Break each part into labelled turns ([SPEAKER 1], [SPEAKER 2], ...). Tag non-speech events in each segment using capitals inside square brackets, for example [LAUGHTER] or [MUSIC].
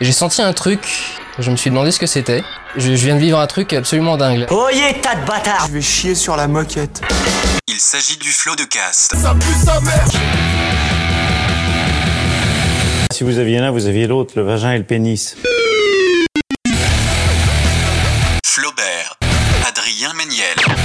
[SPEAKER 1] J'ai senti un truc, je me suis demandé ce que c'était. Je, je viens de vivre un truc absolument dingue.
[SPEAKER 2] Oyez, tas de bâtards
[SPEAKER 3] Je vais chier sur la moquette.
[SPEAKER 4] Il s'agit du flot de cast.
[SPEAKER 5] Si vous aviez l'un, vous aviez l'autre, le vagin et le pénis.
[SPEAKER 4] Flaubert. Adrien Méniel.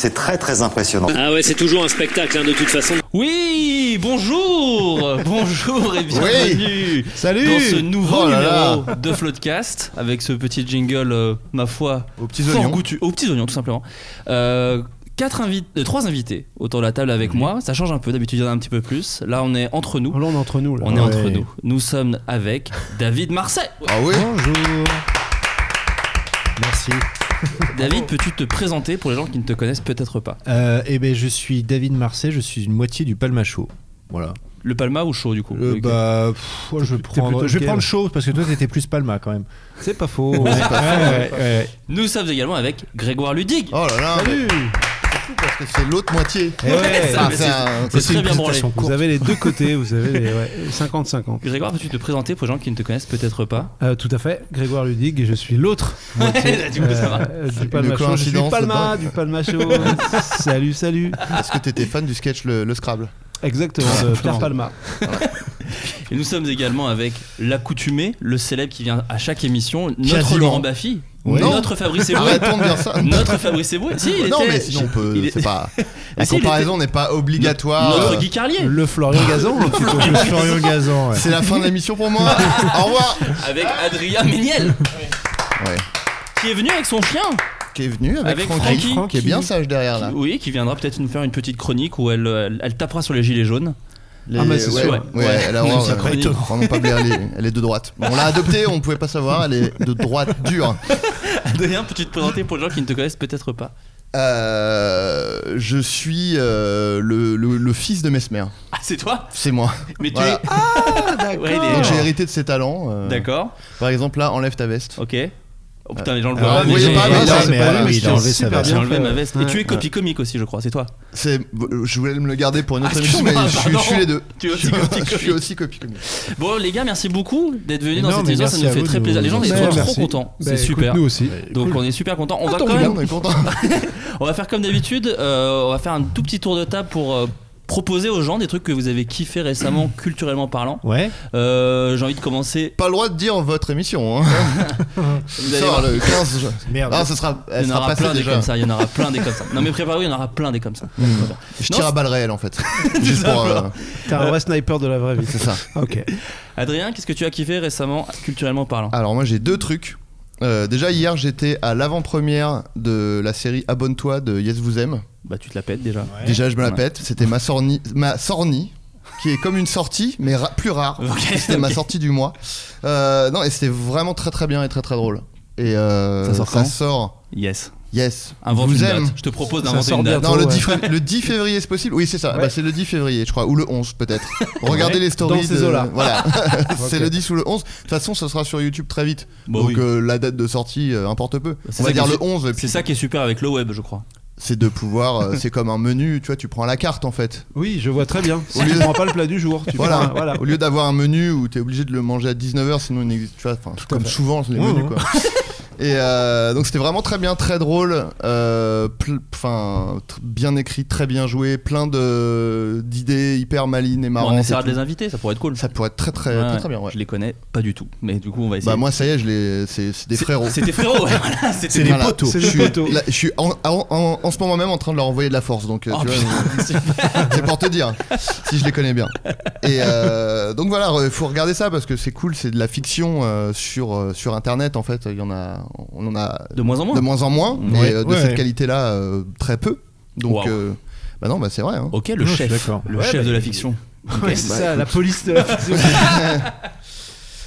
[SPEAKER 6] C'est très très impressionnant.
[SPEAKER 7] Ah ouais, c'est toujours un spectacle hein, de toute façon.
[SPEAKER 8] Oui, bonjour, bonjour et bienvenue
[SPEAKER 9] Salut
[SPEAKER 8] dans ce nouveau
[SPEAKER 9] Oh là
[SPEAKER 8] numéro
[SPEAKER 9] là.
[SPEAKER 8] de Floodcast avec ce petit jingle, euh, ma foi,
[SPEAKER 9] Aux petits
[SPEAKER 8] fort
[SPEAKER 9] oignons.
[SPEAKER 8] goûtu, aux petits oignons tout simplement. Euh, quatre invi- euh, trois invités autour de la table avec moi, ça change un peu. D'habitude, il y en a un petit peu plus. Là, on est entre nous.
[SPEAKER 9] Là, on est entre nous. Là.
[SPEAKER 8] On est entre
[SPEAKER 9] Ouais.
[SPEAKER 8] nous. Nous sommes avec
[SPEAKER 9] [LAUGHS]
[SPEAKER 8] David Marseille.
[SPEAKER 9] Ah oui Bonjour. Merci.
[SPEAKER 8] David, peux-tu te présenter pour les gens qui ne te connaissent peut-être pas
[SPEAKER 9] Euh, eh ben, je suis David Marseille, je suis une moitié du Palmacho. Voilà.
[SPEAKER 8] Le Palma ou chaud du coup
[SPEAKER 9] Euh,
[SPEAKER 8] Ok.
[SPEAKER 9] bah, pff, moi, je vais prendre,
[SPEAKER 10] plutôt
[SPEAKER 9] je vais
[SPEAKER 10] lequel
[SPEAKER 9] prendre chaud parce que toi t'étais plus Palma quand même.
[SPEAKER 10] C'est pas faux.
[SPEAKER 9] Ouais, ouais, ouais.
[SPEAKER 8] Nous sommes également avec Grégoire Ludig.
[SPEAKER 11] Oh là là mais C'est fou parce que c'est l'autre moitié.
[SPEAKER 9] Eh ouais.
[SPEAKER 8] [LAUGHS] Ça,
[SPEAKER 11] Ah,
[SPEAKER 8] mais
[SPEAKER 11] c'est un-
[SPEAKER 8] c'est très bien branlé.
[SPEAKER 9] présentation
[SPEAKER 10] Vous
[SPEAKER 9] courte.
[SPEAKER 10] avez les deux côtés, vous avez les ouais,
[SPEAKER 9] [LAUGHS]
[SPEAKER 10] 50-50.
[SPEAKER 8] Grégoire, peux-tu te présenter pour les gens qui ne te connaissent peut-être [LAUGHS] pas
[SPEAKER 10] Euh, tout à fait, Grégoire Ludig, et je suis l'autre. moitié,
[SPEAKER 8] là, [LAUGHS] du coup, ça va.
[SPEAKER 9] Ah,
[SPEAKER 10] euh, du Palma Show. Je suis du
[SPEAKER 11] coïncidence,
[SPEAKER 10] Palma,
[SPEAKER 11] dedans.
[SPEAKER 10] du Palma Show.
[SPEAKER 9] [LAUGHS]
[SPEAKER 10] salut, salut.
[SPEAKER 11] Est-ce que t'étais fan du sketch Le, le Scrabble
[SPEAKER 10] Exactement, de Pierre Palma.
[SPEAKER 8] Euh, Et nous sommes également avec l'accoutumé, le célèbre qui vient à chaque émission, notre
[SPEAKER 11] Quasiment.
[SPEAKER 8] Laurent Baffy,
[SPEAKER 11] Ouais.
[SPEAKER 8] notre Fabrice Eboué.
[SPEAKER 11] Arrêtons de dire ça.
[SPEAKER 8] [LAUGHS] notre Fabrice Eboué. Si, Ah il
[SPEAKER 11] non
[SPEAKER 8] était-
[SPEAKER 11] mais sinon on peut,
[SPEAKER 8] il est-
[SPEAKER 11] c'est pas. La
[SPEAKER 8] si, il
[SPEAKER 11] comparaison n'est pas obligatoire.
[SPEAKER 8] Notre
[SPEAKER 11] Euh,
[SPEAKER 8] Guy Carlier,
[SPEAKER 10] Le Florian Gazan, hein, plutôt.
[SPEAKER 9] Le Florian Gazan, ouais.
[SPEAKER 11] C'est la fin de l'émission pour moi. [LAUGHS] Au revoir.
[SPEAKER 8] avec Adrien Méniel,
[SPEAKER 11] [LAUGHS] Ouais.
[SPEAKER 8] qui est venu avec son chien.
[SPEAKER 11] Qui est venu avec,
[SPEAKER 8] Avec
[SPEAKER 11] Francky,
[SPEAKER 8] Francky,
[SPEAKER 11] qui est bien
[SPEAKER 8] qui-
[SPEAKER 11] sage derrière là.
[SPEAKER 8] Qui- oui, qui viendra peut-être nous faire une petite chronique où elle, elle, elle tapera sur les gilets [LAUGHS] jaunes.
[SPEAKER 11] Les-
[SPEAKER 10] Ah, mais c'est
[SPEAKER 11] ouais,
[SPEAKER 10] sûr.
[SPEAKER 11] Ouais,
[SPEAKER 8] bah, Ouais.
[SPEAKER 11] elle a
[SPEAKER 8] Même
[SPEAKER 11] horreur,
[SPEAKER 8] si
[SPEAKER 11] euh,
[SPEAKER 8] après, il-
[SPEAKER 11] vraiment pas bien, elle est, elle est de droite. On l'a adoptée, on pouvait pas savoir, elle est de droite dure.
[SPEAKER 8] Adrien, peux-tu te présenter pour les gens qui ne te connaissent peut-être pas
[SPEAKER 11] Euh, je suis euh, le, le- le fils de Mesmer.
[SPEAKER 8] Ah, c'est toi
[SPEAKER 11] C'est moi.
[SPEAKER 8] Mais tu
[SPEAKER 11] Voilà.
[SPEAKER 8] es. Ouais, il est-
[SPEAKER 11] Donc j'ai hérité de ses talents. euh,
[SPEAKER 8] D'accord,
[SPEAKER 11] Par exemple, là, enlève ta veste.
[SPEAKER 8] ok. Oh putain, les gens le voient
[SPEAKER 11] Alors,
[SPEAKER 8] pas,
[SPEAKER 11] vous voyez
[SPEAKER 8] j'ai-
[SPEAKER 9] Ah,
[SPEAKER 11] pas, mais
[SPEAKER 8] j'ai-
[SPEAKER 11] là,
[SPEAKER 8] j'ai-
[SPEAKER 11] c'est
[SPEAKER 10] ah,
[SPEAKER 11] pas lui,
[SPEAKER 9] euh, oui,
[SPEAKER 11] mais
[SPEAKER 9] il a enlevé sa
[SPEAKER 10] super
[SPEAKER 9] veste.
[SPEAKER 8] j'ai
[SPEAKER 10] bien
[SPEAKER 8] enlevé
[SPEAKER 10] fait,
[SPEAKER 8] ma
[SPEAKER 10] ouais.
[SPEAKER 8] veste. Et
[SPEAKER 10] Ouais.
[SPEAKER 8] tu es copie comique aussi, je crois, c'est toi.
[SPEAKER 11] C'est, je voulais me le garder pour une autre
[SPEAKER 8] Ah,
[SPEAKER 11] émission, mais
[SPEAKER 8] excuse-moi,
[SPEAKER 11] je suis, je suis
[SPEAKER 8] pardon.
[SPEAKER 11] les deux.
[SPEAKER 8] Tu es aussi
[SPEAKER 11] Je suis-
[SPEAKER 8] copie-comique.
[SPEAKER 11] Je suis aussi copie-comique.
[SPEAKER 8] Bon, les gars, merci beaucoup d'être venus dans
[SPEAKER 9] Non,
[SPEAKER 8] cette
[SPEAKER 9] mais
[SPEAKER 8] émission. Ça
[SPEAKER 9] merci
[SPEAKER 8] nous
[SPEAKER 9] à
[SPEAKER 8] fait
[SPEAKER 9] vous
[SPEAKER 8] très
[SPEAKER 9] de
[SPEAKER 8] plaisir.
[SPEAKER 9] nous-
[SPEAKER 8] Les gens ils
[SPEAKER 9] Ouais,
[SPEAKER 8] sont trop
[SPEAKER 10] merci.
[SPEAKER 8] contents.
[SPEAKER 10] Bah,
[SPEAKER 8] C'est
[SPEAKER 10] écoute,
[SPEAKER 8] super.
[SPEAKER 10] Nous aussi.
[SPEAKER 8] Donc on est super contents. On va
[SPEAKER 11] Tant
[SPEAKER 8] quand
[SPEAKER 11] mieux,
[SPEAKER 8] même,
[SPEAKER 11] on est content.
[SPEAKER 8] [LAUGHS] on va faire comme d'habitude. euh, on va faire un tout petit tour de table pour. euh, proposer aux gens des trucs que vous avez kiffé récemment culturellement parlant
[SPEAKER 9] Ouais.
[SPEAKER 8] Euh, j'ai envie de commencer
[SPEAKER 11] Pas le droit de dire votre émission. Hein. [LAUGHS]
[SPEAKER 8] Vous allez
[SPEAKER 11] Sort
[SPEAKER 8] voir,
[SPEAKER 11] le 15 juin.
[SPEAKER 9] Merde.
[SPEAKER 11] Ah, ça sera,
[SPEAKER 8] il
[SPEAKER 11] elle
[SPEAKER 8] y en
[SPEAKER 11] sera
[SPEAKER 8] aura
[SPEAKER 11] passée
[SPEAKER 8] plein des
[SPEAKER 11] déjà.
[SPEAKER 8] comme ça il y en aura plein des comme ça non mais préparez-vous il y en aura plein des comme ça
[SPEAKER 11] Je
[SPEAKER 8] Non,
[SPEAKER 11] tire à
[SPEAKER 8] c'est-
[SPEAKER 11] balles réelles en
[SPEAKER 8] [LAUGHS]
[SPEAKER 11] fait. Juste pour. euh,
[SPEAKER 10] T'es un vrai sniper de la vraie vie.
[SPEAKER 9] [LAUGHS]
[SPEAKER 11] c'est ça.
[SPEAKER 10] Ok.
[SPEAKER 8] Adrien qu'est-ce que tu as kiffé récemment culturellement parlant
[SPEAKER 11] Alors, moi j'ai deux trucs. Euh, déjà, hier j'étais à l'avant-première de la série Abonne-toi de Yes Vous Aime.
[SPEAKER 8] bah tu te la pètes déjà
[SPEAKER 11] Déjà, je me la
[SPEAKER 8] Ouais.
[SPEAKER 11] pète. C'était ma sornie, ma sornie, qui est comme une sortie, mais ra- plus rare.
[SPEAKER 8] [LAUGHS] Ok,
[SPEAKER 11] c'était
[SPEAKER 8] ok.
[SPEAKER 11] ma sortie du mois. Euh, non, et c'était vraiment très très bien et très très drôle. Et euh,
[SPEAKER 8] Ça sort quand
[SPEAKER 11] sort.
[SPEAKER 8] yes
[SPEAKER 11] Yes.
[SPEAKER 8] invente
[SPEAKER 11] vous
[SPEAKER 8] une
[SPEAKER 11] aime.
[SPEAKER 8] date je te propose
[SPEAKER 10] Ça
[SPEAKER 8] d'inventer
[SPEAKER 10] sort
[SPEAKER 8] une date
[SPEAKER 10] bientôt.
[SPEAKER 11] Non, le
[SPEAKER 10] Ouais.
[SPEAKER 8] [LAUGHS]
[SPEAKER 11] 10, fév- le 10 février, c'est possible Oui, c'est ça.
[SPEAKER 10] Ouais.
[SPEAKER 11] Bah, c'est le 10 février, je crois. Ou le 11,
[SPEAKER 8] [LAUGHS]
[SPEAKER 11] peut-être. Regardez
[SPEAKER 10] Ouais.
[SPEAKER 11] les stories.
[SPEAKER 10] Dans ces
[SPEAKER 11] de-
[SPEAKER 10] eaux-là.
[SPEAKER 11] [LAUGHS] Voilà. c'est
[SPEAKER 10] Ok.
[SPEAKER 11] le 10 ou le 11. De toute façon, ça sera sur YouTube très vite.
[SPEAKER 8] Bah
[SPEAKER 11] Donc,
[SPEAKER 8] oui.
[SPEAKER 11] euh, la date de sortie euh, importe peu.
[SPEAKER 8] C'est ça
[SPEAKER 11] On va dire
[SPEAKER 8] qui-
[SPEAKER 11] le 11. et puis
[SPEAKER 8] c'est ça qui est super avec le web je crois
[SPEAKER 11] C'est de pouvoir. euh, c'est comme un menu, tu vois, tu prends la carte en fait.
[SPEAKER 8] [LAUGHS]
[SPEAKER 10] Oui, je vois très bien. Si
[SPEAKER 11] Au lieu-
[SPEAKER 10] tu prends pas le plat du jour, tu
[SPEAKER 11] Voilà.
[SPEAKER 10] prends- voilà.
[SPEAKER 11] Au lieu d'avoir un menu où t'es obligé de le manger à 19h, sinon il n'existe pas. Enfin, comme souvent les
[SPEAKER 10] Ouais,
[SPEAKER 11] menus
[SPEAKER 10] ouais.
[SPEAKER 11] quoi. Et euh, donc c'était vraiment très bien, très drôle, euh, pl- enfin tr- bien écrit, très bien joué, plein de d'idées hyper malines et
[SPEAKER 8] Bon,
[SPEAKER 11] marrantes.
[SPEAKER 8] on
[SPEAKER 11] et
[SPEAKER 8] essaiera de
[SPEAKER 11] tout.
[SPEAKER 8] les inviter ça pourrait être cool
[SPEAKER 11] Ça pourrait être très très
[SPEAKER 8] Ouais,
[SPEAKER 11] très,
[SPEAKER 8] ouais.
[SPEAKER 11] très bien. Ouais.
[SPEAKER 8] Je les connais pas du tout, mais du coup on va essayer.
[SPEAKER 11] Bah moi ça y est, je les, c'est c'est des
[SPEAKER 8] C'est-
[SPEAKER 11] frérots.
[SPEAKER 8] [LAUGHS] C'était frérot, ouais, voilà, c'était
[SPEAKER 9] C'est des
[SPEAKER 11] Voilà.
[SPEAKER 9] poteaux.
[SPEAKER 10] C'est
[SPEAKER 11] Je
[SPEAKER 10] le
[SPEAKER 11] suis,
[SPEAKER 10] poteau.
[SPEAKER 11] là, je suis en, en- en- en ce moment même en train de leur envoyer de la force, donc euh,
[SPEAKER 8] Oh,
[SPEAKER 11] tu vois,
[SPEAKER 8] putain, [LAUGHS] super.
[SPEAKER 11] C'est pour te dire, si je les connais bien. Et euh, donc voilà, re- faut regarder ça parce que c'est cool, c'est de la fiction euh, sur, euh, sur internet en fait. Il y en a, on en a
[SPEAKER 8] De moins en moins.
[SPEAKER 11] de moins en moins, mais
[SPEAKER 9] Ouais,
[SPEAKER 11] euh, de
[SPEAKER 9] ouais.
[SPEAKER 11] cette qualité-là, euh, très peu. Donc,
[SPEAKER 8] Wow.
[SPEAKER 11] euh, bah non, bah c'est vrai. hein.
[SPEAKER 8] [LAUGHS] Ok, le
[SPEAKER 10] Non, je suis
[SPEAKER 8] chef,
[SPEAKER 10] d'accord.
[SPEAKER 8] le
[SPEAKER 10] Ouais,
[SPEAKER 8] chef
[SPEAKER 10] bah,
[SPEAKER 8] de la
[SPEAKER 10] il-
[SPEAKER 8] fiction.
[SPEAKER 10] Ouais, c'est
[SPEAKER 11] Bah,
[SPEAKER 10] ça, la police de la fiction.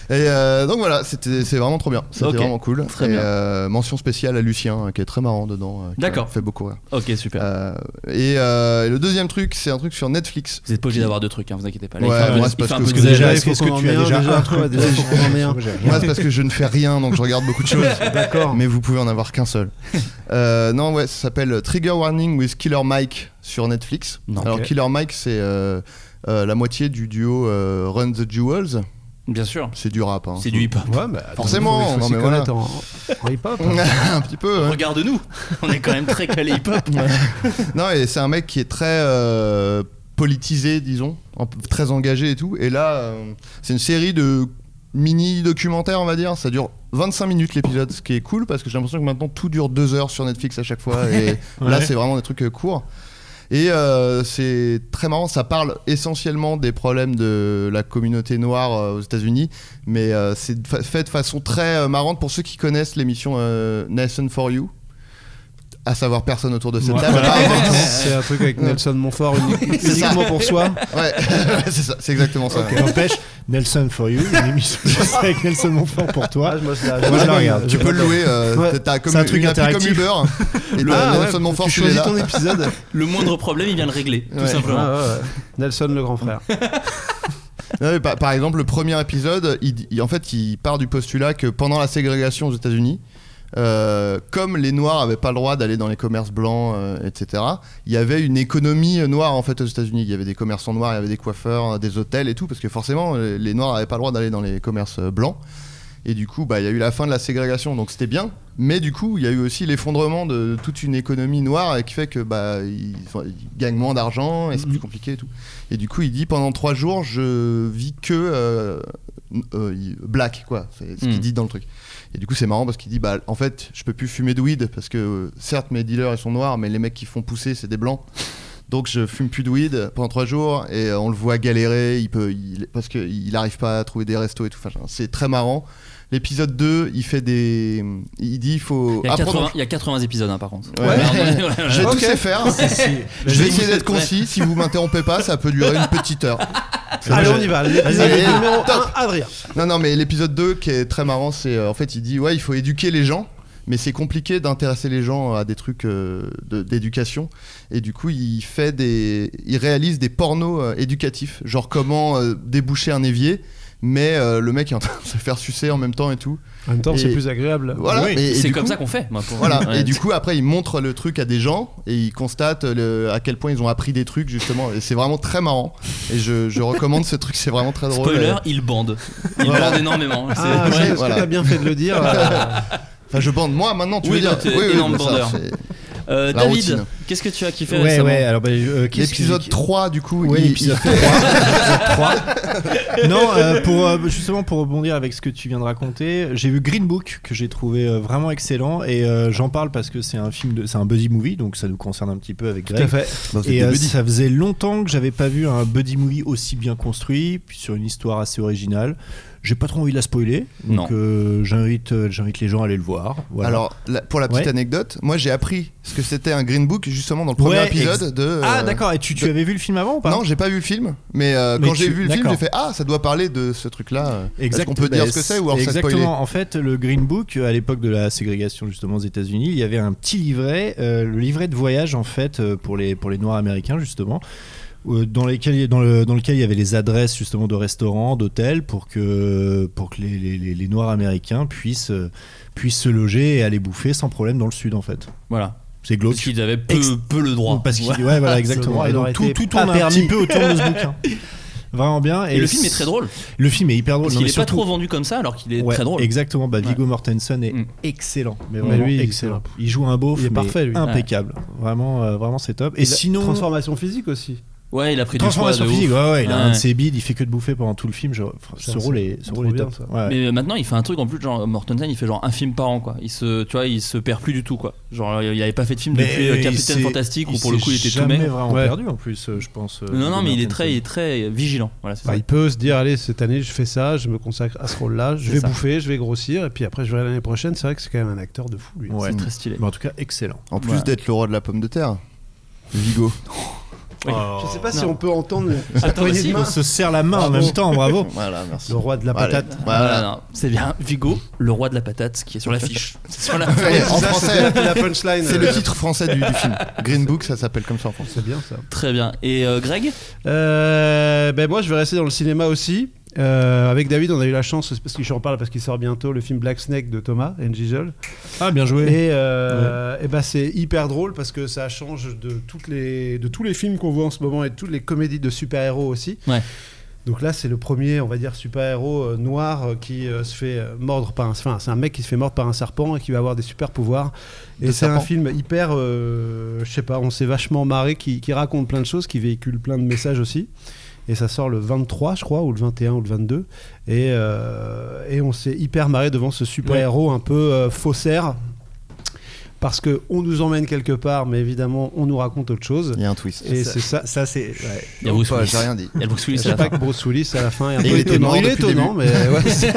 [SPEAKER 11] Et euh, donc voilà, c'était- c'est vraiment trop bien. C'était
[SPEAKER 8] Ok.
[SPEAKER 11] vraiment cool.
[SPEAKER 8] Très
[SPEAKER 11] Et,
[SPEAKER 8] bien.
[SPEAKER 11] euh, mention spéciale à Lucien, hein, qui est très marrant dedans. euh, qui
[SPEAKER 8] D'accord.
[SPEAKER 11] m'a Fait beaucoup rire.
[SPEAKER 8] Ok, super.
[SPEAKER 11] Euh, et, euh, et le deuxième truc, c'est un truc sur Netflix.
[SPEAKER 8] vous êtes pas obligé d'avoir deux trucs, hein, vous inquiétez pas. Là,
[SPEAKER 11] Ouais,
[SPEAKER 8] il fait un peu-
[SPEAKER 11] moi, c'est
[SPEAKER 8] il fait
[SPEAKER 11] parce
[SPEAKER 8] un
[SPEAKER 11] que
[SPEAKER 8] peu
[SPEAKER 11] ce
[SPEAKER 8] de-
[SPEAKER 11] que j'ai-
[SPEAKER 10] Déjà,
[SPEAKER 9] est-ce
[SPEAKER 10] il
[SPEAKER 9] qu'on
[SPEAKER 10] faut qu'on
[SPEAKER 9] en
[SPEAKER 10] en
[SPEAKER 9] met
[SPEAKER 10] met
[SPEAKER 9] un,
[SPEAKER 10] déjà
[SPEAKER 9] déjà
[SPEAKER 10] un, toi, déjà, il faut qu'on en met un.
[SPEAKER 11] Moi, c'est parce que je ne fais rien, donc je regarde beaucoup
[SPEAKER 8] [LAUGHS]
[SPEAKER 11] de choses.
[SPEAKER 10] D'accord.
[SPEAKER 11] mais vous pouvez en avoir qu'un seul. Euh, non, ouais, ça s'appelle Trigger Warning with Killer Mike sur Netflix.
[SPEAKER 8] Non,
[SPEAKER 11] Alors,
[SPEAKER 8] ok.
[SPEAKER 11] Killer Mike, c'est euh, euh, la moitié du duo euh, Run the Jewels.
[SPEAKER 8] Bien sûr.
[SPEAKER 11] C'est du rap. Hein. [LAUGHS]
[SPEAKER 8] C'est du hip-hop.
[SPEAKER 10] Ouais, mais attends,
[SPEAKER 11] Forcément,
[SPEAKER 10] il faut
[SPEAKER 11] non,
[SPEAKER 10] s'y
[SPEAKER 11] mais voilà.
[SPEAKER 10] connaître en, en hip-hop.
[SPEAKER 11] [LAUGHS] un petit peu. hein.
[SPEAKER 8] Regarde-nous, on est quand même très calé hip-hop.
[SPEAKER 11] Non, et c'est un mec qui est très euh, politisé, disons, en- très engagé et tout. Et là, euh, c'est une série de mini-documentaires, on va dire. Ça dure 25 minutes l'épisode, ce qui est cool parce que j'ai l'impression que maintenant tout dure 2 heures sur Netflix à chaque fois. Et là, c'est vraiment des trucs euh, courts. Et euh, c'est très marrant, ça parle essentiellement des problèmes de la communauté noire euh, aux États-Unis, mais euh, c'est fa- fait de façon très euh, marrante pour ceux qui connaissent l'émission euh, Nathan for You, à savoir personne autour de cette
[SPEAKER 10] Ouais. [LAUGHS]
[SPEAKER 11] table. par [LAUGHS] exemple.
[SPEAKER 10] C'est un truc avec Nelson Montfort unique-
[SPEAKER 11] C'est ça.
[SPEAKER 10] uniquement pour soi.
[SPEAKER 11] Ouais, [LAUGHS] c'est ça, c'est exactement ça.
[SPEAKER 9] Qui empêche Nelson for you, une
[SPEAKER 11] [LAUGHS]
[SPEAKER 9] émission juste avec Nelson Montfort pour toi.
[SPEAKER 10] Ah,
[SPEAKER 9] Ah, Moi, je la regarde.
[SPEAKER 11] Ah, Tu peux le louer, euh,
[SPEAKER 9] Ouais.
[SPEAKER 11] t'as- t'as comme
[SPEAKER 9] C'est un
[SPEAKER 11] une-
[SPEAKER 9] truc
[SPEAKER 11] une appli comme
[SPEAKER 9] interactif.
[SPEAKER 11] Uber hein.
[SPEAKER 9] [LAUGHS]
[SPEAKER 11] et t'as
[SPEAKER 10] Ah ouais,
[SPEAKER 11] Nelson Montfort,
[SPEAKER 10] tu
[SPEAKER 11] tu l'es
[SPEAKER 10] choisis
[SPEAKER 11] là.
[SPEAKER 10] ton épisode.
[SPEAKER 8] Le moindre problème, il vient le régler, tout
[SPEAKER 11] Ouais.
[SPEAKER 10] Ouais, ouais,
[SPEAKER 8] simplement.
[SPEAKER 10] ouais. Nelson le
[SPEAKER 9] [LAUGHS]
[SPEAKER 10] grand frère.
[SPEAKER 11] [LAUGHS] Non, mais par, par exemple, le premier épisode, il, il- en fait, il part du postulat que pendant la ségrégation aux États-Unis, euh, comme les Noirs n'avaient pas le droit d'aller dans les commerces blancs, euh, etc., il y avait une économie euh, noire en fait aux États-Unis. Il y avait des commerçants noirs, il y avait des coiffeurs, euh, des hôtels et tout, parce que forcément, euh, les Noirs n'avaient pas le droit d'aller dans les commerces euh, blancs. Et du coup, bah, il y a eu la fin de la ségrégation, donc c'était bien. Mais du coup, il y a eu aussi l'effondrement de toute une économie noire et qui fait que bah, ils, enfin, ils gagnent moins d'argent et c'est plus compliqué et tout. Et du coup, il dit pendant trois jours, je vis que euh, euh, il- black, quoi. C'est ce qu'il
[SPEAKER 8] Mm.
[SPEAKER 11] dit dans le truc. Et du coup, c'est marrant parce qu'il dit, bah, en fait, je peux plus fumer de weed parce que euh, certes, mes dealers ils sont noirs, mais les mecs qui font pousser, c'est des blancs. Donc je fume plus de weed pendant trois jours et euh, on le voit galérer, il peut, il- parce qu'il n'arrive pas à trouver des restos et tout. Enfin, c'est très marrant. L'épisode 2, il fait des, il dit, il faut.
[SPEAKER 8] Il y, a
[SPEAKER 11] apprendre-
[SPEAKER 8] 80, il y a 80 épisodes hein, par contre.
[SPEAKER 11] Ouais.
[SPEAKER 8] [LAUGHS]
[SPEAKER 11] Je vais
[SPEAKER 8] Oh,
[SPEAKER 11] tous les faire. Je vais essayer d'être concis. Si vous m'interrompez pas, ça peut durer une petite heure.
[SPEAKER 10] Allez, on y va.
[SPEAKER 11] Allez,
[SPEAKER 10] L'épisode numéro
[SPEAKER 11] top.
[SPEAKER 10] 1, Adrien.
[SPEAKER 11] Non, non, mais l'épisode 2 qui est très marrant, c'est euh, en fait, il dit Ouais, il faut éduquer les gens, mais c'est compliqué d'intéresser les gens à des trucs euh, de- d'éducation. Et du coup, il fait des. Il réalise des pornos euh, éducatifs, genre comment euh, déboucher un évier. Mais euh, le mec est en train de se faire sucer en même temps et tout.
[SPEAKER 10] En même temps,
[SPEAKER 11] Et-
[SPEAKER 10] c'est plus agréable.
[SPEAKER 11] Voilà.
[SPEAKER 10] Oui.
[SPEAKER 11] et- et
[SPEAKER 8] C'est
[SPEAKER 11] du
[SPEAKER 8] comme
[SPEAKER 11] coup-
[SPEAKER 8] ça qu'on fait. moi, pour-
[SPEAKER 11] Voilà,
[SPEAKER 8] Ouais.
[SPEAKER 11] et du coup, après, ils montrent le truc à des gens et ils constatent le- à quel point ils ont appris des trucs, justement. Et c'est vraiment très marrant. Et je, je recommande ce truc, c'est vraiment très drôle.
[SPEAKER 8] Spoiler, il bande. Il
[SPEAKER 11] Voilà.
[SPEAKER 8] bande énormément. C'est-
[SPEAKER 10] Ah,
[SPEAKER 8] Ouais.
[SPEAKER 10] c'est- parce
[SPEAKER 11] voilà.
[SPEAKER 10] que t'as bien fait de
[SPEAKER 9] [LAUGHS]
[SPEAKER 10] le dire. euh,
[SPEAKER 11] Enfin, je bande moi maintenant, tu
[SPEAKER 8] Oui,
[SPEAKER 11] veux
[SPEAKER 8] non,
[SPEAKER 11] dire.
[SPEAKER 8] t'es énorme
[SPEAKER 11] mais ça,
[SPEAKER 8] bandeur.
[SPEAKER 11] c'est-
[SPEAKER 8] Euh,
[SPEAKER 11] la
[SPEAKER 8] David,
[SPEAKER 11] routine.
[SPEAKER 8] qu'est-ce que tu as kiffé
[SPEAKER 9] Ouais,
[SPEAKER 8] récemment
[SPEAKER 9] ouais, alors, bah, euh, qu'est-ce qui-
[SPEAKER 11] L'épisode 3, du coup,
[SPEAKER 9] Ouais,
[SPEAKER 11] il-
[SPEAKER 9] l'épisode
[SPEAKER 11] il- [LAUGHS]
[SPEAKER 10] [LAUGHS]
[SPEAKER 9] non, euh, pour, euh, justement pour rebondir avec ce que tu viens de raconter, j'ai vu Green Book que j'ai trouvé euh, vraiment excellent et euh, j'en parle parce que c'est un film, de, c'est un buddy movie donc ça nous concerne un petit peu avec
[SPEAKER 10] Tout à
[SPEAKER 9] Greg.
[SPEAKER 10] fait.
[SPEAKER 9] Et euh, ça faisait longtemps que j'avais pas vu un buddy movie aussi bien construit, puis sur une histoire assez originale. J'ai pas trop envie de la spoiler,
[SPEAKER 8] Non.
[SPEAKER 9] donc euh, j'invite, euh, j'invite les gens à aller le voir. Voilà.
[SPEAKER 11] Alors, la- pour la petite
[SPEAKER 9] Ouais.
[SPEAKER 11] anecdote, moi j'ai appris ce que c'était un Green Book justement dans le premier
[SPEAKER 9] Ouais, ex-
[SPEAKER 11] épisode de. euh,
[SPEAKER 9] ah d'accord, et tu, tu avais vu le film avant ou pas
[SPEAKER 11] Non, j'ai pas vu le film, mais euh,
[SPEAKER 9] Mais
[SPEAKER 11] quand j'ai
[SPEAKER 9] tu-
[SPEAKER 11] vu le film,
[SPEAKER 9] d'accord.
[SPEAKER 11] j'ai fait Ah, ça doit parler de ce truc-là. Est-ce
[SPEAKER 9] Exact-
[SPEAKER 11] qu'on peut
[SPEAKER 9] bah,
[SPEAKER 11] dire ce que c'est ou alors ça
[SPEAKER 9] Exactement.
[SPEAKER 11] spoiler
[SPEAKER 9] En fait, le Green Book, à l'époque de la ségrégation justement aux États-Unis, il y avait un petit livret, euh, le livret de voyage en fait euh, pour les pour les Noirs américains justement. euh, Dans, lesquels, dans, le, dans lequel il y avait les adresses justement de restaurants, d'hôtels pour que, pour que les, les- les- les Noirs américains puissent, euh, puissent se loger et aller bouffer sans problème dans le sud en fait.
[SPEAKER 8] Voilà.
[SPEAKER 9] C'est
[SPEAKER 8] Parce
[SPEAKER 9] glauque.
[SPEAKER 8] qu'ils avaient peu,
[SPEAKER 9] Ex-
[SPEAKER 8] peu le droit.
[SPEAKER 9] Parce qu'il,
[SPEAKER 8] Ouais.
[SPEAKER 9] ouais. voilà exactement.
[SPEAKER 10] Ça
[SPEAKER 9] Et
[SPEAKER 10] aurait
[SPEAKER 9] donc tout,
[SPEAKER 10] été
[SPEAKER 9] tout
[SPEAKER 10] pas
[SPEAKER 9] tourne un
[SPEAKER 10] permis.
[SPEAKER 9] petit peu autour de ce bouquin. [LAUGHS] Vraiment bien.
[SPEAKER 8] Et, le film est très drôle.
[SPEAKER 9] Le film est hyper drôle.
[SPEAKER 8] Parce
[SPEAKER 9] Non,
[SPEAKER 8] qu'il
[SPEAKER 9] mais
[SPEAKER 8] est pas
[SPEAKER 9] surtout-
[SPEAKER 8] trop vendu comme ça alors qu'il est
[SPEAKER 9] Ouais,
[SPEAKER 8] très drôle.
[SPEAKER 9] Exactement, bah, Viggo Mortensen est
[SPEAKER 8] Mm.
[SPEAKER 9] excellent, mais
[SPEAKER 10] Mais
[SPEAKER 9] vraiment
[SPEAKER 10] lui, il-
[SPEAKER 9] excellent. Il joue un beau,
[SPEAKER 10] Il est parfait, lui.
[SPEAKER 9] impeccable. Vraiment, euh, vraiment c'est top. Et
[SPEAKER 10] Il a-
[SPEAKER 9] sinon,
[SPEAKER 10] Transformation physique aussi.
[SPEAKER 8] Ouais, il a pris du poids de
[SPEAKER 9] transformation physique.
[SPEAKER 8] ouf.
[SPEAKER 9] ouais, ouais, il a un de
[SPEAKER 8] Ouais.
[SPEAKER 9] ses bides, il fait que de bouffer pendant tout le film. je- ce
[SPEAKER 10] c'est
[SPEAKER 9] rôle est, ce
[SPEAKER 10] trop
[SPEAKER 9] rôle est
[SPEAKER 10] bien,
[SPEAKER 9] top.
[SPEAKER 10] ça.
[SPEAKER 9] Ouais.
[SPEAKER 8] Mais euh, maintenant, il fait un truc en plus, genre Mortensen, il fait genre un film par an, quoi. Il se, tu vois, il se perd plus du tout, quoi. Genre, il avait pas fait de film
[SPEAKER 9] Mais
[SPEAKER 8] depuis euh,
[SPEAKER 9] il
[SPEAKER 8] Capitaine
[SPEAKER 9] s'est-
[SPEAKER 8] Fantastique où
[SPEAKER 9] il
[SPEAKER 8] pour le
[SPEAKER 9] s'est
[SPEAKER 8] coup, il était tout
[SPEAKER 9] jamais
[SPEAKER 8] maigre.
[SPEAKER 9] vraiment
[SPEAKER 10] Ouais.
[SPEAKER 9] perdu en plus, euh, je pense. euh,
[SPEAKER 8] Non, non,
[SPEAKER 9] Viggo
[SPEAKER 8] mais il est
[SPEAKER 9] Mortensen.
[SPEAKER 8] très, il est très vigilant. Voilà, c'est
[SPEAKER 10] Bah,
[SPEAKER 8] ça.
[SPEAKER 10] il peut se dire, allez, cette année, je fais ça, je me consacre à ce rôle-là, je
[SPEAKER 8] C'est
[SPEAKER 10] vais
[SPEAKER 8] ça.
[SPEAKER 10] bouffer, je vais grossir, et puis après, je verrai l'année prochaine. C'est vrai que c'est quand même un acteur de fou, lui.
[SPEAKER 9] Ouais.
[SPEAKER 8] C'est très stylé.
[SPEAKER 9] Mais en tout cas, excellent.
[SPEAKER 11] En plus
[SPEAKER 8] Voilà.
[SPEAKER 11] d'être le roi de la pomme de terre, Vigo.
[SPEAKER 10] [LAUGHS] Je sais pas
[SPEAKER 8] Non.
[SPEAKER 10] si on peut entendre le-
[SPEAKER 9] Ah,
[SPEAKER 10] sa
[SPEAKER 8] Attends,
[SPEAKER 10] poignée
[SPEAKER 8] si,
[SPEAKER 10] de
[SPEAKER 9] On
[SPEAKER 10] main.
[SPEAKER 9] se serre la main en même temps, bravo.
[SPEAKER 11] Voilà,
[SPEAKER 10] [LAUGHS]
[SPEAKER 11] merci.
[SPEAKER 10] Le roi de la
[SPEAKER 11] Allez.
[SPEAKER 10] patate.
[SPEAKER 11] Voilà.
[SPEAKER 8] Voilà, non, c'est bien. Vigo, le roi de la patate, qui est sur
[SPEAKER 11] [LAUGHS]
[SPEAKER 8] l'affiche. C'est sur la.
[SPEAKER 11] Ouais, en
[SPEAKER 10] Ça, Ah, c'est
[SPEAKER 11] français,
[SPEAKER 10] la- la punchline.
[SPEAKER 11] c'est le titre français du, du film. Green Book, ça s'appelle comme ça en français.
[SPEAKER 10] C'est bien ça.
[SPEAKER 8] Très bien. Et euh, Greg
[SPEAKER 10] Euh, ben moi, je vais rester dans le cinéma aussi. Euh, avec David, on a eu la chance, parce que je en parle parce qu'il sort bientôt le film Black Snake de Thomas and Giesel.
[SPEAKER 9] Ah, bien joué.
[SPEAKER 10] Et, euh, et ben c'est hyper drôle parce que ça change de, toutes les, de tous les films qu'on voit en ce moment et de toutes les comédies de super-héros aussi.
[SPEAKER 8] Ouais.
[SPEAKER 10] Donc là, c'est le premier, on va dire, super-héros euh, noir euh, qui euh, se fait euh, mordre par un. Enfin, c'est un mec qui se fait mordre par un serpent et qui va avoir des super-pouvoirs. Et
[SPEAKER 11] De
[SPEAKER 10] c'est un
[SPEAKER 11] serpent.
[SPEAKER 10] film hyper. euh, Je sais pas, on s'est vachement marré, qui, qui raconte plein de choses, qui véhicule plein de messages aussi. Et ça sort le 23, je crois, ou le 21 ou le 22. Et, euh, et on s'est hyper marré devant ce super-héros un peu euh, faussaire. Parce que on nous emmène quelque part, mais évidemment, on nous raconte autre chose.
[SPEAKER 11] Il y a un twist.
[SPEAKER 10] Et c'est ça.
[SPEAKER 9] Ça, c'est.
[SPEAKER 8] Il y a Bruce
[SPEAKER 11] Pas,
[SPEAKER 8] Willis.
[SPEAKER 11] J'ai rien dit.
[SPEAKER 8] Il y a Bruce Willis
[SPEAKER 10] Je
[SPEAKER 8] à
[SPEAKER 10] sais
[SPEAKER 8] la
[SPEAKER 10] pas
[SPEAKER 8] fin.
[SPEAKER 10] que Bruce Willis à la fin est un
[SPEAKER 11] Et
[SPEAKER 10] peu
[SPEAKER 11] il était
[SPEAKER 10] étonnant.
[SPEAKER 11] mort
[SPEAKER 10] il est
[SPEAKER 11] depuis le
[SPEAKER 10] étonnant, mais ouais, c'est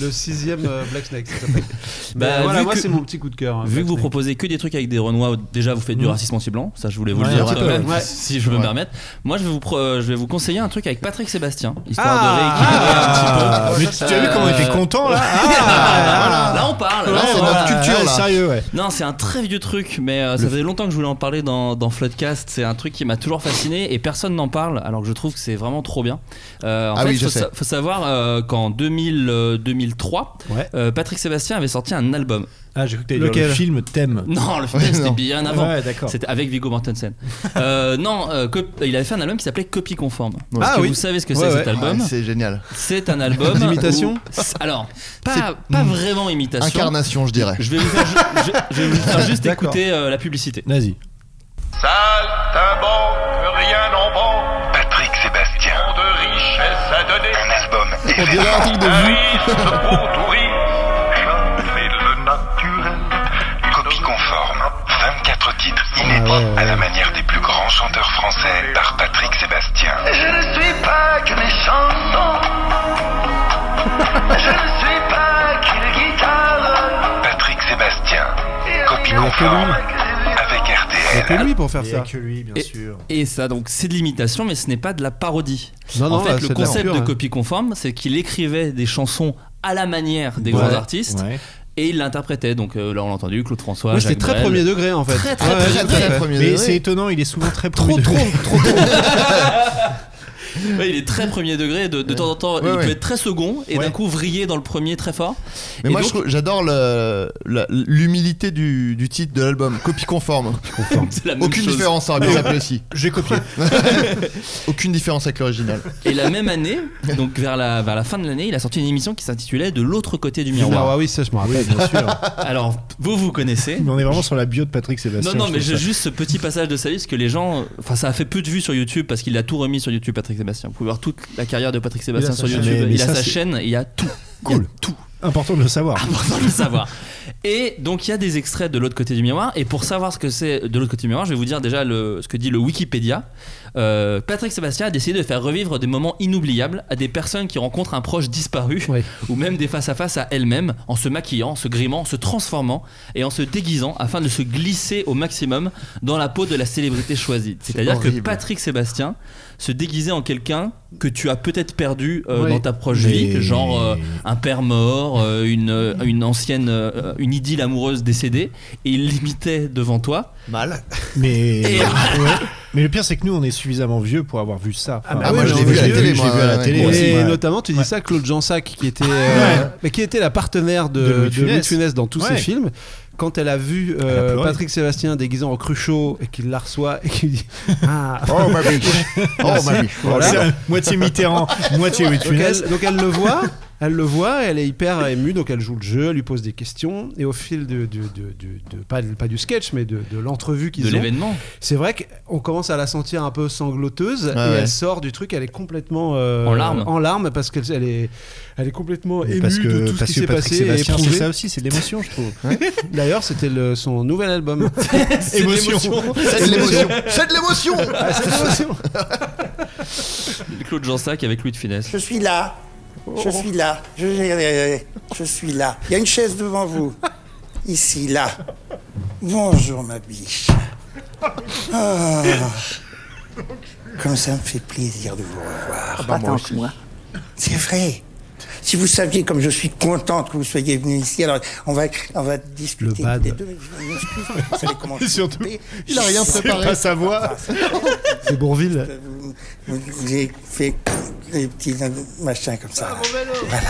[SPEAKER 10] le sixième euh, Black Snake. ça s'appelle.
[SPEAKER 8] Bah,
[SPEAKER 10] Mais euh, voilà,
[SPEAKER 8] vu
[SPEAKER 10] moi
[SPEAKER 8] que-
[SPEAKER 10] c'est mon petit coup de cœur. hein,
[SPEAKER 8] Vu que
[SPEAKER 10] Black
[SPEAKER 8] vous
[SPEAKER 10] Snake.
[SPEAKER 8] proposez que des trucs avec des renois, déjà vous faites du
[SPEAKER 10] Mhm.
[SPEAKER 8] racisme anti-blanc, ça je voulais vous le
[SPEAKER 10] Ouais,
[SPEAKER 8] dire
[SPEAKER 10] un petit
[SPEAKER 8] quand
[SPEAKER 10] peu,
[SPEAKER 8] même,
[SPEAKER 10] ouais.
[SPEAKER 8] si je peux me
[SPEAKER 11] Ouais.
[SPEAKER 8] permettre. Moi je vais, vous pro- euh, je vais vous conseiller un truc avec Patrick Sébastien, histoire
[SPEAKER 9] Ah,
[SPEAKER 8] de rééquilibrer un
[SPEAKER 9] mais
[SPEAKER 8] petit
[SPEAKER 9] tu
[SPEAKER 8] peu.
[SPEAKER 9] tu as vu comment il
[SPEAKER 8] Euh,
[SPEAKER 9] était content là Ah,
[SPEAKER 8] Ah, [LAUGHS] Là on parle, là,
[SPEAKER 11] Ouais,
[SPEAKER 8] on
[SPEAKER 11] voilà.
[SPEAKER 8] parle.
[SPEAKER 11] notre culture,
[SPEAKER 9] ouais,
[SPEAKER 10] ah,
[SPEAKER 11] là.
[SPEAKER 9] Sérieux, ouais.
[SPEAKER 8] Non, c'est un très vieux truc, mais euh, ça faisait longtemps que je voulais en parler dans, dans Floodcast. C'est un truc qui m'a toujours fasciné et personne n'en parle, alors que je trouve que c'est vraiment trop bien. Euh, en
[SPEAKER 11] Ah
[SPEAKER 8] fait,
[SPEAKER 11] oui, je
[SPEAKER 8] faut,
[SPEAKER 11] sais.
[SPEAKER 8] sa- faut savoir euh, qu'en 2000, euh, 2003,
[SPEAKER 9] Ouais.
[SPEAKER 8] euh, Patrick Sébastien avait sorti un album. [LAUGHS]
[SPEAKER 9] Ah, j'ai cru que t'allais
[SPEAKER 10] dire
[SPEAKER 9] dire le
[SPEAKER 10] le
[SPEAKER 9] film thème.
[SPEAKER 8] Non, le film
[SPEAKER 11] Ouais,
[SPEAKER 8] c'était
[SPEAKER 11] non.
[SPEAKER 8] bien avant.
[SPEAKER 9] Ouais, d'accord.
[SPEAKER 8] C'était avec Viggo Mortensen. Euh, non, euh, cop- il avait fait un album qui s'appelait Copie conforme.
[SPEAKER 11] Ouais.
[SPEAKER 8] Est-ce
[SPEAKER 10] Ah
[SPEAKER 8] que
[SPEAKER 10] oui.
[SPEAKER 8] vous savez ce que
[SPEAKER 10] Ouais,
[SPEAKER 8] c'est
[SPEAKER 10] ouais.
[SPEAKER 8] cet album
[SPEAKER 11] Ouais, c'est génial.
[SPEAKER 8] C'est un album
[SPEAKER 10] D'imitation
[SPEAKER 8] où- C'est- Alors, pas, pas vraiment imitation.
[SPEAKER 11] Incarnation, je dirais.
[SPEAKER 8] Je vais vous faire, ju- je- je vais vous
[SPEAKER 11] [LAUGHS]
[SPEAKER 8] faire juste
[SPEAKER 9] D'accord.
[SPEAKER 8] écouter euh, la publicité.
[SPEAKER 9] Vas-y.
[SPEAKER 2] rien n'en vend,
[SPEAKER 4] Patrick Sébastien,
[SPEAKER 2] tant de richesses à donner.
[SPEAKER 4] un album.
[SPEAKER 11] On dirait un truc de vous.
[SPEAKER 2] Rice pour nourrir, jamais le naturel.
[SPEAKER 4] Copie conforme. 24 titres
[SPEAKER 2] Ah
[SPEAKER 4] inédits à la manière des plus grands chanteurs français par Patrick Sébastien.
[SPEAKER 2] Je ne suis pas que mes chansons. Je ne suis pas qu'une guitare.
[SPEAKER 4] Patrick Sébastien, copie
[SPEAKER 10] Il y a que
[SPEAKER 4] conforme
[SPEAKER 10] lui.
[SPEAKER 4] avec
[SPEAKER 10] Il y a
[SPEAKER 4] RTL.
[SPEAKER 10] que lui pour faire
[SPEAKER 9] Il y a
[SPEAKER 10] ça.
[SPEAKER 9] que lui, bien
[SPEAKER 8] Et-
[SPEAKER 9] sûr.
[SPEAKER 8] Et ça, donc, c'est de l'imitation, mais ce n'est pas de la parodie.
[SPEAKER 10] Ah Non,
[SPEAKER 8] en fait,
[SPEAKER 10] là, c'est
[SPEAKER 8] le
[SPEAKER 10] de la
[SPEAKER 8] concept
[SPEAKER 10] pure,
[SPEAKER 8] de
[SPEAKER 10] hein.
[SPEAKER 8] copie conforme, c'est qu'il écrivait des chansons à la manière des
[SPEAKER 9] Ouais,
[SPEAKER 8] grands artistes
[SPEAKER 9] ouais.
[SPEAKER 8] et il l'interprétait. Donc euh, là, on l'a entendu, Claude François.
[SPEAKER 10] Moi c'était
[SPEAKER 8] Jacques
[SPEAKER 10] très
[SPEAKER 8] Brel.
[SPEAKER 10] premier degré en fait.
[SPEAKER 8] Très, très,
[SPEAKER 10] Ouais,
[SPEAKER 8] très,
[SPEAKER 10] ouais,
[SPEAKER 8] très,
[SPEAKER 10] ouais.
[SPEAKER 11] premier
[SPEAKER 9] Mais
[SPEAKER 11] degré.
[SPEAKER 9] c'est étonnant, il est souvent très premier
[SPEAKER 10] trop,
[SPEAKER 9] degré.
[SPEAKER 10] trop, trop.
[SPEAKER 8] [LAUGHS] Ouais, il est très premier degré. De, de temps en temps,
[SPEAKER 11] Ouais,
[SPEAKER 8] il peut
[SPEAKER 11] ouais.
[SPEAKER 8] être très second et d'un coup vriller dans le premier très fort.
[SPEAKER 11] Mais
[SPEAKER 8] Et
[SPEAKER 11] moi,
[SPEAKER 8] donc-
[SPEAKER 11] je trouve- j'adore le- la- l'humilité du, du titre de l'album. Copie conforme.
[SPEAKER 8] C'est la même
[SPEAKER 11] Aucune
[SPEAKER 8] chose.
[SPEAKER 11] différence, ça aurait bien s'appeler aussi.
[SPEAKER 9] J'ai copié.
[SPEAKER 11] [LAUGHS] Aucune différence avec l'original.
[SPEAKER 8] Et la même année, donc vers la, vers la fin de l'année, il a sorti une émission qui s'intitulait De l'autre côté
[SPEAKER 10] [LAUGHS]
[SPEAKER 8] du
[SPEAKER 10] Ah
[SPEAKER 8] miroir.
[SPEAKER 10] ouais, oui, ça je me rappelle.
[SPEAKER 9] bien sûr.
[SPEAKER 10] [LAUGHS]
[SPEAKER 8] Alors, vous vous connaissez.
[SPEAKER 9] Mais on est vraiment sur la bio de Patrick Sébastien.
[SPEAKER 8] Non, non,
[SPEAKER 9] je
[SPEAKER 8] mais
[SPEAKER 9] trouve
[SPEAKER 8] j'ai
[SPEAKER 9] ça.
[SPEAKER 8] juste ce petit passage de sa vie parce que les gens. Enfin, ça a fait peu de vues sur YouTube parce qu'il a tout remis sur YouTube, Patrick Sébastien. Vous pouvez voir toute la carrière de Patrick Sébastien
[SPEAKER 9] sa
[SPEAKER 8] sur
[SPEAKER 9] chaîne.
[SPEAKER 8] YouTube.
[SPEAKER 9] Mais- mais
[SPEAKER 8] il a
[SPEAKER 9] ça,
[SPEAKER 8] sa
[SPEAKER 9] c'est-
[SPEAKER 8] chaîne, il y a tout.
[SPEAKER 9] Cool.
[SPEAKER 8] Il y a tout.
[SPEAKER 9] Important de le savoir.
[SPEAKER 8] Important de Ah, le savoir. Et donc, il y a des extraits de l'autre côté du miroir. Et pour savoir ce que c'est de l'autre côté du miroir, je vais vous dire déjà le- ce que dit le Wikipédia. Euh, Patrick Sébastien a décidé de faire revivre des moments inoubliables à des personnes qui rencontrent un proche disparu
[SPEAKER 10] Oui.
[SPEAKER 8] ou même des face-à-face à elles-mêmes en se maquillant, en se grimant, en se transformant et en se déguisant afin de se glisser au maximum dans la peau de la célébrité choisie. C'est-à-dire que
[SPEAKER 11] horrible.
[SPEAKER 8] Patrick Sébastien se déguisait en quelqu'un que tu as peut-être perdu euh,
[SPEAKER 10] Oui.
[SPEAKER 8] dans ta proche
[SPEAKER 9] Mais-
[SPEAKER 8] vie, genre euh, un père mort, euh, une, euh, une ancienne, euh, une idylle amoureuse décédée, et il l'imitait devant toi.
[SPEAKER 11] Mal.
[SPEAKER 9] Mais, [LAUGHS]
[SPEAKER 8] Et-
[SPEAKER 9] Ouais. mais le pire, c'est que nous, on est suffisamment vieux pour avoir vu ça. Enfin,
[SPEAKER 10] bah moi, je l'ai
[SPEAKER 9] on
[SPEAKER 10] vu à la
[SPEAKER 11] télé,
[SPEAKER 9] je
[SPEAKER 11] moi,
[SPEAKER 9] l'ai vu à la
[SPEAKER 11] ouais,
[SPEAKER 9] télé.
[SPEAKER 11] ouais.
[SPEAKER 9] Ah, aussi,
[SPEAKER 10] Et
[SPEAKER 9] ouais.
[SPEAKER 10] notamment, tu dis
[SPEAKER 9] Ouais.
[SPEAKER 10] ça, Claude Jansac, qui était, euh, mais qui était la partenaire de,
[SPEAKER 9] De Louis
[SPEAKER 10] de
[SPEAKER 9] Funès.
[SPEAKER 10] Louis Funès dans tous
[SPEAKER 9] Ouais.
[SPEAKER 10] ses films. Quand elle a vu euh,
[SPEAKER 9] Elle a pleuré.
[SPEAKER 10] Patrick Sébastien déguisé en Cruchot et qu'il la reçoit et qu'il dit Ah
[SPEAKER 11] Oh, ma [LAUGHS] biche. Oh, ma biche.
[SPEAKER 10] Voilà.
[SPEAKER 9] C'est, euh, moitié Mitterrand, moitié Louis de
[SPEAKER 10] donc
[SPEAKER 9] Funès.
[SPEAKER 10] elle, donc elle le voit, [LAUGHS] elle le voit, elle est hyper émue, donc elle joue le jeu, elle lui pose des questions, et au fil de, du- du- du- de- pas, pas du sketch, mais de, de l'entrevue
[SPEAKER 8] de
[SPEAKER 10] qu'ils ont,
[SPEAKER 8] l'événement.
[SPEAKER 10] c'est vrai qu'on commence à la sentir un peu sangloteuse, et
[SPEAKER 11] Ah ouais.
[SPEAKER 10] elle sort du truc, elle est complètement euh,
[SPEAKER 8] En larmes.
[SPEAKER 10] en larmes parce qu'elle elle est, elle est complètement émue
[SPEAKER 9] parce que,
[SPEAKER 10] de tout ce
[SPEAKER 9] parce
[SPEAKER 10] qui
[SPEAKER 9] que
[SPEAKER 10] s'est
[SPEAKER 9] Patrick
[SPEAKER 10] passé et
[SPEAKER 9] Sébastien, c'est
[SPEAKER 10] éprouvée.
[SPEAKER 9] ça aussi, c'est de l'émotion, je trouve.
[SPEAKER 10] [LAUGHS] D'ailleurs, c'était le- son
[SPEAKER 9] [LAUGHS]
[SPEAKER 10] nouvel album.
[SPEAKER 8] C'est
[SPEAKER 9] Émotion.
[SPEAKER 8] l'émotion.
[SPEAKER 11] C'est de l'émotion. C'est de l'émotion.
[SPEAKER 8] Claude Jansac avec Louis de Funès.
[SPEAKER 3] Je suis là. Je suis là. Je, je suis là. Il y a une chaise devant vous. Ici, là. Bonjour, ma biche. Ah, comme ça me fait plaisir de vous revoir. C'est vrai. Si vous saviez comme je suis contente que vous soyez venu ici, alors on va, on va discuter.
[SPEAKER 10] Le bad.
[SPEAKER 3] des deux. Je m'excuse, vous savez
[SPEAKER 11] [LAUGHS]
[SPEAKER 3] comment je suis
[SPEAKER 9] Surtout,
[SPEAKER 3] occupé.
[SPEAKER 11] il a rien
[SPEAKER 3] Je sais
[SPEAKER 11] préparé.
[SPEAKER 3] pas
[SPEAKER 9] sa voix.
[SPEAKER 11] Ah,
[SPEAKER 10] C'est Bourville.
[SPEAKER 3] vous- vous- J'ai fait des petits machins comme ça. là. Voilà.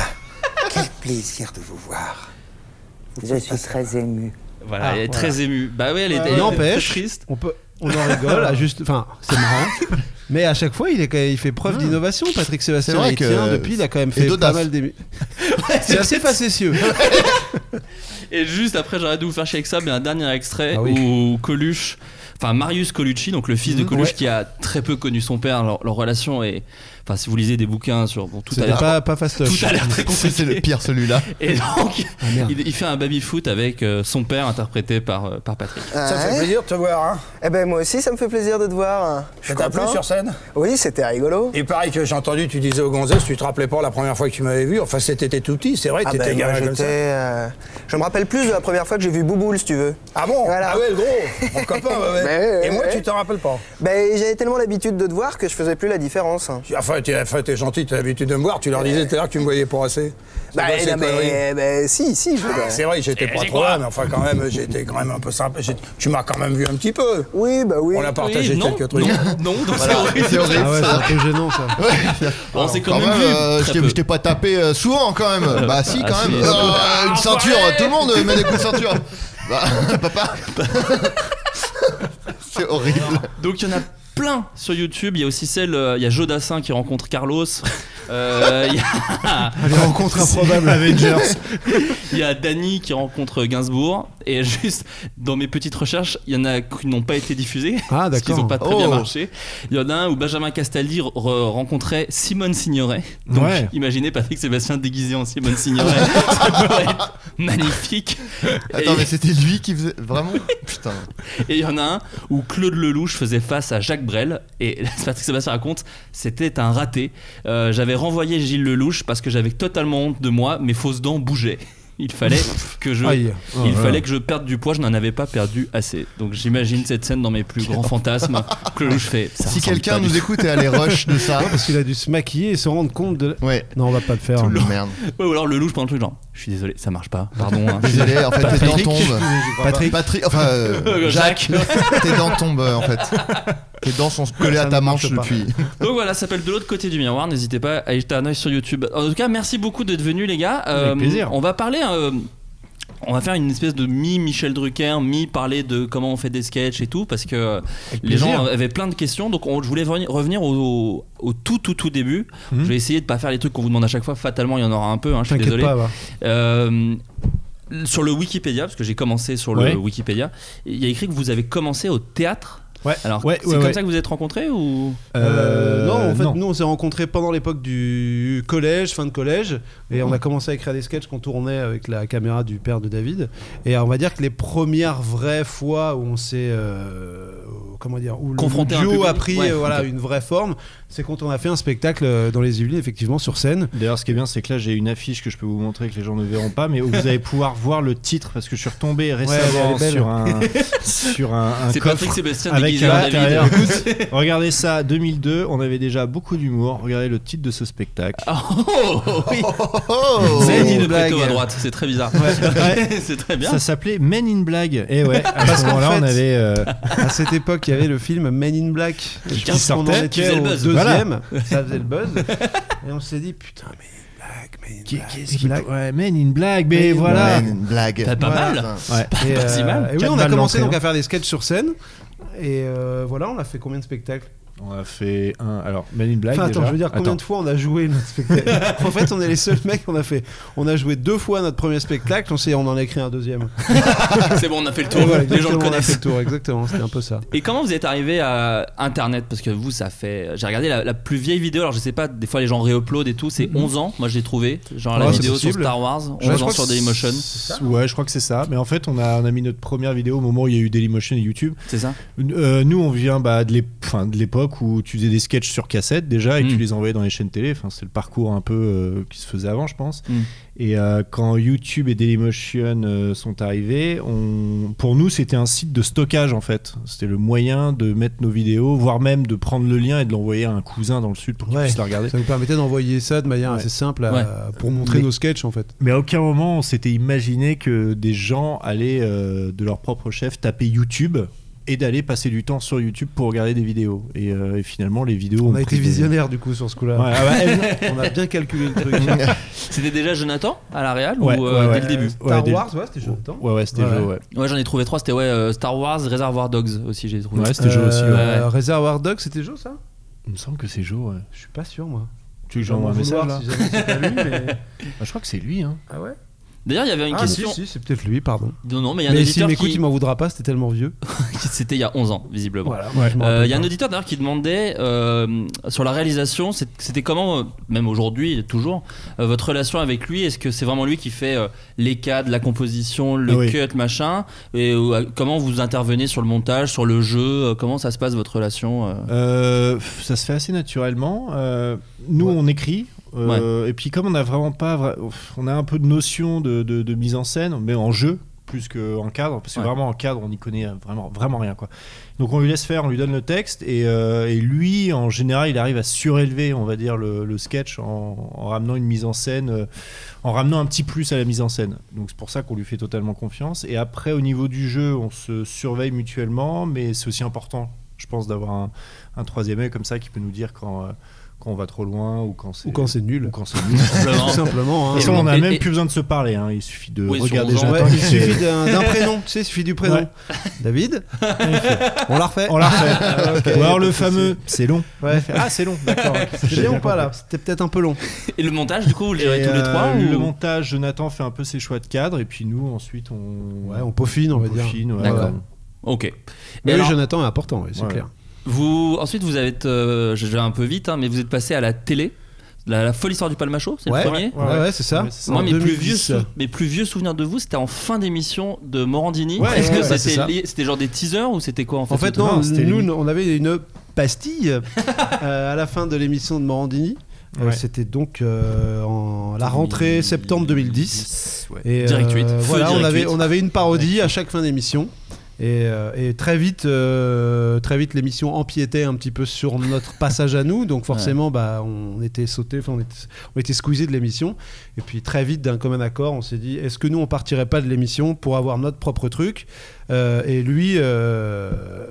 [SPEAKER 3] Quel plaisir de vous voir. Je suis très ému.
[SPEAKER 8] Ah, Voilà, elle est très émue. Bah oui, elle est, elle est
[SPEAKER 10] Euh, N'empêche,
[SPEAKER 8] très triste.
[SPEAKER 10] on peut, on en rigole, à juste, enfin, c'est marrant. Mais à chaque fois, il, est, quand même- il fait preuve d'innovation, Patrick Sébastien.
[SPEAKER 11] C'est vrai
[SPEAKER 10] il
[SPEAKER 11] que-
[SPEAKER 10] tient depuis, il a quand même
[SPEAKER 11] et
[SPEAKER 10] fait pas
[SPEAKER 11] d'audace.
[SPEAKER 10] mal d'émi- c'est assez facétieux.
[SPEAKER 8] Et juste après, j'arrête de vous faire chier avec ça, mais un dernier extrait
[SPEAKER 10] Ah oui.
[SPEAKER 8] où Coluche, enfin Marius Colucci, donc le fils de
[SPEAKER 10] Mhm,
[SPEAKER 8] Coluche
[SPEAKER 10] ouais.
[SPEAKER 8] qui a très peu connu son père, leur, leur relation est. Enfin, si vous lisez des bouquins sur. Bon, tout a
[SPEAKER 10] C'était
[SPEAKER 8] l'air.
[SPEAKER 10] pas, pas fastoche.
[SPEAKER 8] Tout a l'air très
[SPEAKER 11] C'est
[SPEAKER 8] compliqué.
[SPEAKER 11] c'est le pire celui-là.
[SPEAKER 8] Et donc,
[SPEAKER 10] Ah, merde.
[SPEAKER 8] il, il fait un baby-foot avec euh, son père interprété par, euh, par Patrick.
[SPEAKER 3] Ça fait plaisir de te voir. Hein.
[SPEAKER 12] Eh ben moi aussi, ça me fait plaisir de te voir.
[SPEAKER 3] Ça t'a plu sur scène
[SPEAKER 12] Oui, c'était rigolo.
[SPEAKER 3] Et pareil que j'ai entendu, tu disais aux gonzesses, tu te rappelais pas la première fois que tu m'avais vu. Enfin, c'était t'étais tout petit, c'est vrai,
[SPEAKER 12] Ah
[SPEAKER 3] t'étais
[SPEAKER 12] ben, moi,
[SPEAKER 3] gamin comme
[SPEAKER 12] j'étais,
[SPEAKER 3] ça.
[SPEAKER 12] euh, Je me rappelle plus de la première fois que j'ai vu Bouboule, si tu veux.
[SPEAKER 3] Ah bon
[SPEAKER 12] Voilà.
[SPEAKER 3] Ah ouais, le gros, mon copain. ouais, ouais.
[SPEAKER 12] [LAUGHS] Ben, ouais,
[SPEAKER 3] Et moi,
[SPEAKER 12] ouais.
[SPEAKER 3] tu t'en rappelles pas
[SPEAKER 12] Ben, j'avais tellement l'habitude de te voir que je faisais plus la différence. hein.
[SPEAKER 3] Ah, Enfin, t'es enfin, t'es gentil, t'as l'habitude de me voir. Tu leur disais tout à l'heure que tu me voyais pas assez. C'est
[SPEAKER 12] Bah,
[SPEAKER 3] quoi ces
[SPEAKER 12] non,
[SPEAKER 3] conneries Ah,
[SPEAKER 12] mais, ben, si, si, je
[SPEAKER 3] C'est vrai, j'étais pas trop là, mais enfin, quand même, j'étais quand même un peu sympa. J'ai- Tu m'as quand même vu un petit peu.
[SPEAKER 12] Oui, bah oui.
[SPEAKER 3] On a partagé
[SPEAKER 8] Oui, non,
[SPEAKER 3] quelques trucs.
[SPEAKER 8] Non, non, donc
[SPEAKER 11] Voilà,
[SPEAKER 8] c'est horrible.
[SPEAKER 11] c'est horrible.
[SPEAKER 10] Ah ouais, c'est
[SPEAKER 11] ça.
[SPEAKER 10] un peu gênant ça.
[SPEAKER 3] Ah
[SPEAKER 8] On s'est quand
[SPEAKER 11] Quand
[SPEAKER 8] même
[SPEAKER 11] même,
[SPEAKER 8] vu.
[SPEAKER 11] euh, je
[SPEAKER 8] très
[SPEAKER 11] t'ai-
[SPEAKER 8] peu.
[SPEAKER 11] je t'ai pas tapé euh, souvent quand même. Bah si
[SPEAKER 8] Ah,
[SPEAKER 11] quand
[SPEAKER 8] si.
[SPEAKER 11] même. Euh, une ceinture, tout le monde met des coups de ceinture. Bah [LAUGHS] papa. C'est horrible.
[SPEAKER 8] Donc il y en a plein sur YouTube. Il y a aussi celle, euh, il y a Jodassin qui
[SPEAKER 3] [LAUGHS]
[SPEAKER 8] rencontre Carlos. Euh, il y a-
[SPEAKER 10] Les rencontres improbables. Avengers.
[SPEAKER 8] il y a Dany qui rencontre Gainsbourg. Et juste dans mes petites recherches, il y en a qui n'ont pas été diffusées.
[SPEAKER 10] Ah,
[SPEAKER 8] Parce qu'ils n'ont
[SPEAKER 10] d'accord.
[SPEAKER 8] pas très bien
[SPEAKER 11] Oh.
[SPEAKER 8] marché. Il y en a un où Benjamin Castaldi re- rencontrait Simone Signoret. Donc
[SPEAKER 10] Ouais.
[SPEAKER 8] imaginez Patrick Sébastien déguisé en Simone
[SPEAKER 10] [LAUGHS]
[SPEAKER 8] Signoret. Ça pourrait être magnifique.
[SPEAKER 11] Attends
[SPEAKER 8] Et-
[SPEAKER 11] mais c'était lui qui faisait vraiment. Putain.
[SPEAKER 8] Et il y en a un où Claude Lelouch faisait face à Jacques Brel. Et [LAUGHS] Patrick Sébastien raconte, c'était un raté. Euh, j'avais renvoyé Gilles Lelouch parce que j'avais totalement honte de moi, mes fausses dents bougeaient. Il fallait que je,
[SPEAKER 10] Aïe. Oh
[SPEAKER 8] il
[SPEAKER 10] là
[SPEAKER 8] fallait
[SPEAKER 10] là.
[SPEAKER 8] que je perde du poids. Je n'en avais pas perdu assez. Donc j'imagine cette scène dans mes plus
[SPEAKER 10] [LAUGHS]
[SPEAKER 8] grands fantasmes. Claude Lelouch fait. ça ressemble
[SPEAKER 11] Si
[SPEAKER 8] pas
[SPEAKER 11] quelqu'un
[SPEAKER 8] du
[SPEAKER 11] nous
[SPEAKER 8] tout.
[SPEAKER 11] écoute et a les rushs de ça.
[SPEAKER 10] [LAUGHS] Ouais, parce qu'il a dû se maquiller et se rendre compte de.
[SPEAKER 11] Ouais.
[SPEAKER 10] Non, on va pas le faire.
[SPEAKER 11] Tout le merde.
[SPEAKER 8] Ouais, ou alors Lelouch pendant le truc genre, je suis désolé, ça marche pas. Pardon. [LAUGHS] hein.
[SPEAKER 11] Désolé, en fait, tes dents tombent.
[SPEAKER 10] Patrick.
[SPEAKER 11] Patrick, enfin, [LAUGHS]
[SPEAKER 8] [LAUGHS] Oh,
[SPEAKER 11] euh, Jacques, tes dents tombent euh, en fait. Tes dents sont collées à
[SPEAKER 10] Ça
[SPEAKER 11] ta
[SPEAKER 10] ne
[SPEAKER 11] manche
[SPEAKER 10] marche pas.
[SPEAKER 11] depuis.
[SPEAKER 8] Donc voilà, ça s'appelle De l'autre côté du miroir. N'hésitez pas à jeter un oeil sur YouTube. En tout cas, merci beaucoup d'être venus, les gars.
[SPEAKER 9] Avec plaisir.
[SPEAKER 8] On va parler. euh, on va faire une espèce de mi-Michel Drucker, mi-parler de comment on fait des sketchs et tout, parce que euh, les
[SPEAKER 9] plaisir.
[SPEAKER 8] gens avaient plein de questions. Donc, on, je voulais veni- revenir au, au- au tout, tout, tout début.
[SPEAKER 9] Mhm.
[SPEAKER 8] Je vais essayer de pas faire les trucs qu'on vous demande à chaque fois. Fatalement, il y en aura un peu. hein, je suis
[SPEAKER 10] T'inquiète
[SPEAKER 8] désolé.
[SPEAKER 10] pas, va.
[SPEAKER 8] Euh, sur le Wikipédia, parce que j'ai commencé sur le
[SPEAKER 9] Ouais.
[SPEAKER 8] Wikipédia, il y a écrit que vous avez commencé au théâtre.
[SPEAKER 9] Ouais.
[SPEAKER 8] Alors,
[SPEAKER 9] Ouais,
[SPEAKER 8] c'est
[SPEAKER 9] ouais,
[SPEAKER 8] comme
[SPEAKER 9] ouais.
[SPEAKER 8] ça que vous êtes rencontrés ou
[SPEAKER 10] Euh, non, en fait,
[SPEAKER 9] non.
[SPEAKER 10] nous on s'est rencontrés pendant l'époque du collège, fin de collège, et on a commencé à écrire des sketchs qu'on tournait avec la caméra du père de David. Et euh, on va dire que les premières vraies fois où on s'est, euh, comment dire, où le
[SPEAKER 8] Confronté à un
[SPEAKER 10] duo
[SPEAKER 8] public.
[SPEAKER 10] a pris
[SPEAKER 8] Ouais,
[SPEAKER 10] euh, voilà
[SPEAKER 8] ok.
[SPEAKER 10] une vraie forme, c'est quand on a fait un spectacle euh, dans les Yvelines, effectivement sur scène.
[SPEAKER 9] D'ailleurs, ce qui est bien, c'est que là, j'ai une affiche que je peux vous montrer que les gens ne verront pas, mais où vous allez pouvoir [LAUGHS] voir le titre parce que je suis retombé récemment
[SPEAKER 10] elle est belle.
[SPEAKER 9] sur un sur un, un
[SPEAKER 8] C'est
[SPEAKER 9] coffre.
[SPEAKER 8] Patrick Sébastien
[SPEAKER 9] avec
[SPEAKER 8] déguisé en
[SPEAKER 9] la
[SPEAKER 8] David.
[SPEAKER 9] derrière. Écoute, [LAUGHS] regardez ça, 2002, on avait déjà beaucoup d'humour. Regardez le titre de ce spectacle.
[SPEAKER 8] Oh oui
[SPEAKER 11] Oh, [LAUGHS]
[SPEAKER 8] [LAUGHS]
[SPEAKER 11] oh.
[SPEAKER 8] Zaini de
[SPEAKER 10] blague.
[SPEAKER 8] Preto à droite, c'est très bizarre. [LAUGHS] c'est très bien.
[SPEAKER 9] Ça s'appelait Men in Blague. Et [LAUGHS] ouais, à ce
[SPEAKER 10] qu'en
[SPEAKER 9] moment-là,
[SPEAKER 10] fait,
[SPEAKER 9] on avait [LAUGHS] euh,
[SPEAKER 10] À cette époque, il y avait le film Men in Black
[SPEAKER 9] Qui
[SPEAKER 10] Je pense qu'on en
[SPEAKER 9] sortait,
[SPEAKER 10] était
[SPEAKER 8] qui faisait le
[SPEAKER 10] au
[SPEAKER 8] buzz.
[SPEAKER 10] deuxième, [LAUGHS] ça faisait le buzz, et on s'est dit putain mais.
[SPEAKER 9] Qui- qu'est-ce
[SPEAKER 10] Une
[SPEAKER 9] qu'il-
[SPEAKER 10] blague.
[SPEAKER 9] Ouais, Men in Blague, mais
[SPEAKER 10] Men in
[SPEAKER 9] voilà.
[SPEAKER 11] oh. Ouais, une blague.
[SPEAKER 8] T'as pas mal.
[SPEAKER 11] putain.
[SPEAKER 9] Ouais.
[SPEAKER 10] Et, euh,
[SPEAKER 8] Pas si mal.
[SPEAKER 10] et oui,
[SPEAKER 9] Quatre
[SPEAKER 10] on a
[SPEAKER 9] balles
[SPEAKER 10] commencé
[SPEAKER 9] l'entrée,
[SPEAKER 10] donc
[SPEAKER 9] hein.
[SPEAKER 10] à faire des sketchs sur scène. Et euh, voilà, on a fait combien de spectacles
[SPEAKER 9] On a fait un. Alors, Men in Blague.
[SPEAKER 10] Enfin, attends,
[SPEAKER 9] déjà.
[SPEAKER 10] je veux dire, combien
[SPEAKER 9] Attends.
[SPEAKER 10] de fois on a joué notre spectacle En fait, on est les seuls mecs qu'on a fait. On a joué deux fois notre premier spectacle, on, s'est- on en a écrit
[SPEAKER 9] [LAUGHS]
[SPEAKER 10] un deuxième.
[SPEAKER 8] [LAUGHS] C'est bon, on a fait le
[SPEAKER 10] Et
[SPEAKER 8] tour.
[SPEAKER 10] voilà,
[SPEAKER 8] Les gens le
[SPEAKER 10] exactement, on a fait
[SPEAKER 8] connaissent.
[SPEAKER 10] le tour, exactement, c'était un peu ça.
[SPEAKER 8] Et comment vous êtes arrivé à Internet Parce que vous, ça fait. J'ai regardé la, la plus vieille vidéo. Alors, je sais pas, des fois les gens réuploadent et tout. C'est
[SPEAKER 9] Mhm.
[SPEAKER 8] 11 ans. Moi, je l'ai trouvé. Genre la
[SPEAKER 10] Ouais, c'est
[SPEAKER 8] vidéo sur
[SPEAKER 10] possible.
[SPEAKER 8] Star Wars,
[SPEAKER 9] Ouais,
[SPEAKER 8] 11
[SPEAKER 9] je
[SPEAKER 8] ans
[SPEAKER 9] crois
[SPEAKER 8] sur
[SPEAKER 9] que
[SPEAKER 8] Dailymotion.
[SPEAKER 9] c'est- Ouais, je crois que c'est ça. Mais en fait, on a, on a mis notre première vidéo au moment où il y a eu Dailymotion et YouTube.
[SPEAKER 8] C'est ça
[SPEAKER 9] Euh, nous, on vient bah, de l'ép- enfin, de l'époque où tu faisais des sketchs sur cassette déjà et que
[SPEAKER 8] Mm.
[SPEAKER 9] tu les envoyais dans les chaînes télé. Enfin, c'est le parcours un peu euh, qui se faisait avant, je pense.
[SPEAKER 8] Mm.
[SPEAKER 9] Et euh, quand YouTube et Dailymotion euh, sont arrivés, on... pour nous, c'était un site de stockage en fait. C'était le moyen de mettre nos vidéos, voire même de prendre le lien et de l'envoyer à un cousin dans le sud pour qu'il
[SPEAKER 10] Ouais.
[SPEAKER 9] puisse la regarder.
[SPEAKER 10] Ça nous permettait d'envoyer ça de manière
[SPEAKER 9] Ouais.
[SPEAKER 10] assez simple à-
[SPEAKER 8] Ouais.
[SPEAKER 10] pour montrer
[SPEAKER 9] Mais-
[SPEAKER 10] nos sketchs en fait.
[SPEAKER 9] Mais à aucun moment on s'était imaginé que des gens allaient euh, de leur propre chef taper YouTube et d'aller passer du temps sur YouTube pour regarder des vidéos. Et, euh, et finalement, les vidéos.
[SPEAKER 10] On
[SPEAKER 9] ont
[SPEAKER 10] a été
[SPEAKER 9] pris des-
[SPEAKER 10] visionnaire du coup sur ce coup-là.
[SPEAKER 9] Ouais, ah ouais, elle-
[SPEAKER 10] [LAUGHS] on a bien calculé le truc.
[SPEAKER 9] [LAUGHS]
[SPEAKER 8] C'était déjà Jonathan à la Real
[SPEAKER 9] Ouais,
[SPEAKER 8] ou euh,
[SPEAKER 9] ouais,
[SPEAKER 8] dès
[SPEAKER 9] ouais.
[SPEAKER 8] le début
[SPEAKER 9] Star Ouais, dès le- Wars,
[SPEAKER 10] ouais, c'était Jonathan.
[SPEAKER 9] Ouais, ouais, c'était
[SPEAKER 8] Ouais.
[SPEAKER 9] Joe, ouais.
[SPEAKER 8] Ouais, j'en ai trouvé trois. C'était ouais, euh, Star Wars, Reservoir Dogs aussi, j'ai trouvé.
[SPEAKER 9] Ouais, c'était Joe aussi, ouais.
[SPEAKER 8] Ouais.
[SPEAKER 10] Euh, Reservoir Dogs, c'était Joe ça
[SPEAKER 9] Il me semble que c'est Joe, ouais.
[SPEAKER 10] Je suis pas sûr moi.
[SPEAKER 9] Tu veux que
[SPEAKER 10] Je vais
[SPEAKER 9] j'envoie un
[SPEAKER 10] m'en
[SPEAKER 9] message
[SPEAKER 10] vouloir
[SPEAKER 9] là
[SPEAKER 10] si jamais c'est pas lui, mais-
[SPEAKER 9] Bah, Je crois que c'est lui, hein.
[SPEAKER 10] Ah ouais
[SPEAKER 8] D'ailleurs, il y avait une
[SPEAKER 10] Ah,
[SPEAKER 8] question.
[SPEAKER 10] Si, si, c'est peut-être lui, pardon.
[SPEAKER 8] Non, non, mais il y a un
[SPEAKER 10] si
[SPEAKER 8] auditeur
[SPEAKER 10] m'écoute,
[SPEAKER 8] qui- [LAUGHS]
[SPEAKER 10] il m'en voudra pas, c'était tellement vieux.
[SPEAKER 8] C'était il y a 11 ans, visiblement.
[SPEAKER 10] Voilà,
[SPEAKER 8] Euh,
[SPEAKER 10] ouais, je
[SPEAKER 8] Il
[SPEAKER 10] m'en rappelle
[SPEAKER 8] y a un
[SPEAKER 10] pas.
[SPEAKER 8] auditeur d'ailleurs qui demandait euh, sur la réalisation, c'est- c'était comment, euh, même aujourd'hui, toujours, euh, votre relation avec lui Est-ce que c'est vraiment lui qui fait euh, les cadres, la composition, le
[SPEAKER 9] Ah oui.
[SPEAKER 8] cut, machin Et euh, comment vous intervenez sur le montage, sur le jeu euh, Comment ça se passe votre relation euh
[SPEAKER 9] Euh, ça se fait assez naturellement. Euh, nous, on écrit. euh, Et puis, comme on a vraiment pas. vra- On a un peu de notion de, de- de mise en scène, mais en jeu plus qu'en cadre, parce que
[SPEAKER 8] Ouais.
[SPEAKER 9] vraiment en cadre, on n'y connaît vraiment, vraiment rien. Quoi. Donc, on lui laisse faire, on lui donne le texte, et, euh, et lui, en général, il arrive à surélever, on va dire, le, le sketch en, en ramenant une mise en scène, euh, en ramenant un petit plus à la mise en scène. Donc, c'est pour ça qu'on lui fait totalement confiance. Et après, au niveau du jeu, on se surveille mutuellement, mais c'est aussi important, je pense, d'avoir un, un troisième œil comme ça qui peut nous dire quand, euh, quand on va trop loin ou quand c'est
[SPEAKER 10] Ou quand c'est nul.
[SPEAKER 9] ou quand c'est nul. [LAUGHS]
[SPEAKER 10] Tout simplement, hein.
[SPEAKER 9] De toute façon, on n'a
[SPEAKER 10] Et-
[SPEAKER 9] même
[SPEAKER 10] et-
[SPEAKER 9] plus besoin de se parler. hein. Il suffit de
[SPEAKER 10] Oui, sur
[SPEAKER 9] regarder.
[SPEAKER 10] 11 ans,
[SPEAKER 9] Jonathan
[SPEAKER 10] ouais,
[SPEAKER 9] qui
[SPEAKER 10] il
[SPEAKER 9] fait-
[SPEAKER 10] suffit d'un d'un prénom, tu sais, il suffit du prénom.
[SPEAKER 9] Ouais.
[SPEAKER 10] [LAUGHS] David On la refait
[SPEAKER 9] On la refait.
[SPEAKER 10] [LAUGHS] Ah, ok.
[SPEAKER 9] Ou alors le fameux, c'est long.
[SPEAKER 10] Ouais.
[SPEAKER 9] Ah, c'est long, d'accord.
[SPEAKER 10] [LAUGHS] C'est
[SPEAKER 9] J'ai
[SPEAKER 10] bien
[SPEAKER 9] bien
[SPEAKER 10] ou pas là
[SPEAKER 9] compris.
[SPEAKER 10] C'était peut-être un peu long.
[SPEAKER 8] Et le montage, du coup, vous le gérez
[SPEAKER 9] Et,
[SPEAKER 8] tous les
[SPEAKER 9] euh,
[SPEAKER 8] trois ou-
[SPEAKER 9] Le montage, Jonathan fait un peu ses choix de cadre, et puis nous, ensuite, on.
[SPEAKER 10] Ouais, on peaufine, on va dire.
[SPEAKER 9] peaufine, ouais,
[SPEAKER 8] D'accord.
[SPEAKER 9] ouais.
[SPEAKER 8] Ok.
[SPEAKER 10] Mais
[SPEAKER 8] Et
[SPEAKER 10] oui,
[SPEAKER 8] alors-
[SPEAKER 10] Jonathan est important, oui, c'est
[SPEAKER 9] Ouais.
[SPEAKER 10] clair.
[SPEAKER 8] Vous ensuite vous avez euh, je vais un peu vite hein, mais vous êtes passé à la télé. La, la folle histoire du Palmachot, c'est
[SPEAKER 10] Ouais.
[SPEAKER 8] le premier
[SPEAKER 10] Ouais, ouais, ouais, c'est ça. Ouais, c'est ça.
[SPEAKER 8] Moi,
[SPEAKER 10] En
[SPEAKER 8] mes plus,
[SPEAKER 10] 2010.
[SPEAKER 8] vieux, sou- mes plus vieux souvenirs de vous, c'était en fin d'émission de Morandini.
[SPEAKER 10] Ouais,
[SPEAKER 8] Est-ce
[SPEAKER 10] ouais,
[SPEAKER 8] que
[SPEAKER 10] ouais, c'est
[SPEAKER 8] c'était
[SPEAKER 10] ça.
[SPEAKER 8] lié- c'était genre des teasers ou c'était quoi en fait
[SPEAKER 10] En fait,
[SPEAKER 8] le truc
[SPEAKER 10] non, nous,
[SPEAKER 8] limite.
[SPEAKER 10] on avait une pastille euh, à la fin de l'émission de Morandini. Euh,
[SPEAKER 8] Ouais.
[SPEAKER 10] C'était donc euh, en la rentrée septembre 2010.
[SPEAKER 8] ouais.
[SPEAKER 10] Et, euh,
[SPEAKER 8] Direct huit. Feu
[SPEAKER 10] Voilà, on
[SPEAKER 8] direct
[SPEAKER 10] avait,
[SPEAKER 8] huit.
[SPEAKER 10] on avait une parodie à chaque fin d'émission. Et, euh, et très vite, euh, très vite l'émission empiétait un petit peu sur notre passage à nous. Donc forcément, bah, on était sauté, on était, on était squeezé de l'émission. Et puis très vite, d'un commun accord, on s'est dit est-ce que nous on partirait pas de l'émission pour avoir notre propre truc Euh, Et lui. euh,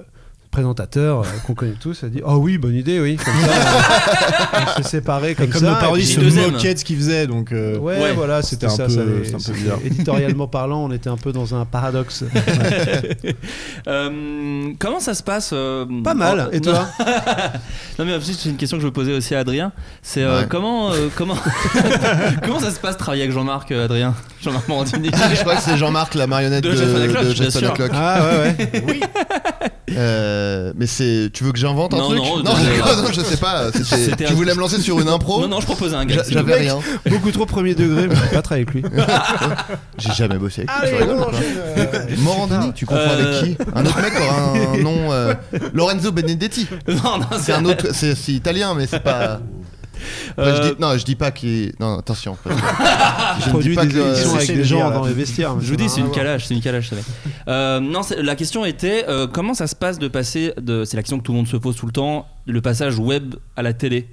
[SPEAKER 10] présentateur euh, qu'on connaît tous a dit oh oui bonne idée oui comme
[SPEAKER 8] [LAUGHS]
[SPEAKER 10] ça, euh, on s'est séparés comme,
[SPEAKER 9] Et comme
[SPEAKER 10] ça
[SPEAKER 9] nos parodies se moquaient de ce qu'il faisait, donc. euh,
[SPEAKER 10] Ouais, voilà, c'était
[SPEAKER 9] un
[SPEAKER 10] ça.
[SPEAKER 9] peu-
[SPEAKER 10] ça avait-
[SPEAKER 9] c'était un peu
[SPEAKER 10] c'était-
[SPEAKER 9] bizarre.
[SPEAKER 10] Éditorialement parlant, on était un peu dans un paradoxe.
[SPEAKER 8] Euh, comment ça se passe euh,
[SPEAKER 10] Pas mal, et toi
[SPEAKER 8] [LAUGHS] Non mais en plus, c'est une question que je posais aussi à Adrien. C'est euh,
[SPEAKER 11] Ouais.
[SPEAKER 8] comment euh, comment [LAUGHS] comment ça se passe de travailler avec Jean-Marc euh, Adrien Jean-Marc
[SPEAKER 10] [LAUGHS]
[SPEAKER 8] Morandini.
[SPEAKER 11] [LAUGHS] Je crois que c'est Jean-Marc, la marionnette
[SPEAKER 8] De
[SPEAKER 11] de,
[SPEAKER 8] Jeff Hancock, bien
[SPEAKER 11] Jeff
[SPEAKER 8] sûr.
[SPEAKER 11] Hancock.
[SPEAKER 10] Ah ouais,
[SPEAKER 9] [LAUGHS]
[SPEAKER 10] ouais.
[SPEAKER 11] Euh, mais c'est, tu veux que j'invente un
[SPEAKER 8] Non,
[SPEAKER 11] truc
[SPEAKER 8] non,
[SPEAKER 11] non,
[SPEAKER 8] non,
[SPEAKER 11] je-
[SPEAKER 8] non.
[SPEAKER 11] non, je sais pas. c'était-
[SPEAKER 8] C'était
[SPEAKER 11] tu
[SPEAKER 8] un-
[SPEAKER 11] voulais me lancer sur une impro
[SPEAKER 8] Non non, je proposais un gars.
[SPEAKER 11] J'a-
[SPEAKER 8] s'il vous
[SPEAKER 11] J'avais
[SPEAKER 8] plaît.
[SPEAKER 11] rien.
[SPEAKER 10] Beaucoup trop premier degré, mais j'ai pas travaillé avec lui.
[SPEAKER 11] J'ai jamais bossé avec
[SPEAKER 10] Allez,
[SPEAKER 11] lui. je rigole,
[SPEAKER 10] on
[SPEAKER 11] quoi.
[SPEAKER 10] enchaîne, euh,
[SPEAKER 11] Morandini, tu confonds
[SPEAKER 8] Ah Euh,
[SPEAKER 11] avec qui Un autre mec qui aura un nom. euh, Lorenzo Benedetti.
[SPEAKER 8] [LAUGHS] Non non,
[SPEAKER 11] C'est un
[SPEAKER 8] [LAUGHS]
[SPEAKER 11] autre. C'est c'est italien, mais c'est pas.
[SPEAKER 8] Euh,
[SPEAKER 11] Enfin, je dis- non, je dis pas qu'il. Non, attention. parce que-
[SPEAKER 10] Je
[SPEAKER 11] ne dis
[SPEAKER 10] produis
[SPEAKER 11] pas
[SPEAKER 10] des
[SPEAKER 11] que-
[SPEAKER 10] émissions
[SPEAKER 11] c'est
[SPEAKER 10] avec
[SPEAKER 11] chez
[SPEAKER 10] des
[SPEAKER 11] les
[SPEAKER 10] gens
[SPEAKER 11] gars,
[SPEAKER 10] dans
[SPEAKER 11] là.
[SPEAKER 10] les vestiaires. mais
[SPEAKER 8] Je vous
[SPEAKER 10] ça
[SPEAKER 8] dis,
[SPEAKER 10] n'a
[SPEAKER 8] c'est
[SPEAKER 10] rien
[SPEAKER 8] une
[SPEAKER 10] à voir.
[SPEAKER 8] calage, c'est une calage, ça va. Euh, non, c'est- la question était euh, comment ça se passe de passer de, c'est la question que tout le monde se pose tout le temps, le passage web à la télé.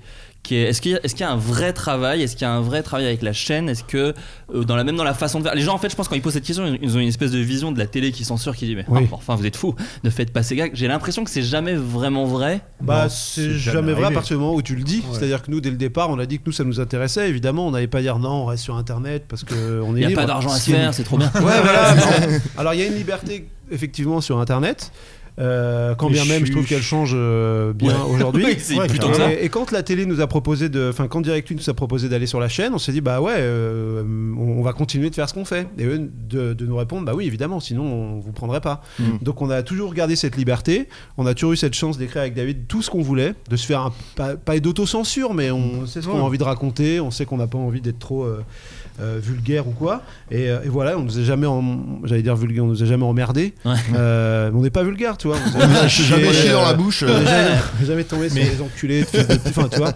[SPEAKER 8] qui est- Est-ce qu'il y, a- est-ce qu'il y a un vrai travail Est-ce qu'il y a un vrai travail avec la chaîne Est-ce que euh, dans la même dans la façon de faire, les gens en fait, je pense quand ils posent cette question, ils- ils ont une espèce de vision de la télé qui censure, qui dit mais
[SPEAKER 10] Oui.
[SPEAKER 8] ah, enfin vous êtes fous, ne faites pas ces gags. J'ai l'impression que c'est jamais vraiment vrai.
[SPEAKER 10] Bah,
[SPEAKER 9] Non,
[SPEAKER 10] c'est jamais vrai à
[SPEAKER 9] arrivé.
[SPEAKER 10] partir du moment où tu le dis.
[SPEAKER 9] Ouais.
[SPEAKER 10] C'est-à-dire que nous, dès le départ, on a dit que nous, ça nous intéressait. Évidemment, on n'allait pas dire non, on reste sur Internet parce qu'on est
[SPEAKER 8] Il n'y a
[SPEAKER 10] libre.
[SPEAKER 8] pas d'argent à se
[SPEAKER 10] C'est-
[SPEAKER 8] faire, c'est trop bien.
[SPEAKER 10] Ouais,
[SPEAKER 8] [LAUGHS]
[SPEAKER 10] voilà. bon. Alors, il y a une liberté, effectivement, sur Internet. euh, quand
[SPEAKER 9] Mais
[SPEAKER 10] bien
[SPEAKER 9] je
[SPEAKER 10] même, je
[SPEAKER 9] suis-
[SPEAKER 10] trouve qu'elle change euh, bien
[SPEAKER 8] Ouais.
[SPEAKER 10] aujourd'hui.
[SPEAKER 8] [LAUGHS] Oui, c'est
[SPEAKER 9] Ouais,
[SPEAKER 8] plutôt
[SPEAKER 10] Et-
[SPEAKER 8] ça.
[SPEAKER 10] Et, quand la télé nous a proposé de, enfin quand Direct Une nous a proposé d'aller sur la chaîne, on s'est dit bah ouais, euh, on, on va continuer de faire ce qu'on fait. Et eux de, de nous répondre bah oui évidemment, sinon on vous prendrait pas. Donc on a toujours gardé cette liberté, on a toujours eu cette chance d'écrire avec David tout ce qu'on voulait, de se faire un- pas, pas d'autocensure, mais on sait ce qu'on a envie de raconter, on sait qu'on n'a pas envie d'être trop euh, euh, vulgaire ou quoi. Et, euh, et voilà, on nous a jamais, en- j'allais dire vulgaire, on nous a jamais emmerdé.
[SPEAKER 8] Ouais.
[SPEAKER 10] Euh, mais on n'est pas vulgaire, tu vois. On nous a
[SPEAKER 11] On a
[SPEAKER 9] [LAUGHS]
[SPEAKER 10] chié,
[SPEAKER 11] jamais chié dans
[SPEAKER 10] euh,
[SPEAKER 11] la bouche.
[SPEAKER 10] on
[SPEAKER 11] euh,
[SPEAKER 10] n'est jamais, [LAUGHS] jamais tombé sur les enculés, de fils de pute, enfin, tu vois.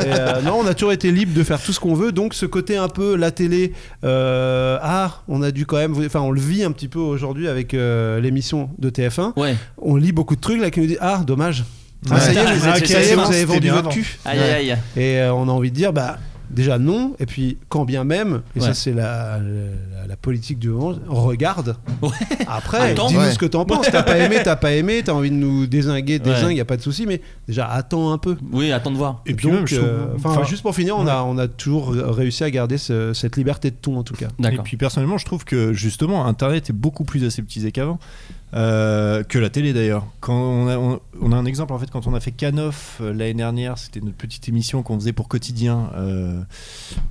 [SPEAKER 10] Et, euh, non, on a toujours été libre de faire tout ce qu'on veut. Donc, ce côté un peu la télé, euh, ah, on a dû quand même, enfin, on le vit un petit peu aujourd'hui avec euh, l'émission de TF1.
[SPEAKER 8] Ouais.
[SPEAKER 10] On lit beaucoup de trucs là qui nous disent ah, dommage. Ah,
[SPEAKER 9] Ouais.
[SPEAKER 10] ça y est, vous,
[SPEAKER 9] Ah,
[SPEAKER 10] êtes-
[SPEAKER 9] ok,
[SPEAKER 10] ça y est,
[SPEAKER 9] c'est
[SPEAKER 10] vous
[SPEAKER 9] bon,
[SPEAKER 10] avez
[SPEAKER 9] c'était
[SPEAKER 10] vendu
[SPEAKER 9] bien
[SPEAKER 10] votre
[SPEAKER 9] avant.
[SPEAKER 10] cul.
[SPEAKER 8] Aïe aïe aïe.
[SPEAKER 10] Et euh, on a envie de dire bah Déjà non, et puis quand bien même, et
[SPEAKER 8] Ouais.
[SPEAKER 10] ça c'est la, la, la politique du moment,
[SPEAKER 8] [LAUGHS]
[SPEAKER 10] on regarde. Après,
[SPEAKER 8] Attends.
[SPEAKER 10] dis-nous
[SPEAKER 8] Ouais.
[SPEAKER 10] ce que t'en penses. T'as pas aimé, t'as pas aimé, t'as envie de nous désinguer, désingue,
[SPEAKER 8] Ouais.
[SPEAKER 10] y a pas de souci, mais déjà attends un peu.
[SPEAKER 8] Oui, attends de voir.
[SPEAKER 10] Et puis
[SPEAKER 8] Donc,
[SPEAKER 10] même, je trouve-
[SPEAKER 8] euh,
[SPEAKER 10] enfin,
[SPEAKER 8] enfin,
[SPEAKER 10] juste pour finir, on, a, on a toujours réussi à garder ce- cette liberté de ton en tout cas.
[SPEAKER 9] Et puis personnellement, je trouve que justement, Internet est beaucoup plus aseptisé qu'avant. euh, que la télé d'ailleurs. Quand on a, on, on a un exemple en fait quand on a fait Canoff euh, l'année dernière, c'était notre petite émission qu'on faisait pour quotidien euh,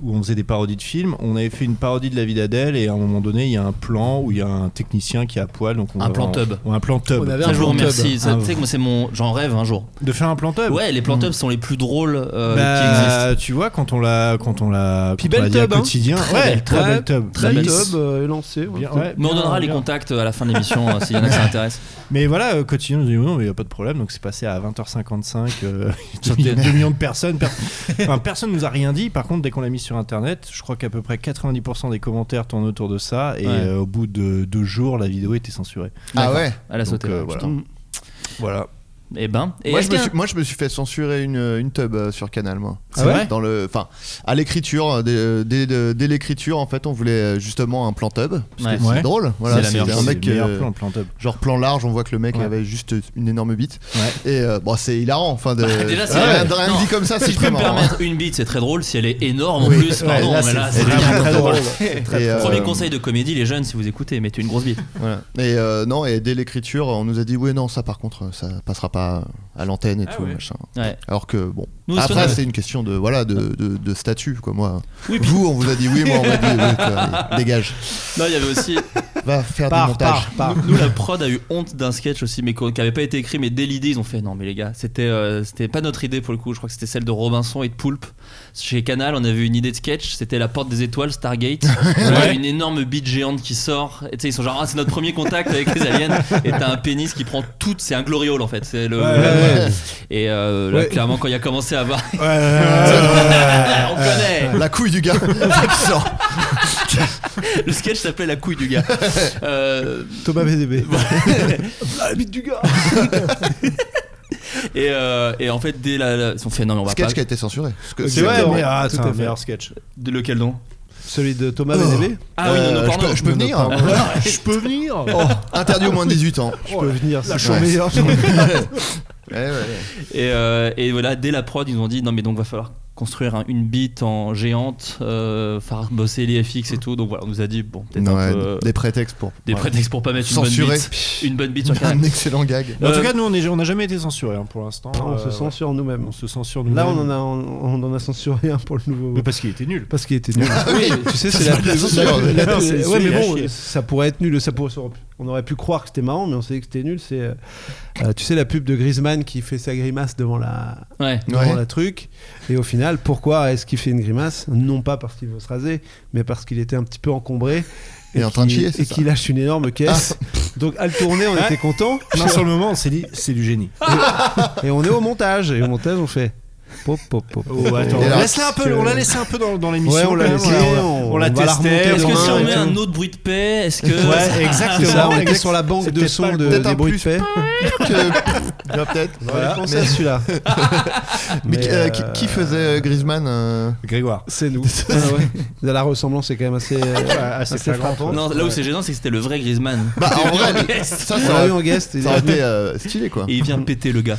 [SPEAKER 9] où on faisait des parodies de films. On avait fait une parodie de la vie d'Adèle et à un moment donné il y a un plan où il y a un technicien qui est à poil donc on
[SPEAKER 8] Un
[SPEAKER 9] va-
[SPEAKER 8] plan tub.
[SPEAKER 9] Ouais, un plan tub.
[SPEAKER 8] On avait un jour,
[SPEAKER 9] plan tub.
[SPEAKER 8] merci. Ça,
[SPEAKER 9] Un-
[SPEAKER 8] Tu sais que moi, c'est mon. J'en rêve un jour.
[SPEAKER 9] De faire un plan tub
[SPEAKER 8] Ouais, les plans tubs sont les plus drôles euh, qui
[SPEAKER 9] Bah,
[SPEAKER 8] existent.
[SPEAKER 9] tu vois quand on l'a quand on l'a
[SPEAKER 8] Puis
[SPEAKER 9] quand on
[SPEAKER 8] belle
[SPEAKER 9] l'a dit à
[SPEAKER 8] tub, hein.
[SPEAKER 9] quotidien
[SPEAKER 8] Très
[SPEAKER 9] ouais
[SPEAKER 8] belle
[SPEAKER 9] très
[SPEAKER 8] tub.
[SPEAKER 9] belle tub
[SPEAKER 8] Très
[SPEAKER 9] Lisse.
[SPEAKER 8] belle tub.
[SPEAKER 10] Euh, lancé,
[SPEAKER 9] Bien,
[SPEAKER 10] peut-être.
[SPEAKER 9] ouais,
[SPEAKER 8] Mais on
[SPEAKER 9] bien,
[SPEAKER 8] donnera les
[SPEAKER 9] bien.
[SPEAKER 8] contacts à la fin de l'émission euh, s'il
[SPEAKER 9] [LAUGHS]
[SPEAKER 8] y en a qui s'intéressent.
[SPEAKER 9] Mais voilà, euh, quotidien nous dit non, mais il n'y a pas de problème. Donc c'est passé à 20h55. euh,
[SPEAKER 8] Sur
[SPEAKER 9] il y a
[SPEAKER 8] tes-
[SPEAKER 9] 2 millions de personnes. per- enfin, personne nous a rien dit. Par contre, dès qu'on l'a mis sur internet, je crois qu'à peu près 90% des commentaires tournent autour de ça. Et
[SPEAKER 8] Ouais.
[SPEAKER 9] euh, au bout de deux jours, la vidéo était censurée.
[SPEAKER 11] Ah ouais
[SPEAKER 8] Elle a
[SPEAKER 9] Donc,
[SPEAKER 8] sauté.
[SPEAKER 9] euh, voilà.
[SPEAKER 8] Putain.
[SPEAKER 9] Voilà.
[SPEAKER 8] Eh ben. Et
[SPEAKER 11] moi,
[SPEAKER 8] est-ce
[SPEAKER 11] je me
[SPEAKER 8] qu'il y a-
[SPEAKER 11] suis, moi, je me suis fait censurer une, une tub euh, sur Canal, moi.
[SPEAKER 8] Ah ouais
[SPEAKER 11] Dans le, enfin, à l'écriture, euh, dès, dès- dès- dès l'écriture, en fait, on voulait euh, justement un plan tub. Parce
[SPEAKER 9] Ouais.
[SPEAKER 11] que c'est
[SPEAKER 9] Ouais.
[SPEAKER 11] drôle.
[SPEAKER 9] C'est
[SPEAKER 11] Voilà,
[SPEAKER 9] la
[SPEAKER 11] c'est
[SPEAKER 9] meilleure
[SPEAKER 11] un
[SPEAKER 9] chose,
[SPEAKER 11] mec
[SPEAKER 9] c'est le
[SPEAKER 11] euh,
[SPEAKER 9] meilleur plan, plan tub.
[SPEAKER 11] Genre plan large, on voit que le mec
[SPEAKER 9] Ouais.
[SPEAKER 11] avait juste une énorme bite. Et euh, bon, c'est hilarant. Enfin, de,
[SPEAKER 8] Bah,
[SPEAKER 11] [LAUGHS]
[SPEAKER 8] déjà, c'est
[SPEAKER 11] Ouais,
[SPEAKER 8] vrai.
[SPEAKER 11] de rien
[SPEAKER 8] Non,
[SPEAKER 11] dit comme ça,
[SPEAKER 8] si
[SPEAKER 11] c'est
[SPEAKER 8] [LAUGHS] je peux me
[SPEAKER 11] vraiment-
[SPEAKER 8] permettre une bite, c'est très drôle. Si elle est énorme en
[SPEAKER 11] Oui.
[SPEAKER 8] plus,
[SPEAKER 11] Ouais,
[SPEAKER 8] pardon,
[SPEAKER 9] Ah,
[SPEAKER 11] là,
[SPEAKER 8] mais là,
[SPEAKER 11] c'est
[SPEAKER 8] c'est
[SPEAKER 11] vraiment
[SPEAKER 8] vraiment
[SPEAKER 11] très
[SPEAKER 8] très
[SPEAKER 11] drôle.
[SPEAKER 8] drôle.
[SPEAKER 11] Et, euh,
[SPEAKER 8] Premier conseil de comédie, les jeunes, si vous écoutez, mettez une grosse bite.
[SPEAKER 11] Voilà. Et euh, non, et dès l'écriture, on nous a dit ouais non, ça par contre, ça passera pas à l'antenne et tout machin.
[SPEAKER 8] Ah Ouais.
[SPEAKER 11] Alors que bon,
[SPEAKER 8] Nous, si on
[SPEAKER 11] après
[SPEAKER 8] avait-
[SPEAKER 11] c'est une question de voilà de, de, de statut quoi moi. Vous on vous a dit oui, moi on m'a dit oui, quoi. Allez, dégage.
[SPEAKER 8] Non, il y avait aussi.
[SPEAKER 11] Va faire du montage.
[SPEAKER 8] Nous, nous, la prod a eu honte d'un sketch aussi, mais qu'on- qui n'avait pas été écrit, mais dès l'idée, ils ont fait non, mais les gars, c'était euh, c'était pas notre idée pour le coup. Je crois que c'était celle de Robinson et de Poulpe. Chez Canal, on avait une idée de sketch, c'était la porte des
[SPEAKER 9] [LAUGHS]
[SPEAKER 8] étoiles, Stargate. On a une énorme bite géante qui sort. Et tu sais, ils sont genre, ah, c'est notre premier contact avec les aliens. Et t'as un pénis qui prend toute. C'est un gloriole en fait. C'est le.
[SPEAKER 9] Ouais, ouais,
[SPEAKER 8] Et euh, là,
[SPEAKER 9] Ouais.
[SPEAKER 8] clairement, quand il a commencé à voir.
[SPEAKER 10] [LAUGHS]
[SPEAKER 9] ouais,
[SPEAKER 8] [LAUGHS] on connaît.
[SPEAKER 11] La couille du gars
[SPEAKER 8] [LAUGHS]
[SPEAKER 11] qui sort.
[SPEAKER 8] Le sketch s'appelait La couille
[SPEAKER 9] [LAUGHS]
[SPEAKER 8] du gars. Euh,
[SPEAKER 10] Thomas VDB.
[SPEAKER 8] [LAUGHS] La bite du gars et, euh, et en fait, dès la. la- Ils ont fait non, mais on va
[SPEAKER 11] Sketch
[SPEAKER 8] pas.
[SPEAKER 11] qui a été censuré. Parce que-
[SPEAKER 10] C'est vrai,
[SPEAKER 9] Exactement.
[SPEAKER 10] mais-
[SPEAKER 9] ah,
[SPEAKER 10] tout
[SPEAKER 9] c'est
[SPEAKER 10] à
[SPEAKER 9] un
[SPEAKER 10] fait.
[SPEAKER 9] meilleur sketch.
[SPEAKER 8] De lequel donc
[SPEAKER 10] Celui de Thomas
[SPEAKER 11] Oh.
[SPEAKER 10] VDB.
[SPEAKER 8] Ah oui,
[SPEAKER 11] Euh,
[SPEAKER 8] non, non,
[SPEAKER 11] je peux, je peux
[SPEAKER 10] Non, non,
[SPEAKER 11] venir hein.
[SPEAKER 10] pardon.
[SPEAKER 9] Je peux venir
[SPEAKER 11] Oh, Interdit au moins de 18 ans.
[SPEAKER 10] Je peux venir. c'est
[SPEAKER 11] chaume-
[SPEAKER 10] chouette.
[SPEAKER 8] Eh
[SPEAKER 11] Ouais, ouais, ouais.
[SPEAKER 8] Et, euh, et voilà, dès la prod, ils nous ont dit non, mais donc va falloir construire un- une bite en géante, euh, faire bosser les FX et tout. Donc voilà, on nous a dit bon, peut-être
[SPEAKER 11] Non,
[SPEAKER 8] un
[SPEAKER 11] ouais,
[SPEAKER 8] peu, euh,
[SPEAKER 11] Des prétextes pour.
[SPEAKER 8] des
[SPEAKER 11] voilà.
[SPEAKER 8] prétextes pour pas mettre une bonne
[SPEAKER 11] Censuré.
[SPEAKER 8] bite. Une bonne bite sur Canal.
[SPEAKER 11] [LAUGHS] Un excellent gag.
[SPEAKER 9] En
[SPEAKER 8] Euh,
[SPEAKER 9] tout cas, nous, on est- on n'a jamais été censuré pour l'instant.
[SPEAKER 10] Non, on
[SPEAKER 9] Euh,
[SPEAKER 10] se censure
[SPEAKER 9] on
[SPEAKER 10] nous-mêmes.
[SPEAKER 9] se censure
[SPEAKER 10] Là, on
[SPEAKER 9] nous-mêmes.
[SPEAKER 10] en a, on, on en a censuré un pour le nouveau.
[SPEAKER 9] Mais parce qu'il était nul.
[SPEAKER 10] Parce qu'il était nul.
[SPEAKER 8] Oui,
[SPEAKER 10] [LAUGHS] tu sais,
[SPEAKER 11] Ça,
[SPEAKER 10] c'est
[SPEAKER 11] c'est
[SPEAKER 10] la
[SPEAKER 11] pas de la
[SPEAKER 10] plus-
[SPEAKER 11] censure,
[SPEAKER 10] la plus-
[SPEAKER 11] mais
[SPEAKER 10] la
[SPEAKER 9] non,
[SPEAKER 10] plus-
[SPEAKER 9] c'est-
[SPEAKER 10] Ouais,
[SPEAKER 9] c'est
[SPEAKER 10] mais
[SPEAKER 9] à
[SPEAKER 10] bon,
[SPEAKER 9] chier.
[SPEAKER 10] ça pourrait être nul. Ça pourrait- on aurait pu croire que c'était marrant, mais on savait que c'était nul. C'est, euh, euh, tu sais, la pub de Griezmann qui fait sa grimace devant la,
[SPEAKER 8] Ouais.
[SPEAKER 10] devant
[SPEAKER 11] Ouais.
[SPEAKER 10] la truc. Et au final, pourquoi est-ce qu'il fait une grimace Non pas parce qu'il veut se raser, mais parce qu'il était un petit peu encombré.
[SPEAKER 11] Il est en train de
[SPEAKER 10] qu'il-
[SPEAKER 11] chier, c'est
[SPEAKER 10] Et
[SPEAKER 11] ça
[SPEAKER 10] qu'il lâche une énorme caisse. Donc, à le tourner, on
[SPEAKER 9] Ouais.
[SPEAKER 10] était content.
[SPEAKER 9] Non, sur le moment, on s'est dit, c'est du génie.
[SPEAKER 10] Et on est au montage. Et au montage, on fait. Pop, pop, pop. pop.
[SPEAKER 9] attends.
[SPEAKER 11] Et là,
[SPEAKER 9] Laisse-la un peu, on l'a laissé un peu dans, dans l'émission.
[SPEAKER 10] Ouais, on l'a
[SPEAKER 9] quand même,
[SPEAKER 10] laissé,
[SPEAKER 9] on l'a-
[SPEAKER 10] on-
[SPEAKER 9] on l'a
[SPEAKER 10] on va la
[SPEAKER 9] testé.
[SPEAKER 10] remonter
[SPEAKER 8] Est-ce que
[SPEAKER 10] demain,
[SPEAKER 8] si on met
[SPEAKER 10] exactement.
[SPEAKER 8] un autre bruit de paix, est-ce que.
[SPEAKER 9] Ouais,
[SPEAKER 10] C'est
[SPEAKER 9] exactement.
[SPEAKER 10] ça, on était
[SPEAKER 9] exact-
[SPEAKER 10] sur la banque
[SPEAKER 9] c'est
[SPEAKER 10] de
[SPEAKER 9] peut-être pas
[SPEAKER 10] sons
[SPEAKER 9] le-
[SPEAKER 10] de,
[SPEAKER 11] peut-être
[SPEAKER 10] des
[SPEAKER 11] un
[SPEAKER 10] bruits de
[SPEAKER 11] plus.
[SPEAKER 10] paix.
[SPEAKER 11] que- Ouais, peut-être.
[SPEAKER 10] Voilà,
[SPEAKER 11] Ouais.
[SPEAKER 10] pensez à celui-là.
[SPEAKER 11] Mais, qui- euh, qui,
[SPEAKER 10] euh,
[SPEAKER 11] qui faisait euh, Griezmann euh,
[SPEAKER 9] Grégoire.
[SPEAKER 10] C'est nous. Ah La ressemblance est quand même assez, euh, assez,
[SPEAKER 9] flagrante.
[SPEAKER 10] frappante.
[SPEAKER 8] Non, là où c'est gênant, c'est que c'était le vrai Griezmann. [LAUGHS]
[SPEAKER 11] Bah, en vrai, mais-
[SPEAKER 8] Yes.
[SPEAKER 11] ça,
[SPEAKER 10] On
[SPEAKER 11] ça
[SPEAKER 10] l'a
[SPEAKER 8] [LAUGHS]
[SPEAKER 10] eu
[SPEAKER 11] aurait,
[SPEAKER 10] en guest. il
[SPEAKER 11] ça
[SPEAKER 10] est
[SPEAKER 11] aurait
[SPEAKER 10] venu.
[SPEAKER 11] été euh, stylé quoi.
[SPEAKER 8] Et il vient de péter le gars.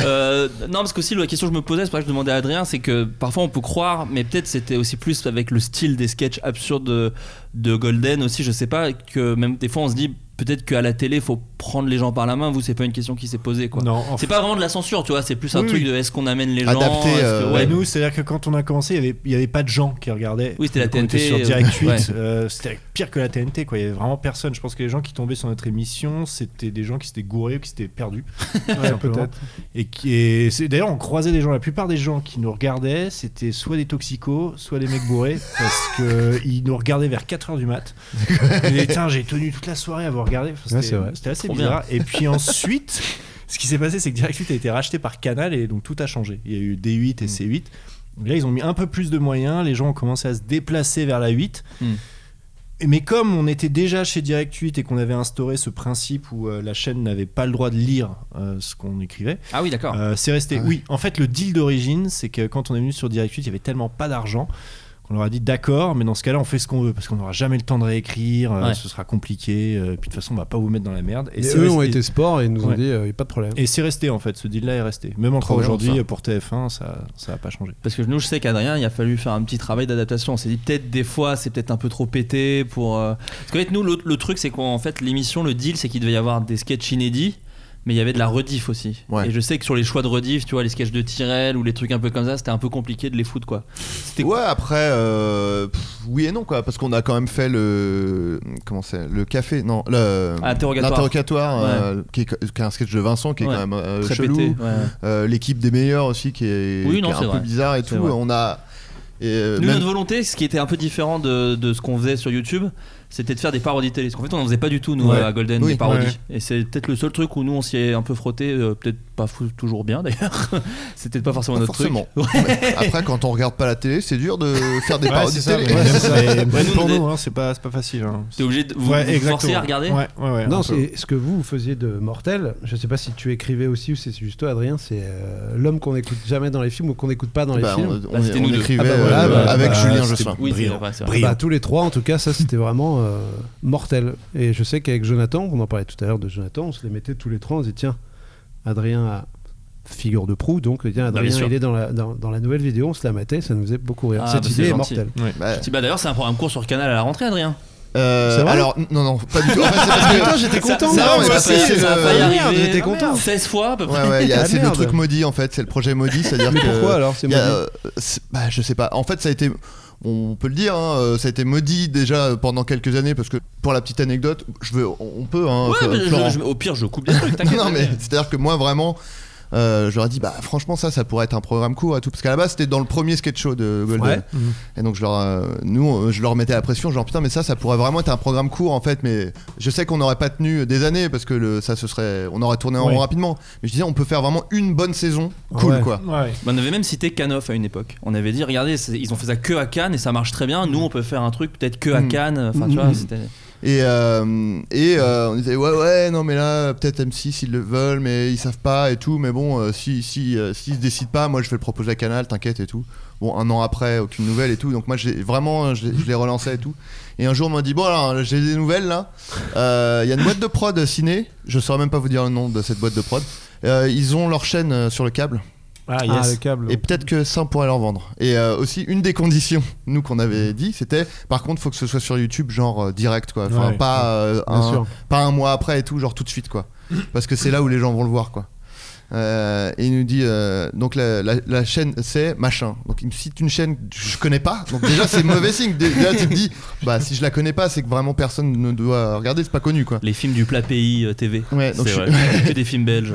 [SPEAKER 8] Euh, non, parce qu'aussi la question que je me posais, c'est pour ça que je demandais à Adrien, c'est que parfois on peut croire, mais peut-être c'était aussi plus avec le style des sketchs absurdes de, de Golden aussi, je sais pas, que même des fois on se dit peut-être qu'à la télé faut prendre les gens par la main, vous c'est pas une question qui s'est posée quoi.
[SPEAKER 9] Non, en
[SPEAKER 8] C'est pas vraiment de la censure, tu vois, c'est plus un
[SPEAKER 9] Oui,
[SPEAKER 8] truc
[SPEAKER 9] oui.
[SPEAKER 8] de est-ce qu'on amène les gens
[SPEAKER 11] Adapté,
[SPEAKER 8] est-ce que-
[SPEAKER 11] euh,
[SPEAKER 9] Ouais,
[SPEAKER 8] ouais.
[SPEAKER 9] nous, c'est-à-dire que quand on a commencé, il n'y avait, il y avait pas de gens qui regardaient.
[SPEAKER 8] Oui, c'était la
[SPEAKER 9] Donc, on était
[SPEAKER 8] TNT,
[SPEAKER 9] sur
[SPEAKER 8] euh,
[SPEAKER 9] Direct 8.
[SPEAKER 8] ouais.
[SPEAKER 9] euh, c'était pire que la TNT, quoi. Il n'y avait vraiment personne. Je pense que les gens qui tombaient sur notre émission, c'était des gens qui s'étaient gourés ou qui s'étaient perdus. tout simplement.
[SPEAKER 10] peut-être.
[SPEAKER 9] Et, qui- et c'est- d'ailleurs, on croisait des gens. La plupart des gens qui nous regardaient, c'était soit des toxicos, soit des mecs bourrés, parce qu'ils nous regardaient vers 4h du mat. Ils disaient, Tiens, j'ai tenu toute la soirée à vous regarder. Enfin,
[SPEAKER 10] Ouais, c'est
[SPEAKER 9] c'était
[SPEAKER 10] vrai.
[SPEAKER 9] c'était assez
[SPEAKER 8] Trop bien.
[SPEAKER 9] bizarre. Et puis ensuite. [LAUGHS] Ce qui s'est passé, c'est que Direct 8 a été racheté par Canal et donc tout a changé. Il y a eu D8 et C8. Donc Là, ils ont mis un peu plus de moyens. Les gens ont commencé à se déplacer vers la 8.
[SPEAKER 8] Mm.
[SPEAKER 9] mais comme on était déjà chez Direct 8 et qu'on avait instauré ce principe où euh, la chaîne n'avait pas le droit de lire euh, ce qu'on écrivait.
[SPEAKER 8] Ah oui, d'accord.
[SPEAKER 9] euh, c'est resté. Oui, en fait, le deal d'origine, c'est que quand on est venu sur Direct 8, il y avait tellement pas d'argent qu'on leur a dit d'accord, mais dans ce cas-là, on fait ce qu'on veut parce qu'on n'aura jamais le temps de réécrire, euh,
[SPEAKER 10] Ouais.
[SPEAKER 9] ce sera compliqué, euh, puis de toute façon, on va pas vous mettre dans la merde.
[SPEAKER 10] Et
[SPEAKER 9] c'est
[SPEAKER 10] eux ont
[SPEAKER 9] resté-
[SPEAKER 10] été sport et nous ont
[SPEAKER 9] Ouais.
[SPEAKER 10] dit euh, y a pas de problème.
[SPEAKER 9] Et c'est resté en fait, ce deal-là est resté. Même encore
[SPEAKER 8] Trop bien,
[SPEAKER 9] aujourd'hui,
[SPEAKER 8] ça.
[SPEAKER 9] euh, pour TF1, ça ça a pas changé.
[SPEAKER 8] Parce que nous, je sais qu'Adrien, il a fallu faire un petit travail d'adaptation. On s'est dit peut-être des fois, c'est peut-être un peu trop pété pour. euh, Parce qu'en fait, nous, le, le truc, c'est qu'en fait, l'émission, le deal, c'est qu'il devait y avoir des sketchs inédits. Mais il y avait de la rediff aussi. Et je sais que sur les choix de rediff, tu vois, les sketchs de Tyrell ou les trucs un peu comme ça, c'était un peu compliqué de les foutre, quoi.
[SPEAKER 11] Ouais, après, euh, pff, oui et non, quoi, parce qu'on a quand même fait le. Comment c'est Le café Non, le.
[SPEAKER 8] Interrogatoire.
[SPEAKER 11] l'interrogatoire, euh, qui, est, qui est un sketch de Vincent qui est
[SPEAKER 8] Ouais.
[SPEAKER 11] quand même euh,
[SPEAKER 8] Très
[SPEAKER 11] chelou.
[SPEAKER 8] pété, ouais.
[SPEAKER 11] Euh, L'équipe des meilleurs aussi qui est,
[SPEAKER 8] Oui,
[SPEAKER 11] qui
[SPEAKER 8] non,
[SPEAKER 11] est
[SPEAKER 8] c'est
[SPEAKER 11] un
[SPEAKER 8] vrai.
[SPEAKER 11] peu bizarre et
[SPEAKER 8] C'est
[SPEAKER 11] tout.
[SPEAKER 8] vrai.
[SPEAKER 11] On a. et, euh,
[SPEAKER 8] Nous,
[SPEAKER 11] même-
[SPEAKER 8] notre volonté, ce qui était un peu différent de, de ce qu'on faisait sur YouTube, c'était de faire des parodies télé. Parce qu'en fait, on n'en faisait pas du tout, nous,
[SPEAKER 11] Ouais.
[SPEAKER 8] à Golden,
[SPEAKER 11] Oui.
[SPEAKER 8] des parodies.
[SPEAKER 11] Ouais.
[SPEAKER 8] Et c'est peut-être le seul truc où nous, on s'y est un peu frotté, euh, peut-être pas fou- toujours bien d'ailleurs. [LAUGHS] C'était pas forcément
[SPEAKER 11] Pas
[SPEAKER 8] notre
[SPEAKER 11] forcément.
[SPEAKER 8] truc.
[SPEAKER 11] Ouais. Après, quand on regarde pas la télé, c'est dur de faire des
[SPEAKER 9] Ouais,
[SPEAKER 11] parodies
[SPEAKER 9] c'est ça,
[SPEAKER 11] télé.
[SPEAKER 9] mais- ouais, c'est ça, mais même
[SPEAKER 11] nous,
[SPEAKER 9] pour
[SPEAKER 11] on est-
[SPEAKER 9] nous, hein, c'est pas, c'est pas facile. hein.
[SPEAKER 8] T'es obligé de vous,
[SPEAKER 9] Ouais,
[SPEAKER 8] vous
[SPEAKER 9] exactement.
[SPEAKER 8] forcer à regarder
[SPEAKER 9] Ouais, ouais, ouais, un
[SPEAKER 10] non,
[SPEAKER 9] peu.
[SPEAKER 10] c'est- ce que vous vous faisiez de mortel, je sais pas si tu écrivais aussi ou c'est juste toi, Adrien, c'est euh, l'homme qu'on n'écoute jamais dans les films ou qu'on n'écoute pas dans
[SPEAKER 11] Bah,
[SPEAKER 10] les films.
[SPEAKER 11] on- on- Bah, c'était on nous deux.
[SPEAKER 8] Ah
[SPEAKER 11] écrivait, euh,
[SPEAKER 8] bah,
[SPEAKER 11] avec Julien Josselin. Oui, c'est vrai, c'est vrai.
[SPEAKER 10] Bah, tous les trois, en tout cas, ça c'était vraiment euh, mortel. Et je sais qu'avec Jonathan, on en parlait tout à l'heure de Jonathan, on se les mettait tous les trois, on se dit tiens, Adrien a figure de proue, donc
[SPEAKER 11] Ah,
[SPEAKER 10] tiens,
[SPEAKER 8] Bah, bien
[SPEAKER 10] Adrien
[SPEAKER 8] sûr.
[SPEAKER 10] il est dans la, dans, dans la nouvelle vidéo, on se la mettait, ça nous faisait beaucoup rire.
[SPEAKER 8] Ah,
[SPEAKER 10] Cette
[SPEAKER 8] bah,
[SPEAKER 10] idée
[SPEAKER 8] c'est
[SPEAKER 10] est
[SPEAKER 8] gentil.
[SPEAKER 10] mortelle.
[SPEAKER 8] Petit- bah, D'ailleurs, c'est un programme court sur Canal à la rentrée, Adrien.
[SPEAKER 11] Euh,
[SPEAKER 8] C'est vrai
[SPEAKER 11] alors, n- non, non, pas du tout. En fait, c'est parce que-
[SPEAKER 8] Putain, j'étais content, moi.
[SPEAKER 11] Ça, non, mais
[SPEAKER 8] Ça
[SPEAKER 11] parce
[SPEAKER 8] va
[SPEAKER 11] que
[SPEAKER 8] pas-
[SPEAKER 11] c'est
[SPEAKER 8] ça va
[SPEAKER 11] le-
[SPEAKER 8] pas y arriver. J'étais
[SPEAKER 11] Ah,
[SPEAKER 8] content.
[SPEAKER 11] merde.
[SPEAKER 8] 16 fois, à [LAUGHS] peu près.
[SPEAKER 11] Ouais, ouais, il y a-
[SPEAKER 8] Ah,
[SPEAKER 11] c'est le
[SPEAKER 8] merde.
[SPEAKER 11] truc maudit en fait, c'est le projet maudit, c'est-à-dire
[SPEAKER 10] Mais
[SPEAKER 11] que.
[SPEAKER 10] pourquoi, alors, c'est
[SPEAKER 11] il y a,
[SPEAKER 10] maudit
[SPEAKER 11] euh, c'est- bah, Je sais pas. En fait, ça a été. On peut le dire, hein, euh, ça a été maudit déjà pendant quelques années parce que pour la petite anecdote, je veux, on- on peut. Hein,
[SPEAKER 8] Ouais,
[SPEAKER 11] Fl-
[SPEAKER 8] mais je-
[SPEAKER 11] Florent.
[SPEAKER 8] je- au pire, je coupe des trucs, t'inquiète.
[SPEAKER 11] non, mais c'est-à-dire que moi, vraiment, euh, je leur ai dit, bah, franchement, ça, ça pourrait être un programme court et tout. Parce qu'à la base, c'était dans le premier sketch show de Golden.
[SPEAKER 10] Ouais. Mhm.
[SPEAKER 11] Et donc, je leur, euh, nous, euh, je leur mettais la pression, genre, putain, mais ça, ça pourrait vraiment être un programme court, en fait. Mais je sais qu'on n'aurait pas tenu des années parce que le- ça, ce serait. On aurait tourné en
[SPEAKER 8] Ouais.
[SPEAKER 11] rond rapidement. Mais je disais, on peut faire vraiment une bonne saison euh, cool, quoi.
[SPEAKER 8] Bah, on avait même cité Canoff à une époque. On avait dit, regardez, c'est- ils ont fait ça que à Cannes et ça marche très bien. Nous, on peut faire un truc peut-être que à
[SPEAKER 11] Mm.
[SPEAKER 8] Cannes. Enfin, tu
[SPEAKER 11] Mm,
[SPEAKER 8] vois,
[SPEAKER 11] mm.
[SPEAKER 8] c'était.
[SPEAKER 11] Et, euh, et euh, on disait ouais ouais non mais là peut-être M6 ils le veulent mais ils savent pas et tout mais bon euh, si si euh, s'ils se décident pas moi je vais le proposer à Canal t'inquiète et tout bon un an après aucune nouvelle et tout donc moi j'ai vraiment je, l'ai- je les relançais et tout et un jour on m'a dit bon alors j'ai des nouvelles là Euh, il y a une boîte de prod ciné je saurais même pas vous dire le nom de cette boîte de prod Euh, ils ont leur chaîne euh, sur le câble
[SPEAKER 10] Ah, yes. Ah, le câble.
[SPEAKER 11] et peut-être que ça on pourrait leur vendre. Et euh, aussi une des conditions [LAUGHS] nous qu'on avait dit c'était par contre faut que ce soit sur YouTube genre euh, direct quoi. Enfin
[SPEAKER 10] Ouais,
[SPEAKER 11] pas
[SPEAKER 10] ouais.
[SPEAKER 11] euh,
[SPEAKER 10] Bien
[SPEAKER 11] un,
[SPEAKER 10] sûr.
[SPEAKER 11] pas un mois après et tout genre tout de
[SPEAKER 10] [COUGHS]
[SPEAKER 11] suite quoi. Parce que c'est là où les gens vont le voir quoi. Euh, et il nous dit euh, donc la, la- la chaîne c'est machin donc il me cite une chaîne que je connais pas donc
[SPEAKER 10] [LAUGHS]
[SPEAKER 11] déjà c'est mauvais signe déjà tu te dis bah si je la connais pas c'est que vraiment personne ne doit regarder c'est pas connu quoi
[SPEAKER 8] Les films du plat pays euh, TV.
[SPEAKER 11] Ouais, donc
[SPEAKER 8] c'est
[SPEAKER 11] je-
[SPEAKER 8] vrai. que des films
[SPEAKER 11] [LAUGHS]
[SPEAKER 8] belges.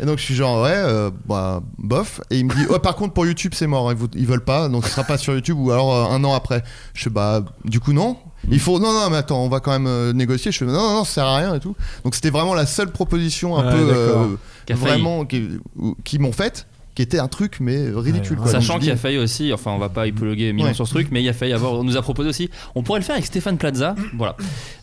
[SPEAKER 11] Et donc je suis genre ouais euh, bah bof et il me dit ouais par contre pour YouTube c'est mort hein, ils, vou- ils veulent pas donc ce sera pas sur YouTube ou alors euh, un an après je fais bah du coup non il faut non non mais attends on va quand même euh, négocier je fais non non non ça sert à rien et tout donc c'était vraiment la seule proposition un
[SPEAKER 10] Ouais,
[SPEAKER 11] peu euh,
[SPEAKER 10] d'accord. Qui a failli.
[SPEAKER 11] vraiment qui, ou- qui m'ont faite qui était un truc mais ridicule quoi.
[SPEAKER 8] Sachant
[SPEAKER 11] Donc, je
[SPEAKER 8] qu'il a
[SPEAKER 11] dis-
[SPEAKER 8] failli aussi, enfin on va pas hypologuer mille
[SPEAKER 11] Ouais.
[SPEAKER 8] ans sur ce truc, mais il a failli avoir, on nous a proposé aussi, on pourrait le faire avec Stéphane Plaza, voilà.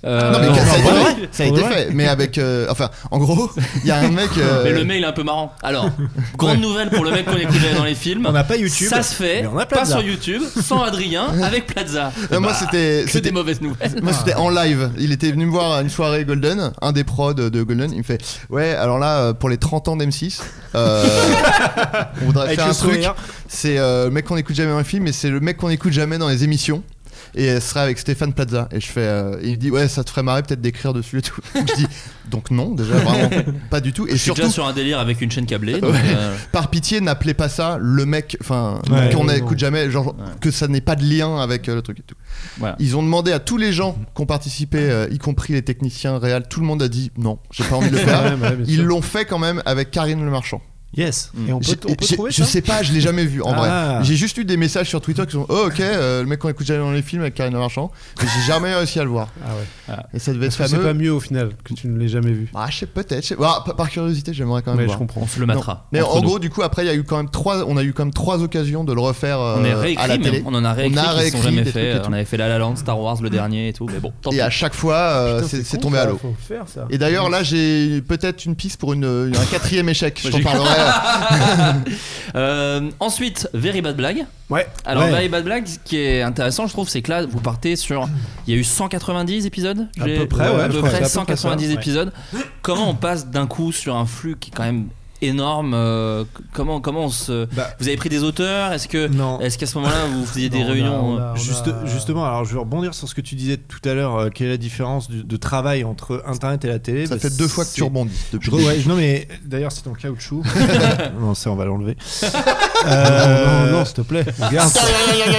[SPEAKER 8] Euh,
[SPEAKER 11] Ah, non mais ça a été
[SPEAKER 8] ouais.
[SPEAKER 11] fait, ça a été fait mais avec euh, enfin en gros il y a un mec euh,
[SPEAKER 8] Mais le mail est un peu marrant.
[SPEAKER 11] [LAUGHS]
[SPEAKER 8] Alors, grande nouvelle pour le mec qu'on écoutait dans les films.
[SPEAKER 11] On n'a pas YouTube,
[SPEAKER 8] Ça se fait,
[SPEAKER 11] mais on a
[SPEAKER 8] pas
[SPEAKER 11] Plaza.
[SPEAKER 8] sur YouTube, sans Adrien, avec Plaza.
[SPEAKER 11] Non, moi
[SPEAKER 8] Bah,
[SPEAKER 11] c'était
[SPEAKER 8] que
[SPEAKER 11] c'était-
[SPEAKER 8] des mauvaises nouvelles.
[SPEAKER 11] Moi c'était en live. Il était venu me voir à une soirée Golden, un des prods de Golden. Il me fait ouais alors là euh, pour les 30 ans d'M6,
[SPEAKER 10] [LAUGHS]
[SPEAKER 11] euh, on voudrait
[SPEAKER 10] Avec
[SPEAKER 11] faire
[SPEAKER 10] le
[SPEAKER 11] un truc.
[SPEAKER 10] sourire.
[SPEAKER 11] C'est euh, le mec qu'on écoute jamais dans les films, mais c'est le mec qu'on écoute jamais dans les émissions. Et elle serait avec Stéphane Plaza. Et je fais. euh, il me dit, ouais, ça te ferait marrer peut-être d'écrire dessus et tout. [LAUGHS] Donc je dis, donc non, déjà, vraiment, pas du tout. Et
[SPEAKER 8] je suis
[SPEAKER 11] surtout,
[SPEAKER 8] déjà sur un délire avec une chaîne câblée. donc,
[SPEAKER 11] Ouais.
[SPEAKER 8] euh,
[SPEAKER 11] Par pitié, n'appelez pas ça le mec, enfin,
[SPEAKER 8] Ouais,
[SPEAKER 11] qu'on
[SPEAKER 8] ouais,
[SPEAKER 11] n'écoute
[SPEAKER 8] ouais.
[SPEAKER 11] jamais, genre que ça n'ait pas de lien avec euh, le truc et tout.
[SPEAKER 8] Voilà.
[SPEAKER 11] Ils ont demandé à tous les gens qui ont participé, euh, y compris les techniciens réels, tout le monde a dit non, j'ai pas envie de le faire.
[SPEAKER 10] Ouais, ouais, bien
[SPEAKER 11] Ils
[SPEAKER 10] sûr.
[SPEAKER 11] l'ont fait quand même avec Karine Le Marchand.
[SPEAKER 9] Yes. Et on peut,
[SPEAKER 11] Mm. J'ai-
[SPEAKER 9] on peut
[SPEAKER 11] j'ai-
[SPEAKER 9] trouver
[SPEAKER 11] Je
[SPEAKER 9] ça
[SPEAKER 11] sais pas, je l'ai jamais vu en
[SPEAKER 9] Ah.
[SPEAKER 11] vrai. J'ai juste eu des messages sur Twitter qui sont Oh, ok, euh, le mec qu'on écoute jamais dans les films avec Karina Marchand, mais j'ai jamais réussi à le voir.
[SPEAKER 10] Ah ouais.
[SPEAKER 11] Et ça devait
[SPEAKER 10] Est-ce
[SPEAKER 11] être
[SPEAKER 10] que c'est
[SPEAKER 11] fameux.
[SPEAKER 10] pas mieux au final que tu ne l'aies jamais vu
[SPEAKER 11] Ah, je sais peut-être. je sais- Bah, p- par curiosité, j'aimerais quand même
[SPEAKER 10] Mais
[SPEAKER 11] voir.
[SPEAKER 10] je comprends. On se
[SPEAKER 8] le matera,
[SPEAKER 11] Non. Mais
[SPEAKER 8] entre
[SPEAKER 11] en
[SPEAKER 8] nous.
[SPEAKER 11] gros, du coup, après, il y a eu quand même trois. On a eu quand même trois occasions de le refaire euh,
[SPEAKER 8] on est réécrit,
[SPEAKER 11] à la
[SPEAKER 8] mais
[SPEAKER 11] télé.
[SPEAKER 8] on en a réécrit, qui se sont
[SPEAKER 11] réécrit
[SPEAKER 8] jamais
[SPEAKER 11] des trucs
[SPEAKER 8] fait.
[SPEAKER 11] et tout. Mm.
[SPEAKER 8] On avait fait La La Land, Star Wars le dernier et tout, mais bon. tant
[SPEAKER 11] Et
[SPEAKER 8] [LAUGHS] pis.
[SPEAKER 11] à chaque fois, euh,
[SPEAKER 8] Putain,
[SPEAKER 11] c'est
[SPEAKER 8] c'est
[SPEAKER 11] c'est
[SPEAKER 8] con,
[SPEAKER 11] tombé
[SPEAKER 8] ça,
[SPEAKER 11] à l'eau.
[SPEAKER 8] faut faire ça.
[SPEAKER 11] Et d'ailleurs, là, j'ai peut-être une piste pour une, un quatrième échec. Je
[SPEAKER 8] Moi,
[SPEAKER 11] t'en
[SPEAKER 8] j'ai-
[SPEAKER 11] parlerai.
[SPEAKER 8] Euh, ensuite, Very Bad Blague.
[SPEAKER 10] Ouais.
[SPEAKER 8] Alors,
[SPEAKER 10] Ouais.
[SPEAKER 8] Very Bad Blague, ce qui est intéressant, je trouve, c'est que là, vous partez sur. Il y a eu 190 épisodes
[SPEAKER 10] À
[SPEAKER 8] j'ai-
[SPEAKER 10] peu près, ouais,
[SPEAKER 8] À
[SPEAKER 10] je
[SPEAKER 8] peu
[SPEAKER 10] crois que
[SPEAKER 8] près
[SPEAKER 10] c'est à peu près
[SPEAKER 8] 190
[SPEAKER 10] ça, ouais.
[SPEAKER 8] épisodes. Comment on passe d'un coup sur un flux qui est quand même énorme euh, comment comment on se
[SPEAKER 10] Bah.
[SPEAKER 8] vous avez pris des auteurs est-ce que est-ce qu'à ce moment-là vous faisiez des
[SPEAKER 9] Non, on a-
[SPEAKER 8] réunions
[SPEAKER 9] on a-
[SPEAKER 10] Bah,
[SPEAKER 8] euh,
[SPEAKER 9] Juste- Justement, alors je vais rebondir sur ce que tu disais tout à l'heure. euh, quelle est la différence du- de travail entre Internet et la télé
[SPEAKER 11] Ça
[SPEAKER 9] Bah,
[SPEAKER 11] fait deux fois que tu
[SPEAKER 9] c'est-
[SPEAKER 11] rebondis depuis
[SPEAKER 9] Je
[SPEAKER 11] le
[SPEAKER 9] re-
[SPEAKER 11] début.
[SPEAKER 9] ouais, je- non, mais d'ailleurs, c'est ton
[SPEAKER 11] [LAUGHS]
[SPEAKER 9] caoutchouc. non, ça, on va l'enlever. Euh,
[SPEAKER 10] Non, non, non, s'il te plaît, garde ça.
[SPEAKER 9] [LAUGHS]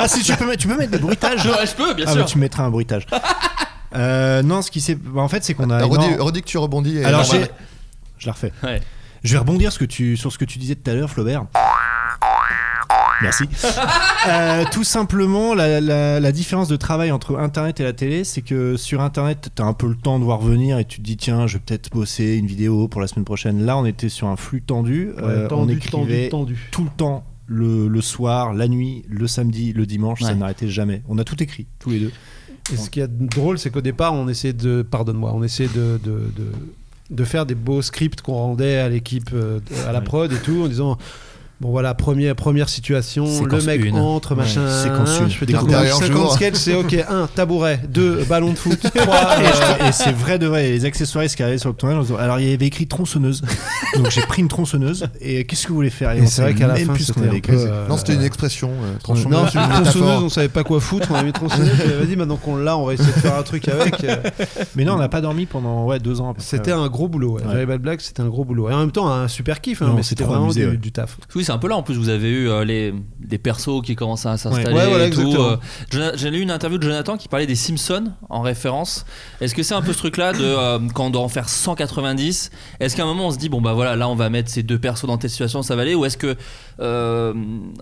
[SPEAKER 9] ah, si tu peux, mettre- tu peux mettre des bruitages.
[SPEAKER 8] Ouais, je peux, bien
[SPEAKER 9] Ah,
[SPEAKER 8] sûr.
[SPEAKER 9] bah, tu mettras un bruitage. Euh, non, ce qui s'est. bah, en fait, c'est qu'on a.
[SPEAKER 11] Redis-
[SPEAKER 9] énorme-
[SPEAKER 11] redis que tu rebondis et
[SPEAKER 9] Alors,
[SPEAKER 11] on va-
[SPEAKER 9] j'ai- bah, je la refais. Je vais rebondir ce que tu, sur ce que tu disais tout à l'heure, Flaubert. [LAUGHS] Merci. Euh, tout simplement, la, la- la différence de travail entre Internet et la télé, c'est que sur Internet, t'as un peu le temps de voir venir et tu te dis, tiens, je vais peut-être bosser une vidéo pour la semaine prochaine. Là, on était sur un flux tendu.
[SPEAKER 10] Ouais,
[SPEAKER 9] Euh, on
[SPEAKER 10] tendu,
[SPEAKER 9] écrivait
[SPEAKER 10] tendu,
[SPEAKER 9] tout le temps, le, le soir, la nuit, le samedi, le dimanche, ça
[SPEAKER 10] Ouais.
[SPEAKER 9] n'arrêtait jamais. On a tout écrit, tous les deux.
[SPEAKER 10] Et ce qui est drôle, c'est qu'au départ, on essayait de, pardonne-moi, on essayait de, de, de, de faire des beaux scripts qu'on rendait à l'équipe, euh, à la prod et tout, en disant. Bon voilà, première, première situation, le
[SPEAKER 9] Séquence
[SPEAKER 10] mec
[SPEAKER 9] une.
[SPEAKER 10] entre,
[SPEAKER 9] Ouais,
[SPEAKER 10] machin,
[SPEAKER 9] séquence une.
[SPEAKER 10] je fais
[SPEAKER 9] Des
[SPEAKER 10] des
[SPEAKER 9] cours. Derrière,
[SPEAKER 10] 50
[SPEAKER 9] jour.
[SPEAKER 10] sketchs, c'est ok, 1, tabouret, 2, ballon de
[SPEAKER 9] [LAUGHS]
[SPEAKER 10] foot, euh, 3,
[SPEAKER 9] Et je- et c'est vrai de vrai. Les accessoiristes qui arrivaient sur le tournage, on se dit, alors il y avait écrit tronçonneuse. Donc j'ai pris une tronçonneuse. Et qu'est-ce que vous voulez faire
[SPEAKER 10] Et
[SPEAKER 9] on
[SPEAKER 10] c'est
[SPEAKER 9] savait
[SPEAKER 10] vrai qu'à la
[SPEAKER 9] même
[SPEAKER 10] fin,
[SPEAKER 9] plus ce qu'on
[SPEAKER 10] c'était
[SPEAKER 9] avait
[SPEAKER 10] un
[SPEAKER 9] écrit.
[SPEAKER 10] peu, euh,
[SPEAKER 11] Non, c'était une expression. euh, tronçonneuse,
[SPEAKER 10] Non,
[SPEAKER 11] c'est une
[SPEAKER 10] tronçonneuse,
[SPEAKER 11] métaphore.
[SPEAKER 10] on savait pas quoi foutre, on a mis tronçonneuse, et vas-y, maintenant qu'on l'a, on va essayer de faire un
[SPEAKER 9] [LAUGHS]
[SPEAKER 10] truc avec. euh.
[SPEAKER 9] Mais non, on n'a pas dormi pendant ouais, deux ans. à peu près.
[SPEAKER 10] C'était un gros boulot, ouais.
[SPEAKER 9] Ouais.
[SPEAKER 10] Very Bad Black, c'était un gros boulot. Et en même temps, un super kiff, hein,
[SPEAKER 9] Non,
[SPEAKER 10] mais
[SPEAKER 9] c'est
[SPEAKER 10] c'était
[SPEAKER 9] trop
[SPEAKER 10] vraiment
[SPEAKER 9] amusé,
[SPEAKER 10] du,
[SPEAKER 9] ouais.
[SPEAKER 10] du taf.
[SPEAKER 8] Oui, c'est un peu là. En plus, vous avez eu euh, les, des persos qui commencent à s'installer
[SPEAKER 10] Ouais. Ouais, voilà,
[SPEAKER 8] et tout.
[SPEAKER 10] exactement.
[SPEAKER 8] Euh, Jona- J'ai lu une interview de Jonathan qui parlait des Simpsons en référence. Est-ce que c'est un peu ce truc-là de euh, quand on doit en faire 190 Est-ce qu'à un moment on se dit bon bah voilà, là on va mettre ces deux persos dans telle situation, ça va aller Ou est-ce que euh,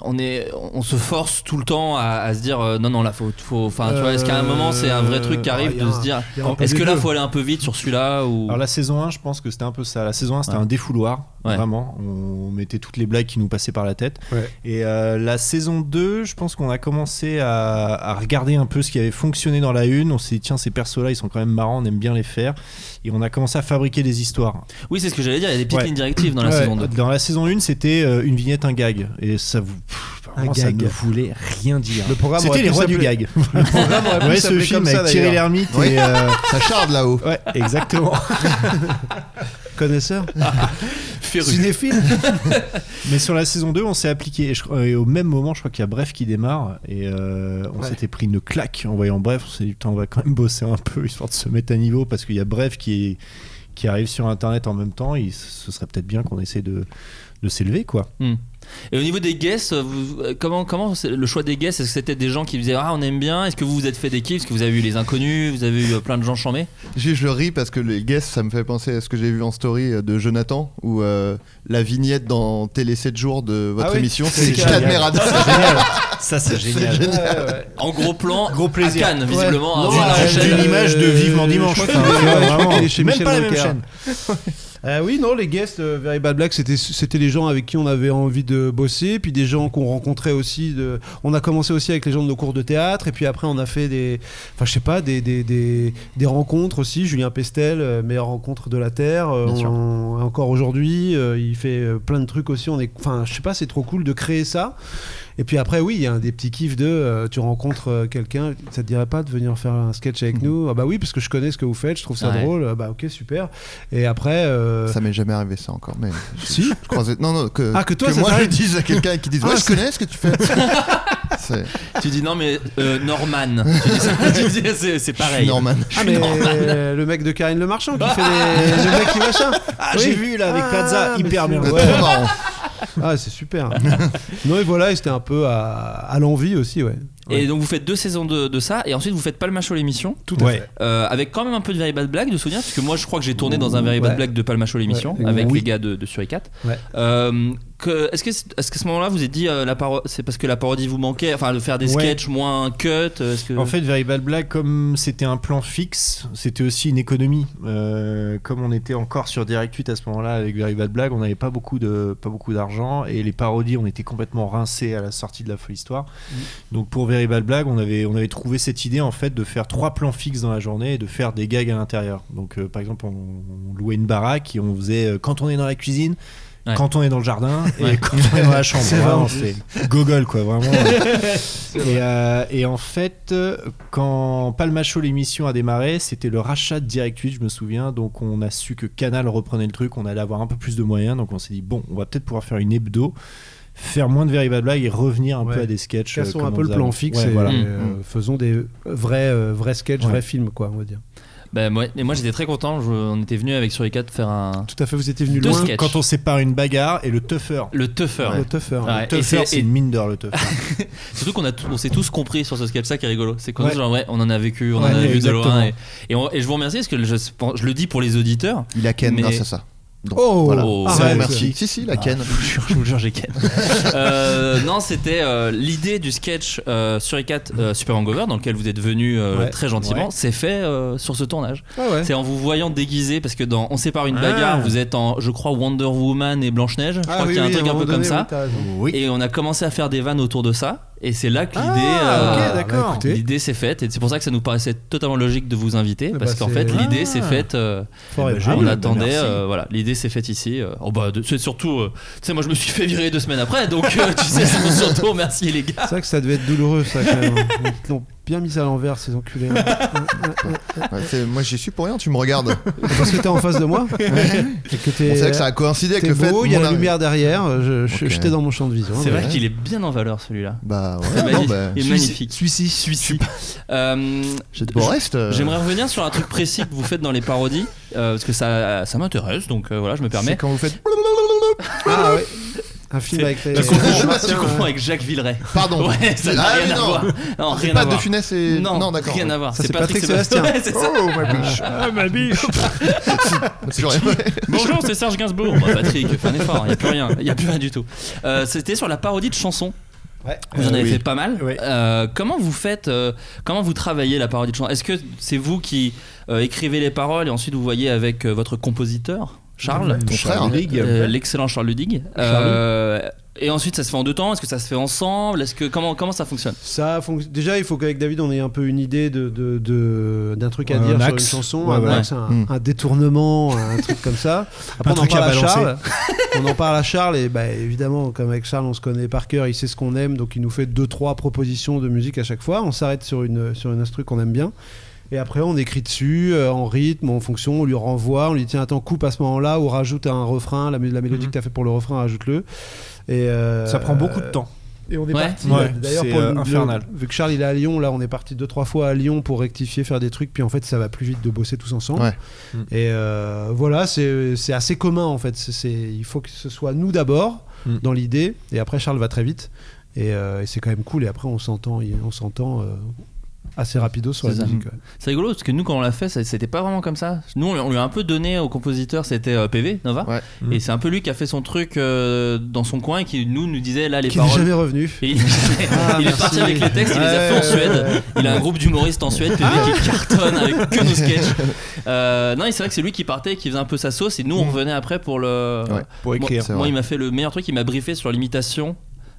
[SPEAKER 8] on est, on se force tout le temps à, à se dire euh, non non là faut, faut enfin tu vois Est-ce qu'à un moment c'est un vrai truc qui
[SPEAKER 9] Euh,
[SPEAKER 8] arrive
[SPEAKER 9] il y a
[SPEAKER 8] de
[SPEAKER 9] un-
[SPEAKER 8] se dire
[SPEAKER 9] il y a un peu
[SPEAKER 8] est-ce
[SPEAKER 9] des
[SPEAKER 8] que là
[SPEAKER 9] deux.
[SPEAKER 8] faut aller un peu vite sur celui-là ou
[SPEAKER 9] Alors la saison 1, je pense que c'était un peu ça. La saison 1, c'était
[SPEAKER 8] Ouais.
[SPEAKER 9] un défouloir,
[SPEAKER 8] Ouais.
[SPEAKER 9] vraiment. On mettait toutes les blagues qui nous passaient par la tête.
[SPEAKER 10] Ouais.
[SPEAKER 9] Et euh, la saison 2, je pense qu'on a commencé à, à regarder un peu ce qui avait fonctionné dans la une. On s'est dit, tiens, ces persos-là, ils sont quand même marrants, on aime bien les faire. Et on a commencé à fabriquer des histoires.
[SPEAKER 8] Oui, c'est ce que j'allais dire. Il y a des petites
[SPEAKER 9] Ouais.
[SPEAKER 8] lignes directives dans la
[SPEAKER 9] Ouais,
[SPEAKER 8] saison 2.
[SPEAKER 9] Dans la saison 1, c'était euh, une vignette, un gag. Et ça vous. pff, vraiment, Oh, ça
[SPEAKER 10] gag.
[SPEAKER 9] ne voulait rien dire.
[SPEAKER 10] Le programme aurait
[SPEAKER 9] C'était les
[SPEAKER 10] pu
[SPEAKER 9] rois du
[SPEAKER 10] s'appeler-
[SPEAKER 9] gag.
[SPEAKER 10] Le programme aurait pu
[SPEAKER 9] Ouais, ce
[SPEAKER 10] s'appeler
[SPEAKER 9] film
[SPEAKER 10] comme ça,
[SPEAKER 9] avec Thierry
[SPEAKER 10] d'ailleurs.
[SPEAKER 9] Lhermitte
[SPEAKER 10] Oui.
[SPEAKER 9] et. euh,
[SPEAKER 11] Ça charde là-haut.
[SPEAKER 9] Ouais, exactement.
[SPEAKER 10] Connaisseur
[SPEAKER 8] Féru.
[SPEAKER 10] Cinéphile
[SPEAKER 9] [LAUGHS] Mais sur la saison 2, on s'est appliqué. Et, je crois- et au même moment, je crois qu'il y a Bref qui démarre. Et euh, on
[SPEAKER 10] Ouais.
[SPEAKER 9] s'était pris une claque en voyant Bref. On s'est dit, putain, on va quand même bosser un peu, histoire de se mettre à niveau. Parce qu'il y a Bref qui, est- qui arrive sur Internet en même temps. Et ce serait peut-être bien qu'on essaie de, de s'élever, quoi.
[SPEAKER 8] Hmm. Et au niveau des guests, euh, vous- euh, comment, comment c'est- le choix des guests Est-ce que c'était des gens qui disaient Ah, on aime bien Est-ce que vous vous êtes fait des kills Est-ce que vous avez eu les inconnus Vous avez eu euh, plein de gens chambés
[SPEAKER 11] Je, je le ris parce que les guests, ça me fait penser à ce que j'ai vu en story euh, de Jonathan, où euh, la vignette dans Télé 7 jours de votre
[SPEAKER 9] Ah oui.
[SPEAKER 11] émission,
[SPEAKER 9] C'est
[SPEAKER 11] c'est
[SPEAKER 9] génial.
[SPEAKER 11] Cadmerade.
[SPEAKER 9] Ça, c'est
[SPEAKER 10] [LAUGHS]
[SPEAKER 9] génial. Ça, c'est génial.
[SPEAKER 8] En gros plan,
[SPEAKER 9] [LAUGHS] Gros plaisir.
[SPEAKER 8] à Cannes, visiblement.
[SPEAKER 9] Ouais.
[SPEAKER 8] hein,
[SPEAKER 9] Non,
[SPEAKER 8] sur la
[SPEAKER 9] ouais,
[SPEAKER 8] chaîne.
[SPEAKER 9] d'une image de Vivement Dimanche.
[SPEAKER 10] euh, Je
[SPEAKER 9] Enfin,
[SPEAKER 10] crois qu'il
[SPEAKER 9] tu vois,
[SPEAKER 10] est-
[SPEAKER 9] vraiment.
[SPEAKER 10] il est chez
[SPEAKER 9] Même
[SPEAKER 10] Michel
[SPEAKER 9] pas la même
[SPEAKER 10] Drucker.
[SPEAKER 9] chaîne.
[SPEAKER 10] Euh, oui, non, les guests euh, Very Bad Black, c'était, c'était les gens avec qui on avait envie de bosser, puis des gens qu'on rencontrait aussi. De... On a commencé aussi avec les gens de nos cours de théâtre, et puis après, on a fait des, enfin, je sais pas, des, des, des, des rencontres aussi. Julien Pestel, euh, meilleure rencontre de la Terre, euh,
[SPEAKER 9] Bien sûr.
[SPEAKER 10] on- encore aujourd'hui, euh, il fait euh, plein de trucs aussi. On est... Enfin, je sais pas, c'est trop cool de créer ça. Et puis après, oui, il y a un des petits kiffs de euh, tu rencontres euh, quelqu'un, ça te dirait pas de venir faire un sketch
[SPEAKER 9] Mm.
[SPEAKER 10] avec nous Ah bah oui, parce que je connais ce que vous faites, je trouve ça
[SPEAKER 8] Ouais.
[SPEAKER 10] drôle. Ah Bah ok, super. Et après, euh,
[SPEAKER 11] Ça m'est jamais arrivé ça encore,
[SPEAKER 10] [LAUGHS]
[SPEAKER 11] mais je-
[SPEAKER 10] Si.
[SPEAKER 11] je croisais- Non, non, que,
[SPEAKER 10] Ah, que toi, ça
[SPEAKER 11] moi je
[SPEAKER 10] t'arrive.
[SPEAKER 11] dise à quelqu'un qui dise
[SPEAKER 10] Ah,
[SPEAKER 11] Ouais, je
[SPEAKER 10] c'est-
[SPEAKER 11] connais ce que
[SPEAKER 10] [LAUGHS]
[SPEAKER 11] tu fais. C'est-
[SPEAKER 8] Tu dis non, mais euh,
[SPEAKER 9] [LAUGHS]
[SPEAKER 8] Norman. tu dis ça, [LAUGHS] tu dis, c'est, c'est
[SPEAKER 11] Je
[SPEAKER 8] pareil.
[SPEAKER 11] suis Norman.
[SPEAKER 10] Ah mais euh, le mec de Karine Le Marchand
[SPEAKER 9] [LAUGHS]
[SPEAKER 10] qui fait les, le mec qui machin.
[SPEAKER 9] Ah,
[SPEAKER 10] Oui.
[SPEAKER 9] j'ai vu là avec
[SPEAKER 10] Ah,
[SPEAKER 9] Plaza,
[SPEAKER 10] mais
[SPEAKER 9] hyper
[SPEAKER 10] c'est-
[SPEAKER 9] bien.
[SPEAKER 11] Trop
[SPEAKER 10] Ouais.
[SPEAKER 11] marrant.
[SPEAKER 10] Ah c'est super. non et voilà, et c'était un peu à, à l'envie aussi, ouais.
[SPEAKER 8] Et donc vous faites deux saisons de, de ça, et ensuite vous faites pas le macho l'émission.
[SPEAKER 10] Tout à Ouais. fait.
[SPEAKER 8] Euh, avec quand même un peu de Very Bad Blague de souvenir, parce que moi je crois que j'ai tourné dans un Very Bad
[SPEAKER 10] Ouais.
[SPEAKER 8] Blague de Palmacho l'émission,
[SPEAKER 10] Ouais.
[SPEAKER 8] avec
[SPEAKER 10] Oui.
[SPEAKER 8] les gars de, de Suricat.
[SPEAKER 10] Ouais.
[SPEAKER 8] Euh, que- Est-ce que, est, ce qu'à ce moment-là vous êtes dit euh, la paro- c'est parce que la parodie vous manquait, enfin de faire des
[SPEAKER 9] Ouais.
[SPEAKER 8] sketchs moins cut euh, est-ce que...
[SPEAKER 9] En fait, Very Bad Black, comme c'était un plan fixe, c'était aussi une économie. Euh, comme on était encore sur Direct 8 à ce moment-là avec Very Bad Black, on n'avait pas beaucoup de pas beaucoup d'argent et les parodies, on était complètement rincés à la sortie de la folle histoire.
[SPEAKER 8] Mm.
[SPEAKER 9] Donc pour Very Bad Black, on avait on avait trouvé cette idée en fait de faire trois plans fixes dans la journée et de faire des gags à l'intérieur. Donc euh, par exemple, on, on louait une baraque et on faisait euh, quand on est dans la cuisine.
[SPEAKER 8] Ouais.
[SPEAKER 9] Quand on est dans le
[SPEAKER 8] [LAUGHS]
[SPEAKER 9] jardin et
[SPEAKER 8] Ouais.
[SPEAKER 9] quand on est dans la chambre,
[SPEAKER 8] [LAUGHS] C'est
[SPEAKER 9] Vraiment,
[SPEAKER 8] vrai.
[SPEAKER 9] c'est gogol quoi,
[SPEAKER 10] [LAUGHS]
[SPEAKER 9] vraiment. et, euh, et en fait, euh, quand Palmacho l'émission a démarré, c'était le rachat de Direct 8, je me souviens. Donc on a su que Canal reprenait le truc, on allait avoir un peu plus de moyens. Donc on s'est dit, bon, on va peut-être pouvoir faire une hebdo, faire moins de Very Bad Blague et revenir un peu
[SPEAKER 10] Ouais.
[SPEAKER 9] à des sketchs. euh,
[SPEAKER 10] Cassons
[SPEAKER 9] comme
[SPEAKER 10] un
[SPEAKER 9] on
[SPEAKER 10] peu le
[SPEAKER 9] faisait
[SPEAKER 10] plan
[SPEAKER 9] avant.
[SPEAKER 10] fixe
[SPEAKER 9] Ouais,
[SPEAKER 10] et
[SPEAKER 9] voilà.
[SPEAKER 10] et, euh, faisons des vrais, euh, vrais sketchs,
[SPEAKER 9] Ouais.
[SPEAKER 10] vrais films, quoi, on va dire.
[SPEAKER 8] Ben, moi, et moi j'étais très content, je- on était venu avec Suricat faire un.
[SPEAKER 10] Tout à fait, vous étiez venu
[SPEAKER 8] Deux
[SPEAKER 10] loin.
[SPEAKER 8] sketchs.
[SPEAKER 9] Quand on sépare une bagarre et le tougher.
[SPEAKER 8] Le tougher.
[SPEAKER 9] Le tougher.
[SPEAKER 8] Ah.
[SPEAKER 9] Le tougher, c'est une mine d'or, le
[SPEAKER 8] [LAUGHS]
[SPEAKER 9] tougher.
[SPEAKER 8] Surtout qu'on a tout- on s'est tous compris sur ce sketch là qui est rigolo. C'est qu'on
[SPEAKER 9] Ouais.
[SPEAKER 8] est genre ouais, on en a vécu, on
[SPEAKER 9] Ouais,
[SPEAKER 8] en a vu
[SPEAKER 9] exactement.
[SPEAKER 8] de loin. Et, et on- et je vous remercie parce que je, je le dis pour les auditeurs.
[SPEAKER 11] Il a ken
[SPEAKER 8] mais-
[SPEAKER 11] grâce à ça. Donc,
[SPEAKER 10] Oh,
[SPEAKER 11] voilà.
[SPEAKER 8] arrête.
[SPEAKER 11] C'est bon, merci.
[SPEAKER 8] Ah.
[SPEAKER 11] Si, si, la ken.
[SPEAKER 8] Je vous jure, je vous jure, j'ai ken. [LAUGHS] Euh, non, c'était euh, l'idée du sketch euh, sur Icat euh, Super Hangover dans lequel vous êtes venu euh,
[SPEAKER 10] Ouais.
[SPEAKER 8] très gentiment.
[SPEAKER 10] Ouais.
[SPEAKER 8] C'est fait euh, sur ce tournage.
[SPEAKER 10] Ah ouais.
[SPEAKER 8] C'est en vous voyant déguisé parce que dans On sépare une
[SPEAKER 10] Ah.
[SPEAKER 8] bagarre, vous êtes en je crois Wonder Woman et Blanche Neige. Je
[SPEAKER 10] Ah
[SPEAKER 8] crois
[SPEAKER 10] oui,
[SPEAKER 8] qu'il y a un
[SPEAKER 10] oui,
[SPEAKER 8] truc
[SPEAKER 10] à
[SPEAKER 8] un
[SPEAKER 10] un
[SPEAKER 8] peu
[SPEAKER 10] moment
[SPEAKER 8] comme
[SPEAKER 10] donné,
[SPEAKER 8] ça.
[SPEAKER 10] oui, t'as raison.
[SPEAKER 8] Et on a commencé à faire des vannes autour de ça. Et c'est là que l'idée
[SPEAKER 10] Ah,
[SPEAKER 8] euh,
[SPEAKER 10] ok, d'accord.
[SPEAKER 8] l'idée l'idée s'est faite et c'est pour ça que ça nous paraissait totalement logique de vous inviter parce
[SPEAKER 10] bah,
[SPEAKER 8] qu'en
[SPEAKER 10] c'est-
[SPEAKER 8] fait l'idée
[SPEAKER 10] Ah.
[SPEAKER 8] s'est faite euh,
[SPEAKER 10] Fort et
[SPEAKER 8] on
[SPEAKER 10] génial, bah,
[SPEAKER 8] attendait
[SPEAKER 10] merci.
[SPEAKER 8] euh, voilà l'idée s'est faite ici euh, oh bah de- c'est surtout euh, tu sais moi je me suis fait virer deux semaines après donc euh, tu sais
[SPEAKER 11] [LAUGHS]
[SPEAKER 8] c'est surtout remercier les gars
[SPEAKER 10] C'est vrai que ça devait être douloureux, ça, quand même. Ils te l'ont bien mis à l'envers, ces enculés.
[SPEAKER 11] Ouais, c'est- moi j'y suis pour rien, tu
[SPEAKER 10] [LAUGHS]
[SPEAKER 11] me regardes.
[SPEAKER 10] Parce que t'es en face de moi.
[SPEAKER 11] Ouais.
[SPEAKER 10] Et que t'es-
[SPEAKER 11] Bon, c'est vrai que ça a coïncidé avec
[SPEAKER 10] t'es
[SPEAKER 11] le fait
[SPEAKER 10] beau,
[SPEAKER 11] de
[SPEAKER 10] Il y a
[SPEAKER 11] mon
[SPEAKER 10] la
[SPEAKER 11] arri-
[SPEAKER 10] lumière derrière. je- je-
[SPEAKER 11] Ok.
[SPEAKER 10] J'étais dans mon champ de vision. hein,
[SPEAKER 8] c'est vrai
[SPEAKER 10] mais-
[SPEAKER 8] qu'il est bien en valeur celui-là
[SPEAKER 11] Bah ouais,
[SPEAKER 8] C'est
[SPEAKER 11] Oh, non,
[SPEAKER 8] magnifique.
[SPEAKER 11] bah,
[SPEAKER 8] il est
[SPEAKER 11] celui-ci-
[SPEAKER 8] magnifique
[SPEAKER 11] celui-ci,
[SPEAKER 8] celui-ci Euh,
[SPEAKER 11] J'ai de beaux
[SPEAKER 8] je-
[SPEAKER 11] restes, euh.
[SPEAKER 8] j'aimerais revenir sur un truc précis que vous faites dans les parodies euh, parce que ça ça m'intéresse donc euh, voilà je me permets
[SPEAKER 11] C'est quand vous faites.
[SPEAKER 10] Ah ouais. Un film
[SPEAKER 8] C'est-
[SPEAKER 10] avec les-
[SPEAKER 8] tu confonds,
[SPEAKER 10] les
[SPEAKER 8] tu
[SPEAKER 11] [LAUGHS]
[SPEAKER 10] martiens,
[SPEAKER 8] confonds
[SPEAKER 10] ouais.
[SPEAKER 8] avec Jacques Villeray. [LAUGHS]
[SPEAKER 11] Pardon.
[SPEAKER 8] Ouais, ça n'a
[SPEAKER 11] Ah,
[SPEAKER 8] rien
[SPEAKER 11] mais
[SPEAKER 8] à
[SPEAKER 11] non.
[SPEAKER 8] voir. Non,
[SPEAKER 11] C'est
[SPEAKER 8] rien
[SPEAKER 11] pas
[SPEAKER 8] à
[SPEAKER 11] de
[SPEAKER 8] voir.
[SPEAKER 11] Funès et-
[SPEAKER 8] Non,
[SPEAKER 11] non, d'accord.
[SPEAKER 8] Rien à voir.
[SPEAKER 11] Ça, c'est Patrick
[SPEAKER 8] [LAUGHS] Ouais, c'est ça.
[SPEAKER 11] Oh ma biche.
[SPEAKER 10] Ah, ma biche.
[SPEAKER 11] [LAUGHS] C'est vrai.
[SPEAKER 8] [LAUGHS] Bonjour, c'est Serge Gainsbourg. Bah, Patrick, fais un effort. Il n'y a plus rien. Il y a plus rien du tout. Euh, C'était sur la parodie de chansons. Vous en
[SPEAKER 9] Euh,
[SPEAKER 8] avez
[SPEAKER 9] oui.
[SPEAKER 8] fait pas mal. Euh, comment vous faites euh, Comment vous travaillez la parodie de chansons Est-ce que c'est vous qui euh, écrivez les paroles et ensuite vous voyez avec euh, votre compositeur Charles,
[SPEAKER 11] Ton frère. Ludig.
[SPEAKER 8] Euh, l'excellent Charles Ludig.
[SPEAKER 11] Charlie.
[SPEAKER 8] Euh, et ensuite, ça se fait en deux temps. Est-ce que ça se fait ensemble Est-ce que comment comment ça fonctionne
[SPEAKER 10] Ça fonc- Déjà, il faut qu'avec David, on ait un peu une idée de, de- de- d'un truc à
[SPEAKER 9] Ouais,
[SPEAKER 10] dire
[SPEAKER 9] un
[SPEAKER 10] sur
[SPEAKER 9] axe.
[SPEAKER 10] une chanson,
[SPEAKER 9] Ouais,
[SPEAKER 10] un,
[SPEAKER 9] ouais.
[SPEAKER 10] axe, un-
[SPEAKER 9] Mm.
[SPEAKER 10] un détournement, un truc comme ça.
[SPEAKER 9] [LAUGHS]
[SPEAKER 10] Après,
[SPEAKER 9] Un
[SPEAKER 10] on en
[SPEAKER 9] truc à
[SPEAKER 10] parle à,
[SPEAKER 9] balancer.
[SPEAKER 10] Charles. [LAUGHS] on en parle à Charles, et bah, évidemment, comme avec Charles, on se connaît par cœur, il sait ce qu'on aime, donc il nous fait deux, trois propositions de musique à chaque fois. On s'arrête sur une, sur une instru qu'on aime bien. Et après, on écrit dessus, euh, en rythme, en fonction, on lui renvoie, on lui dit tiens, attends, coupe à ce moment-là, ou rajoute un refrain, la, mu- la mélodie que tu as fait pour le refrain, rajoute-le. Et, euh,
[SPEAKER 9] Mhm. Ça prend beaucoup de temps.
[SPEAKER 10] Et on est
[SPEAKER 9] Ouais.
[SPEAKER 10] parti.
[SPEAKER 9] Ouais,
[SPEAKER 10] D'ailleurs,
[SPEAKER 9] c'est,
[SPEAKER 10] pour
[SPEAKER 9] euh,
[SPEAKER 10] le-
[SPEAKER 9] infernal.
[SPEAKER 10] vu que Charles il est à Lyon, là on est parti deux trois fois à Lyon pour rectifier, faire des trucs, puis en fait ça va plus vite de bosser tous ensemble.
[SPEAKER 11] Ouais.
[SPEAKER 10] Et euh, voilà, c'est c'est assez commun en fait. C'est- c'est- il faut que ce soit nous d'abord
[SPEAKER 9] Mm.
[SPEAKER 10] dans l'idée, et après Charles va très vite. Et, euh, et c'est quand même cool. Et après on s'entend, il- on s'entend euh, assez rapido sur la
[SPEAKER 8] C'est ça.
[SPEAKER 10] musique. ouais.
[SPEAKER 8] C'est rigolo parce que nous quand on l'a fait ça- c'était pas vraiment comme ça. Nous on, on lui a un peu donné au compositeur c'était euh, PV Nova et c'est un peu lui qui a fait son truc euh, dans son coin et qui nous nous disait là les
[SPEAKER 10] Qui n'est
[SPEAKER 8] paroles.
[SPEAKER 10] jamais revenu.
[SPEAKER 8] Et il [LAUGHS] il est
[SPEAKER 10] merci.
[SPEAKER 8] parti avec les textes, il les a
[SPEAKER 10] Ouais,
[SPEAKER 9] Ah,
[SPEAKER 8] fait en
[SPEAKER 10] ouais,
[SPEAKER 8] Suède.
[SPEAKER 10] ouais.
[SPEAKER 8] Il a un groupe d'humoristes en Suède, PV qui cartonne
[SPEAKER 9] [LAUGHS]
[SPEAKER 8] avec que nos sketchs. Euh, non, et c'est vrai que c'est lui qui partait, qui faisait un peu sa sauce, et nous
[SPEAKER 9] Mm.
[SPEAKER 8] on revenait après pour le.
[SPEAKER 11] Ouais, pour écrire,
[SPEAKER 8] Moi-
[SPEAKER 11] c'est
[SPEAKER 8] Moi,
[SPEAKER 11] vrai.
[SPEAKER 8] il m'a fait le meilleur truc, il m'a briefé sur l'imitation.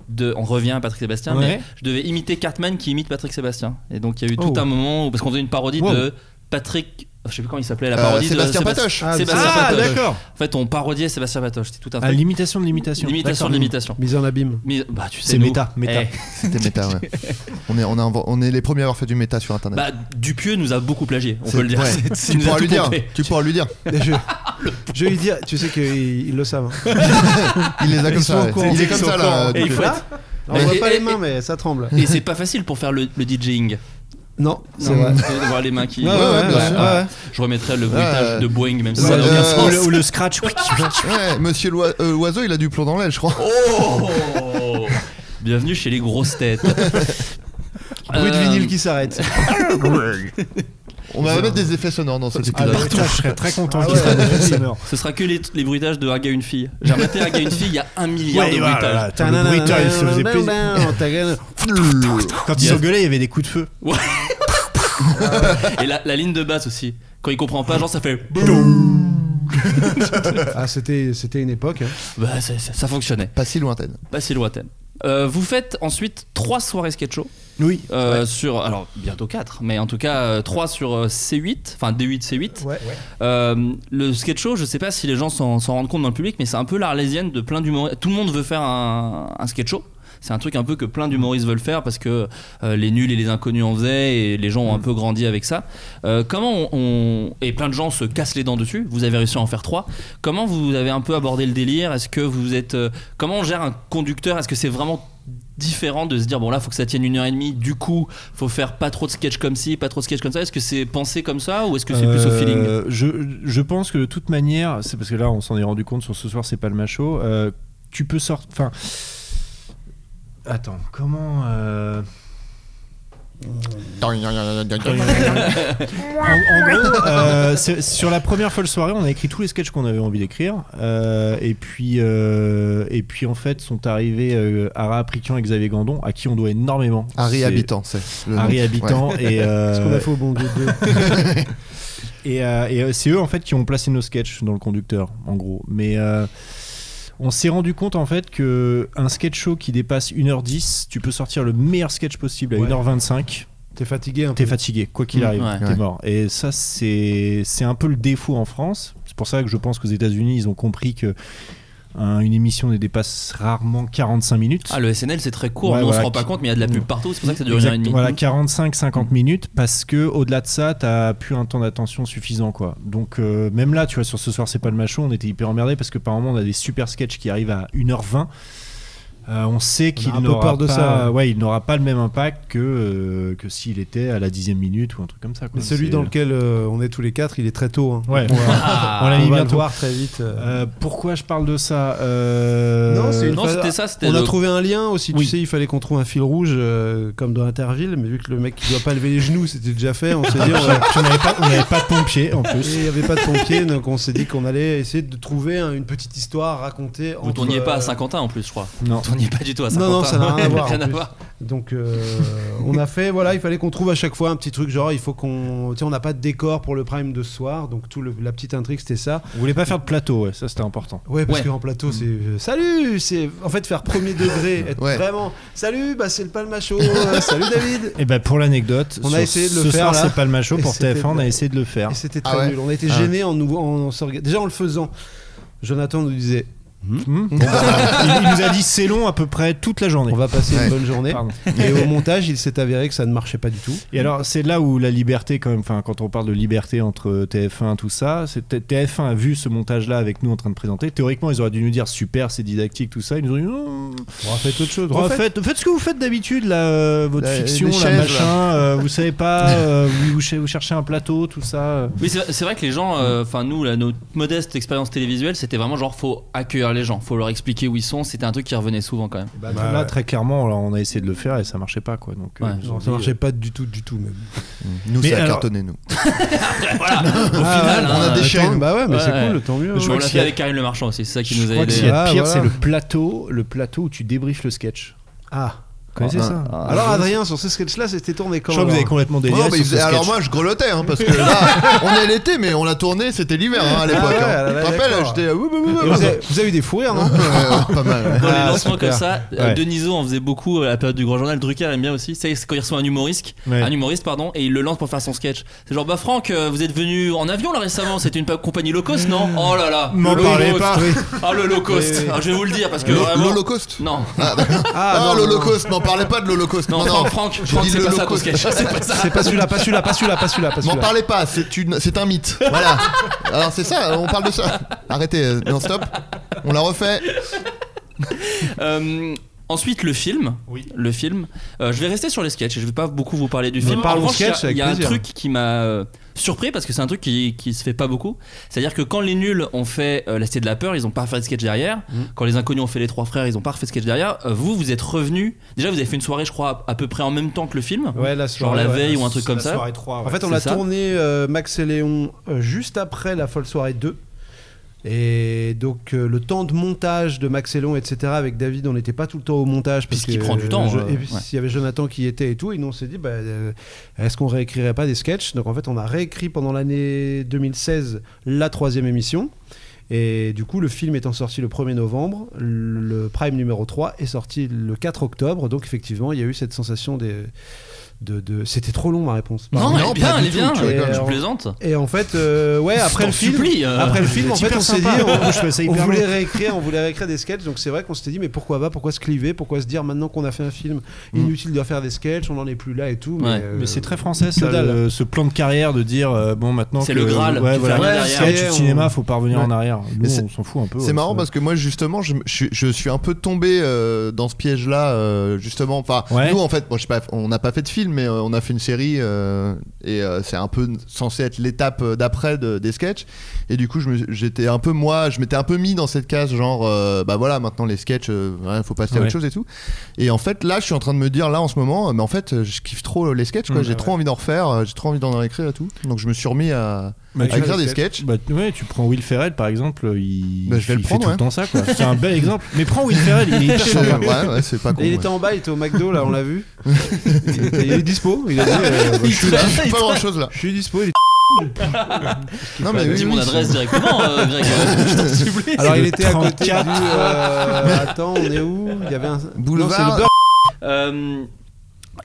[SPEAKER 8] De, on revient à Patrick Sébastien,
[SPEAKER 9] Ouais.
[SPEAKER 8] mais je devais imiter Cartman qui imite Patrick Sébastien. Et donc il y a eu tout
[SPEAKER 9] Oh.
[SPEAKER 8] un moment où, parce qu'on faisait une parodie
[SPEAKER 9] Wow.
[SPEAKER 8] de Patrick, je sais plus comment il s'appelait, la
[SPEAKER 11] Euh,
[SPEAKER 8] parodie
[SPEAKER 11] Sébastien
[SPEAKER 8] de Sébastien-
[SPEAKER 11] Patoche.
[SPEAKER 9] Ah,
[SPEAKER 8] Sébastien
[SPEAKER 9] ah,
[SPEAKER 8] Patoche.
[SPEAKER 9] d'accord.
[SPEAKER 8] En fait, on parodiait Sébastien Patoche, c'était tout un
[SPEAKER 9] Ah,
[SPEAKER 8] truc.
[SPEAKER 9] l'imitation de l'imitation.
[SPEAKER 8] euh, L'imitation de
[SPEAKER 9] D'accord.
[SPEAKER 8] l'imitation.
[SPEAKER 10] Mise en
[SPEAKER 8] [LAUGHS]
[SPEAKER 10] abîme.
[SPEAKER 8] Mais- bah, tu sais,
[SPEAKER 9] C'est
[SPEAKER 8] nous,
[SPEAKER 9] méta, méta.
[SPEAKER 8] eh,
[SPEAKER 11] C'était méta, ouais. On est, on, a invo- on est les premiers à avoir fait du méta sur internet.
[SPEAKER 8] Bah, Dupieux nous a beaucoup plagié, on
[SPEAKER 11] C'est-
[SPEAKER 8] peut le dire.
[SPEAKER 11] ouais.
[SPEAKER 8] C'est- [LAUGHS] c'est-
[SPEAKER 11] Tu
[SPEAKER 8] nous a
[SPEAKER 11] pourras
[SPEAKER 8] tout
[SPEAKER 11] lui dire.
[SPEAKER 8] pompé.
[SPEAKER 11] Tu pourras lui dire.
[SPEAKER 10] Et je, je vais lui dire, tu sais qu'ils ils le savent. hein.
[SPEAKER 11] Il les a comme
[SPEAKER 10] Ils sont
[SPEAKER 11] ça.
[SPEAKER 10] au
[SPEAKER 11] ouais.
[SPEAKER 10] courant.
[SPEAKER 11] Il est
[SPEAKER 10] Ils
[SPEAKER 11] comme
[SPEAKER 10] sont
[SPEAKER 11] ça
[SPEAKER 10] au courant.
[SPEAKER 11] là.
[SPEAKER 8] Et il
[SPEAKER 11] depuis-
[SPEAKER 8] faut être-
[SPEAKER 10] On
[SPEAKER 8] Et-
[SPEAKER 10] voit pas
[SPEAKER 8] et-
[SPEAKER 10] les mains, mais ça tremble.
[SPEAKER 8] Et c'est pas facile pour faire le, le DJing.
[SPEAKER 10] Non, c'est
[SPEAKER 8] Non,
[SPEAKER 10] vrai.
[SPEAKER 8] faut voir les mains qui.
[SPEAKER 10] Ouais, ouais, ouais, bien sûr.
[SPEAKER 8] voilà.
[SPEAKER 10] Ouais.
[SPEAKER 8] Je remettrai le bruitage
[SPEAKER 11] Ouais.
[SPEAKER 8] de Boeing, même si
[SPEAKER 11] Ouais,
[SPEAKER 8] ça n'a aucun
[SPEAKER 11] euh,
[SPEAKER 8] sens.
[SPEAKER 9] Ou le, ou le scratch.
[SPEAKER 11] Ouais, Monsieur l'oi- euh, l'oiseau, il a du plomb dans l'aile, je crois.
[SPEAKER 8] Oh Bienvenue chez les grosses têtes.
[SPEAKER 10] bruit de
[SPEAKER 9] Euh,
[SPEAKER 10] vinyle
[SPEAKER 9] [LAUGHS]
[SPEAKER 10] qui s'arrête.
[SPEAKER 11] On va mettre des effets sonores dans cet
[SPEAKER 10] Ah,
[SPEAKER 11] épisode.
[SPEAKER 10] bah, putain, je serais très content qu'il
[SPEAKER 8] Ce
[SPEAKER 10] y ait
[SPEAKER 8] sera-
[SPEAKER 10] des effets sonores.
[SPEAKER 8] Euh, Ce sera que les, les bruitages de Haga une fille. J'ai rematé Haga une fille, il y a un milliard
[SPEAKER 9] Ouais,
[SPEAKER 8] de
[SPEAKER 9] voilà,
[SPEAKER 8] bruitages.
[SPEAKER 9] là, t'as le bruitage, il se faisait plaisir. [LAUGHS] Quand ils
[SPEAKER 8] Yes.
[SPEAKER 9] s'engueulaient, il y avait des coups de feu.
[SPEAKER 8] Ouais. Et la, la ligne de basse aussi. Quand il comprend pas, genre ça fait.
[SPEAKER 10] Ah, c'était c'était une époque. hein.
[SPEAKER 8] Bah, ça, ça- ça fonctionnait.
[SPEAKER 11] Pas si lointaine.
[SPEAKER 8] Pas si lointaine. Euh, vous faites ensuite trois soirées sketch show.
[SPEAKER 10] Oui.
[SPEAKER 8] Euh, Sur, alors bientôt 4, mais en tout cas euh, trois sur euh, C8, enfin D8, C8.
[SPEAKER 10] Ouais.
[SPEAKER 8] Euh, le sketch show, je sais pas si les gens s'en s'en rendent compte dans le public, mais c'est un peu l'arlésienne de plein d'humoristes. Tout le monde veut faire un, un sketch show. C'est un truc un peu que plein d'humoristes veulent faire parce que euh, les nuls et les inconnus en faisaient et les gens ont un peu grandi avec ça. Euh, comment on, on- Et plein de gens se cassent les dents dessus. Vous avez réussi à en faire trois. Comment vous avez un peu abordé le délire Est-ce que vous êtes. euh, comment on gère un conducteur Est-ce que c'est vraiment différent de se dire bon là faut que ça tienne une heure et demie du coup faut faire pas trop de sketch comme ci pas trop de sketch comme ça est-ce que c'est pensé comme ça ou est-ce que c'est plus au
[SPEAKER 9] Euh,
[SPEAKER 8] feeling
[SPEAKER 9] je, je pense que de toute manière, c'est parce que là, on s'en est rendu compte sur ce soir, c'est pas le macho. euh, tu peux sortir. Enfin. Attends, comment. euh, [LAUGHS] En, en gros, euh, c'est- sur la première folle soirée, on a écrit tous les sketchs qu'on avait envie d'écrire. euh, et puis, euh, et puis en fait, sont arrivés euh, Ara Aprikian et Xavier Gandon, à qui on doit énormément.
[SPEAKER 11] Harry
[SPEAKER 9] C'est-
[SPEAKER 11] Habitant, c'est le nom.
[SPEAKER 9] Harry Habitant
[SPEAKER 11] Ouais. [LAUGHS]
[SPEAKER 9] et. euh,
[SPEAKER 11] Ce qu'on a fait au bon Dieu de Dieu.
[SPEAKER 9] [LAUGHS] et euh, et, euh, c'est eux en fait qui ont placé nos sketchs dans le conducteur, en gros. Mais euh, on s'est rendu compte en fait que un sketch show qui dépasse 1h10, tu peux sortir le meilleur sketch possible à
[SPEAKER 10] Ouais.
[SPEAKER 9] 1h25.
[SPEAKER 10] T'es fatigué un
[SPEAKER 9] T'es fatigué, quoi qu'il
[SPEAKER 11] Mm,
[SPEAKER 10] Mmh,
[SPEAKER 9] arrive,
[SPEAKER 10] ouais.
[SPEAKER 9] t'es
[SPEAKER 10] Ouais.
[SPEAKER 9] mort. Et ça, c'est c'est un peu le défaut en France. C'est pour ça que je pense qu'aux États-Unis, ils ont compris que un- une émission ne dépasse rarement 45 minutes.
[SPEAKER 8] Ah, le SNL, c'est très court. Nous, on se rend pas compte, mais il y a de la pub partout, c'est pour ça que ça dure une Mm. heure et
[SPEAKER 9] Exact-
[SPEAKER 8] demie.
[SPEAKER 9] Voilà, 45-50 minutes, parce que au-delà de ça, t'as plus un temps d'attention suffisant, quoi. Donc, euh, même là, tu vois, sur ce soir, c'est pas le macho, on était hyper emmerdés parce que par moment, on a des super sketchs qui arrivent à 1h20. Euh, on sait qu'il
[SPEAKER 10] un peu
[SPEAKER 9] n'aura
[SPEAKER 10] peur de
[SPEAKER 9] pas,
[SPEAKER 10] ça, ouais.
[SPEAKER 9] ouais, il n'aura pas le même impact que euh, que s'il était à la dixième minute ou un truc comme ça. quoi.
[SPEAKER 10] Mais celui
[SPEAKER 9] C'est-
[SPEAKER 10] dans lequel euh, on est tous les quatre, il est très tôt. hein.
[SPEAKER 9] Ouais.
[SPEAKER 10] On va-
[SPEAKER 9] Ah. [LAUGHS] On
[SPEAKER 10] [LAUGHS]
[SPEAKER 9] l'a
[SPEAKER 10] on
[SPEAKER 9] mis
[SPEAKER 10] va le
[SPEAKER 9] bientôt.
[SPEAKER 10] voir très vite. euh.
[SPEAKER 9] Euh, pourquoi je parle de ça Euh,
[SPEAKER 10] Non, c'est une
[SPEAKER 8] Non,
[SPEAKER 10] phase-
[SPEAKER 8] c'était ça, c'était
[SPEAKER 10] On a
[SPEAKER 8] le-
[SPEAKER 10] trouvé un lien aussi.
[SPEAKER 9] Oui.
[SPEAKER 10] Tu sais, il fallait qu'on trouve un fil rouge euh, comme dans Interville, mais vu que le mec qui doit pas lever les genoux, c'était déjà fait. On s'est dit,
[SPEAKER 9] [LAUGHS]
[SPEAKER 10] on va-
[SPEAKER 9] Puis on n'avait pas, on n'avait pas de pompier en plus.
[SPEAKER 10] [LAUGHS] Et Il n'y avait pas de pompier, donc on s'est dit qu'on allait essayer de trouver un- une petite histoire racontée.
[SPEAKER 8] Vous
[SPEAKER 10] entre,
[SPEAKER 8] tourniez pas à
[SPEAKER 10] euh,
[SPEAKER 8] Saint-Quentin en plus, je crois.
[SPEAKER 9] Non.
[SPEAKER 8] Vous tourniez pas du tout à
[SPEAKER 10] Non,
[SPEAKER 8] Saint-Quentin.
[SPEAKER 10] non, ça
[SPEAKER 9] [LAUGHS]
[SPEAKER 10] n'a rien à voir. en
[SPEAKER 8] Rien à [LAUGHS]
[SPEAKER 10] plus.
[SPEAKER 8] voir.
[SPEAKER 10] Donc, euh, on a fait, voilà, il fallait qu'on trouve à chaque fois un petit truc, genre, il faut qu'on. Tu sais, on n'a pas de décor pour le prime de ce soir, donc tout le- la petite intrigue, c'était ça.
[SPEAKER 9] Vous voulez pas faire de plateau, ouais, ça c'était important.
[SPEAKER 10] Ouais, parce
[SPEAKER 9] Ouais.
[SPEAKER 10] qu'en plateau, c'est. euh, salut C'est. En fait, faire
[SPEAKER 9] [LAUGHS]
[SPEAKER 10] premier degré, être
[SPEAKER 9] Ouais.
[SPEAKER 10] vraiment. Salut, bah, c'est le Palmacho, euh, salut
[SPEAKER 9] [LAUGHS]
[SPEAKER 10] David
[SPEAKER 9] Et ben pour l'anecdote,
[SPEAKER 10] On a
[SPEAKER 9] sur
[SPEAKER 10] essayé de le
[SPEAKER 9] ce
[SPEAKER 10] faire,
[SPEAKER 9] soir,
[SPEAKER 10] là.
[SPEAKER 9] c'est pas le macho
[SPEAKER 10] Et
[SPEAKER 9] pour
[SPEAKER 10] c'était-
[SPEAKER 9] TF1, on a essayé de le faire.
[SPEAKER 10] Et c'était très nul. On a été
[SPEAKER 9] Ah ouais.
[SPEAKER 10] gênés en nous. en- en s'orga- Déjà en le faisant, Jonathan nous disait.
[SPEAKER 9] Hmm. Bon, bah, il, il nous a dit c'est long à peu près toute la journée.
[SPEAKER 10] On va passer
[SPEAKER 9] Ouais.
[SPEAKER 10] une bonne journée.
[SPEAKER 9] Pardon.
[SPEAKER 10] Et
[SPEAKER 9] [LAUGHS]
[SPEAKER 10] au montage, il s'est avéré que ça ne marchait pas du tout.
[SPEAKER 9] Et alors c'est là où la liberté quand même, enfin quand on parle de liberté entre TF1 tout ça, c'est- TF1 a vu ce montage là avec nous en train de présenter. Théoriquement ils auraient dû nous dire super c'est didactique tout ça, ils nous ont dit non.
[SPEAKER 10] On refait autre chose.
[SPEAKER 9] Refaites- faites, ce que vous faites d'habitude, là, euh, votre
[SPEAKER 10] Là,
[SPEAKER 9] fiction,
[SPEAKER 10] les
[SPEAKER 9] là,
[SPEAKER 10] chaises,
[SPEAKER 9] machin,
[SPEAKER 10] là.
[SPEAKER 9] euh, vous savez
[SPEAKER 10] [LAUGHS]
[SPEAKER 9] pas, euh, vous, vous cher- vous cherchez un plateau, tout ça. euh.
[SPEAKER 8] Oui, c'est c'est vrai que les gens, euh, enfin nous, là, notre modeste expérience télévisuelle, c'était vraiment genre faut accueillir les gens, faut leur expliquer où ils sont. C'était un truc qui revenait souvent quand même.
[SPEAKER 10] Bah,
[SPEAKER 9] là, Bah, très clairement, alors, on a essayé de le faire et ça marchait pas, quoi. Donc, euh, ils ont
[SPEAKER 10] Non,
[SPEAKER 9] dit,
[SPEAKER 10] ça marchait pas du tout, du tout même.
[SPEAKER 11] Nous,
[SPEAKER 9] Mais
[SPEAKER 11] ça a
[SPEAKER 9] alors-
[SPEAKER 11] cartonné, nous.
[SPEAKER 8] voilà, [LAUGHS] au final,
[SPEAKER 9] ouais, on a
[SPEAKER 8] hein,
[SPEAKER 9] déchiré,
[SPEAKER 8] attends.
[SPEAKER 9] nous. Bah ouais, mais c'est cool, tant mieux. Je
[SPEAKER 8] Je
[SPEAKER 9] crois
[SPEAKER 8] on
[SPEAKER 9] que
[SPEAKER 8] l'a
[SPEAKER 9] s'il y
[SPEAKER 8] fait
[SPEAKER 9] a-
[SPEAKER 8] avec Karine Le Marchand aussi, c'est ça qui
[SPEAKER 9] Je
[SPEAKER 8] nous a
[SPEAKER 9] crois que
[SPEAKER 8] aidé.
[SPEAKER 9] s'il y a de pire,
[SPEAKER 10] voilà.
[SPEAKER 9] c'est le plateau, le plateau où tu débriefes le sketch.
[SPEAKER 10] Ah.
[SPEAKER 9] Vous connaissez
[SPEAKER 10] Ah,
[SPEAKER 9] ça
[SPEAKER 10] ah, Alors Adrien, sur ce sketch-là, c'était tourné
[SPEAKER 9] Je
[SPEAKER 10] quand
[SPEAKER 9] crois que vous
[SPEAKER 10] alors
[SPEAKER 9] avez complètement déliré.
[SPEAKER 11] Non, mais
[SPEAKER 9] sur
[SPEAKER 11] ils-
[SPEAKER 9] ce sketch.
[SPEAKER 11] alors moi je grelottais hein, parce que là on est l'été mais on l'a tourné c'était l'hiver hein, à l'époque.
[SPEAKER 10] Ah ouais,
[SPEAKER 11] hein.
[SPEAKER 10] là, là,
[SPEAKER 11] Je te rappelle
[SPEAKER 10] d'accord. Ah,
[SPEAKER 11] j'étais euh, ouh, ouh, ouh,
[SPEAKER 10] Et
[SPEAKER 11] ouh.
[SPEAKER 10] vous, avez, vous avez eu des fous rires, non
[SPEAKER 11] pas mal.
[SPEAKER 8] Dans
[SPEAKER 10] Ah,
[SPEAKER 8] les lancements
[SPEAKER 10] super.
[SPEAKER 8] comme ça, euh,
[SPEAKER 10] Ouais.
[SPEAKER 8] Denisot en faisait beaucoup à la période du Grand Journal. Drucker aime bien aussi. C'est c'est quand il reçoit un humoriste,
[SPEAKER 9] Ouais.
[SPEAKER 8] un humoriste pardon, et il le lance pour faire son sketch. C'est genre bah Franck, euh, vous êtes venu en avion là récemment. C'était une pa- compagnie low cost, non Oh là là.
[SPEAKER 9] M'en
[SPEAKER 8] le low
[SPEAKER 9] parlez
[SPEAKER 8] cost.
[SPEAKER 9] pas.
[SPEAKER 8] Ah le low cost.
[SPEAKER 11] Oui, oui.
[SPEAKER 8] Ah, je vais vous le dire parce que
[SPEAKER 11] L'ho-
[SPEAKER 8] vraiment-
[SPEAKER 11] L'Holocauste
[SPEAKER 8] Non.
[SPEAKER 11] Ah, l'Holocauste, n'en parlez pas de l'Holocauste.
[SPEAKER 8] Non, Franck, Franck,
[SPEAKER 11] J'ai
[SPEAKER 8] Franck,
[SPEAKER 11] dit
[SPEAKER 8] c'est pas ça ton [LAUGHS]
[SPEAKER 11] l'Holocauste.
[SPEAKER 8] sketch, c'est pas ça.
[SPEAKER 10] C'est pas celui-là, pas celui-là, pas celui-là, pas celui-là. pas
[SPEAKER 11] N'en
[SPEAKER 10] celui-là.
[SPEAKER 11] parlez pas, c'est une- c'est un mythe. Voilà. Alors c'est ça, on parle de ça. Arrêtez, euh, non stop. On la refait.
[SPEAKER 8] Euh, Ensuite, le film. Le film. Euh, je vais rester sur les sketchs. Je vais pas beaucoup vous parler du
[SPEAKER 10] Mais
[SPEAKER 8] film. En
[SPEAKER 10] parlons
[SPEAKER 8] revanche,
[SPEAKER 10] sketch
[SPEAKER 8] il y a- Il y a un
[SPEAKER 10] avec plaisir.
[SPEAKER 8] truc qui m'a euh, surpris parce que c'est un truc qui, qui se fait pas beaucoup. C'est-à-dire que quand les nuls ont fait euh, La Cité de la Peur, ils ont pas fait de sketch derrière.
[SPEAKER 10] Mm.
[SPEAKER 8] Quand les inconnus ont fait Les Trois Frères, ils ont pas refait de sketch derrière. Euh, vous, vous êtes revenus. Déjà, vous avez fait une soirée, je crois, à, à peu près en même temps que le film.
[SPEAKER 10] Ouais, la soirée,
[SPEAKER 8] Genre la
[SPEAKER 10] ouais.
[SPEAKER 8] veille ou un truc
[SPEAKER 10] La
[SPEAKER 8] comme ça.
[SPEAKER 10] soirée 3, ouais. En fait, on
[SPEAKER 8] C'est
[SPEAKER 10] l'a
[SPEAKER 8] ça.
[SPEAKER 10] tourné euh, Max et Léon euh, juste après la folle soirée 2. Et donc euh, le temps de montage de Max et Léon, etc. Avec David, on n'était pas tout le temps au montage parce
[SPEAKER 8] Puisqu'il
[SPEAKER 10] que,
[SPEAKER 8] prend du temps,
[SPEAKER 10] je-
[SPEAKER 8] euh,
[SPEAKER 10] et puis,
[SPEAKER 8] ouais.
[SPEAKER 10] il y avait Jonathan qui y était et tout, et nous on s'est dit, bah, euh, est-ce qu'on réécrirait pas des sketchs Donc en fait, on a réécrit pendant l'année 2016 la troisième émission. Et du coup, le film étant sorti le 1er novembre, le Prime numéro 3 est sorti le 4 octobre. Donc effectivement, il y a eu cette sensation des... De, de- C'était trop long ma réponse.
[SPEAKER 8] Non, elle est bien,
[SPEAKER 10] pas
[SPEAKER 8] elle
[SPEAKER 10] du
[SPEAKER 8] est bien.
[SPEAKER 10] tout,
[SPEAKER 8] Tu
[SPEAKER 10] et
[SPEAKER 8] rigoles, tu
[SPEAKER 10] en-
[SPEAKER 8] plaisantes.
[SPEAKER 10] Et en fait, euh, ouais,
[SPEAKER 8] Je
[SPEAKER 10] après
[SPEAKER 8] t'en
[SPEAKER 10] le film,
[SPEAKER 8] supplie, euh,
[SPEAKER 10] après le film, en
[SPEAKER 8] c'est
[SPEAKER 10] fait,
[SPEAKER 8] hyper
[SPEAKER 10] on s'est dit,
[SPEAKER 8] sympa.
[SPEAKER 10] on,
[SPEAKER 8] Je trouvais ça
[SPEAKER 10] on
[SPEAKER 8] hyper
[SPEAKER 10] voulait
[SPEAKER 8] long.
[SPEAKER 10] réécrire, on voulait réécrire des sketchs. Donc c'est vrai qu'on s'était dit, mais pourquoi pas, pourquoi se cliver, pourquoi se dire maintenant qu'on a fait un film, inutile de faire des sketchs, on n'en est plus là et tout. Mais,
[SPEAKER 9] Ouais.
[SPEAKER 10] euh,
[SPEAKER 9] Mais c'est très français
[SPEAKER 10] que
[SPEAKER 9] ça,
[SPEAKER 10] dalle.
[SPEAKER 9] le- ce plan de carrière de dire euh, bon maintenant
[SPEAKER 10] C'est
[SPEAKER 9] que-
[SPEAKER 10] le Graal,
[SPEAKER 9] ouais,
[SPEAKER 10] tu
[SPEAKER 9] voilà,
[SPEAKER 10] fais rien
[SPEAKER 9] le
[SPEAKER 10] derrière.
[SPEAKER 9] sketch
[SPEAKER 10] Ouais,
[SPEAKER 9] du
[SPEAKER 10] on-
[SPEAKER 9] cinéma faut pas revenir en
[SPEAKER 11] Ouais.
[SPEAKER 9] arrière
[SPEAKER 11] Mais
[SPEAKER 9] Nous,
[SPEAKER 11] c'est-
[SPEAKER 9] on s'en fout un peu hein,
[SPEAKER 11] C'est marrant parce que moi justement je, me- je suis- je suis un peu tombé euh, dans ce piège là justement enfin
[SPEAKER 9] Ouais.
[SPEAKER 11] nous en fait bon, je sais pas, on n'a pas fait de film mais euh, on a fait une série euh, et euh, c'est un peu censé être l'étape euh, d'après de- des sketchs et du coup je me- j'étais un peu moi je m'étais un peu mis dans cette case genre euh, bah voilà maintenant les sketchs euh, ouais, faut passer à
[SPEAKER 9] Ouais.
[SPEAKER 11] autre chose et tout et en fait là je suis en train de me dire là en ce moment euh, mais en fait euh, je kiffe trop les sketchs quoi,
[SPEAKER 9] Ouais,
[SPEAKER 11] j'ai
[SPEAKER 9] Mm, ouais.
[SPEAKER 11] trop envie d'en refaire euh, j'ai trop envie d'en écrire et tout donc je me suis remis à, à écrire des
[SPEAKER 9] [LAUGHS]
[SPEAKER 11] sketchs
[SPEAKER 9] Bah, ouais, tu prends Will Ferrell par exemple, il,
[SPEAKER 11] Bah, je vais
[SPEAKER 9] il
[SPEAKER 11] le prendre,
[SPEAKER 9] fait tout
[SPEAKER 11] ouais.
[SPEAKER 9] le temps ça quoi. C'est un bel exemple. Mais prends Will Ferrell,
[SPEAKER 11] [LAUGHS]
[SPEAKER 9] il est hyper
[SPEAKER 11] C'est-
[SPEAKER 9] sympa.
[SPEAKER 11] ouais, ouais, c'est pas con,
[SPEAKER 10] Et il
[SPEAKER 11] ouais.
[SPEAKER 10] était en bas, il était au McDo là, on l'a vu. il, était- il est dispo, il a dit, euh, bah, je suis là.
[SPEAKER 11] pas grand chose là.
[SPEAKER 10] Je suis dispo, il est
[SPEAKER 11] Non,
[SPEAKER 10] Dis mon adresse
[SPEAKER 8] directement, euh,
[SPEAKER 10] [LAUGHS]
[SPEAKER 8] Greg, euh, je t'en supplie.
[SPEAKER 10] Alors
[SPEAKER 8] C'est
[SPEAKER 10] il
[SPEAKER 8] le
[SPEAKER 10] était à côté du.
[SPEAKER 8] 34.
[SPEAKER 10] [LAUGHS] euh, Attends, on est où Il y avait un.
[SPEAKER 11] Boulevard.
[SPEAKER 10] Non, c'est le Beurre.
[SPEAKER 8] Euh,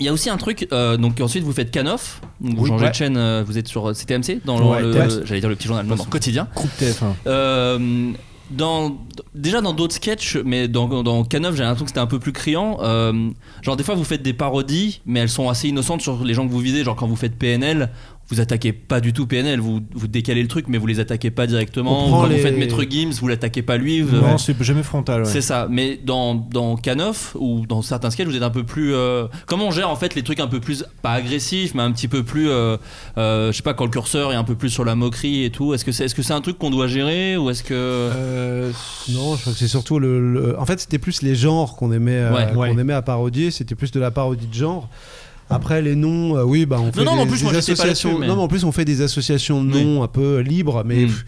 [SPEAKER 8] Il y a aussi un truc, euh, donc ensuite vous faites Canoff, donc vous
[SPEAKER 9] Oui.
[SPEAKER 8] changez
[SPEAKER 9] Ouais.
[SPEAKER 8] de chaîne, euh, vous êtes sur euh, CTMC, dans
[SPEAKER 9] Ouais,
[SPEAKER 8] le,
[SPEAKER 9] TF1.
[SPEAKER 8] j'allais dire le petit journal, non, dans le quotidien.
[SPEAKER 9] Groupe TF1.
[SPEAKER 8] Euh, dans, déjà dans d'autres sketchs, mais dans, dans Canoff, j'ai l'impression que c'était un peu plus criant. Euh, genre, des fois, vous faites des parodies, mais elles sont assez innocentes sur les gens que vous visez. Genre, quand vous faites PNL, vous attaquez pas du tout PNL, vous, vous décalez le truc, mais vous les attaquez pas directement.
[SPEAKER 9] On prend
[SPEAKER 8] Quand
[SPEAKER 9] les-
[SPEAKER 8] vous faites Maître Gims, vous l'attaquez pas lui. vous-
[SPEAKER 9] Non, c'est jamais frontal. ouais.
[SPEAKER 8] c'est ça, mais dans, dans Canoff ou dans certains sketchs, vous êtes un peu plus. euh, comment on gère en fait les trucs un peu plus, pas agressifs, mais un petit peu plus. euh, euh, je sais pas, quand le curseur est un peu plus sur la moquerie et tout. Est-ce que c'est est -ce c'est un truc qu'on doit gérer ou est-ce que.
[SPEAKER 10] euh, Non, je crois que c'est surtout le, le- En fait, c'était plus les genres qu'on aimait, euh,
[SPEAKER 8] Ouais.
[SPEAKER 10] qu'on
[SPEAKER 8] Ouais.
[SPEAKER 10] aimait à parodier. C'était plus de la parodie de genre. Après les noms, euh, oui, bah on fait
[SPEAKER 8] non,
[SPEAKER 10] des,
[SPEAKER 8] mais en plus,
[SPEAKER 10] des
[SPEAKER 8] moi, j'étais pas
[SPEAKER 10] associations.
[SPEAKER 8] là-dessus, mais- Hmm.
[SPEAKER 10] Non, mais en plus on fait des associations de noms un peu libres, mais pff,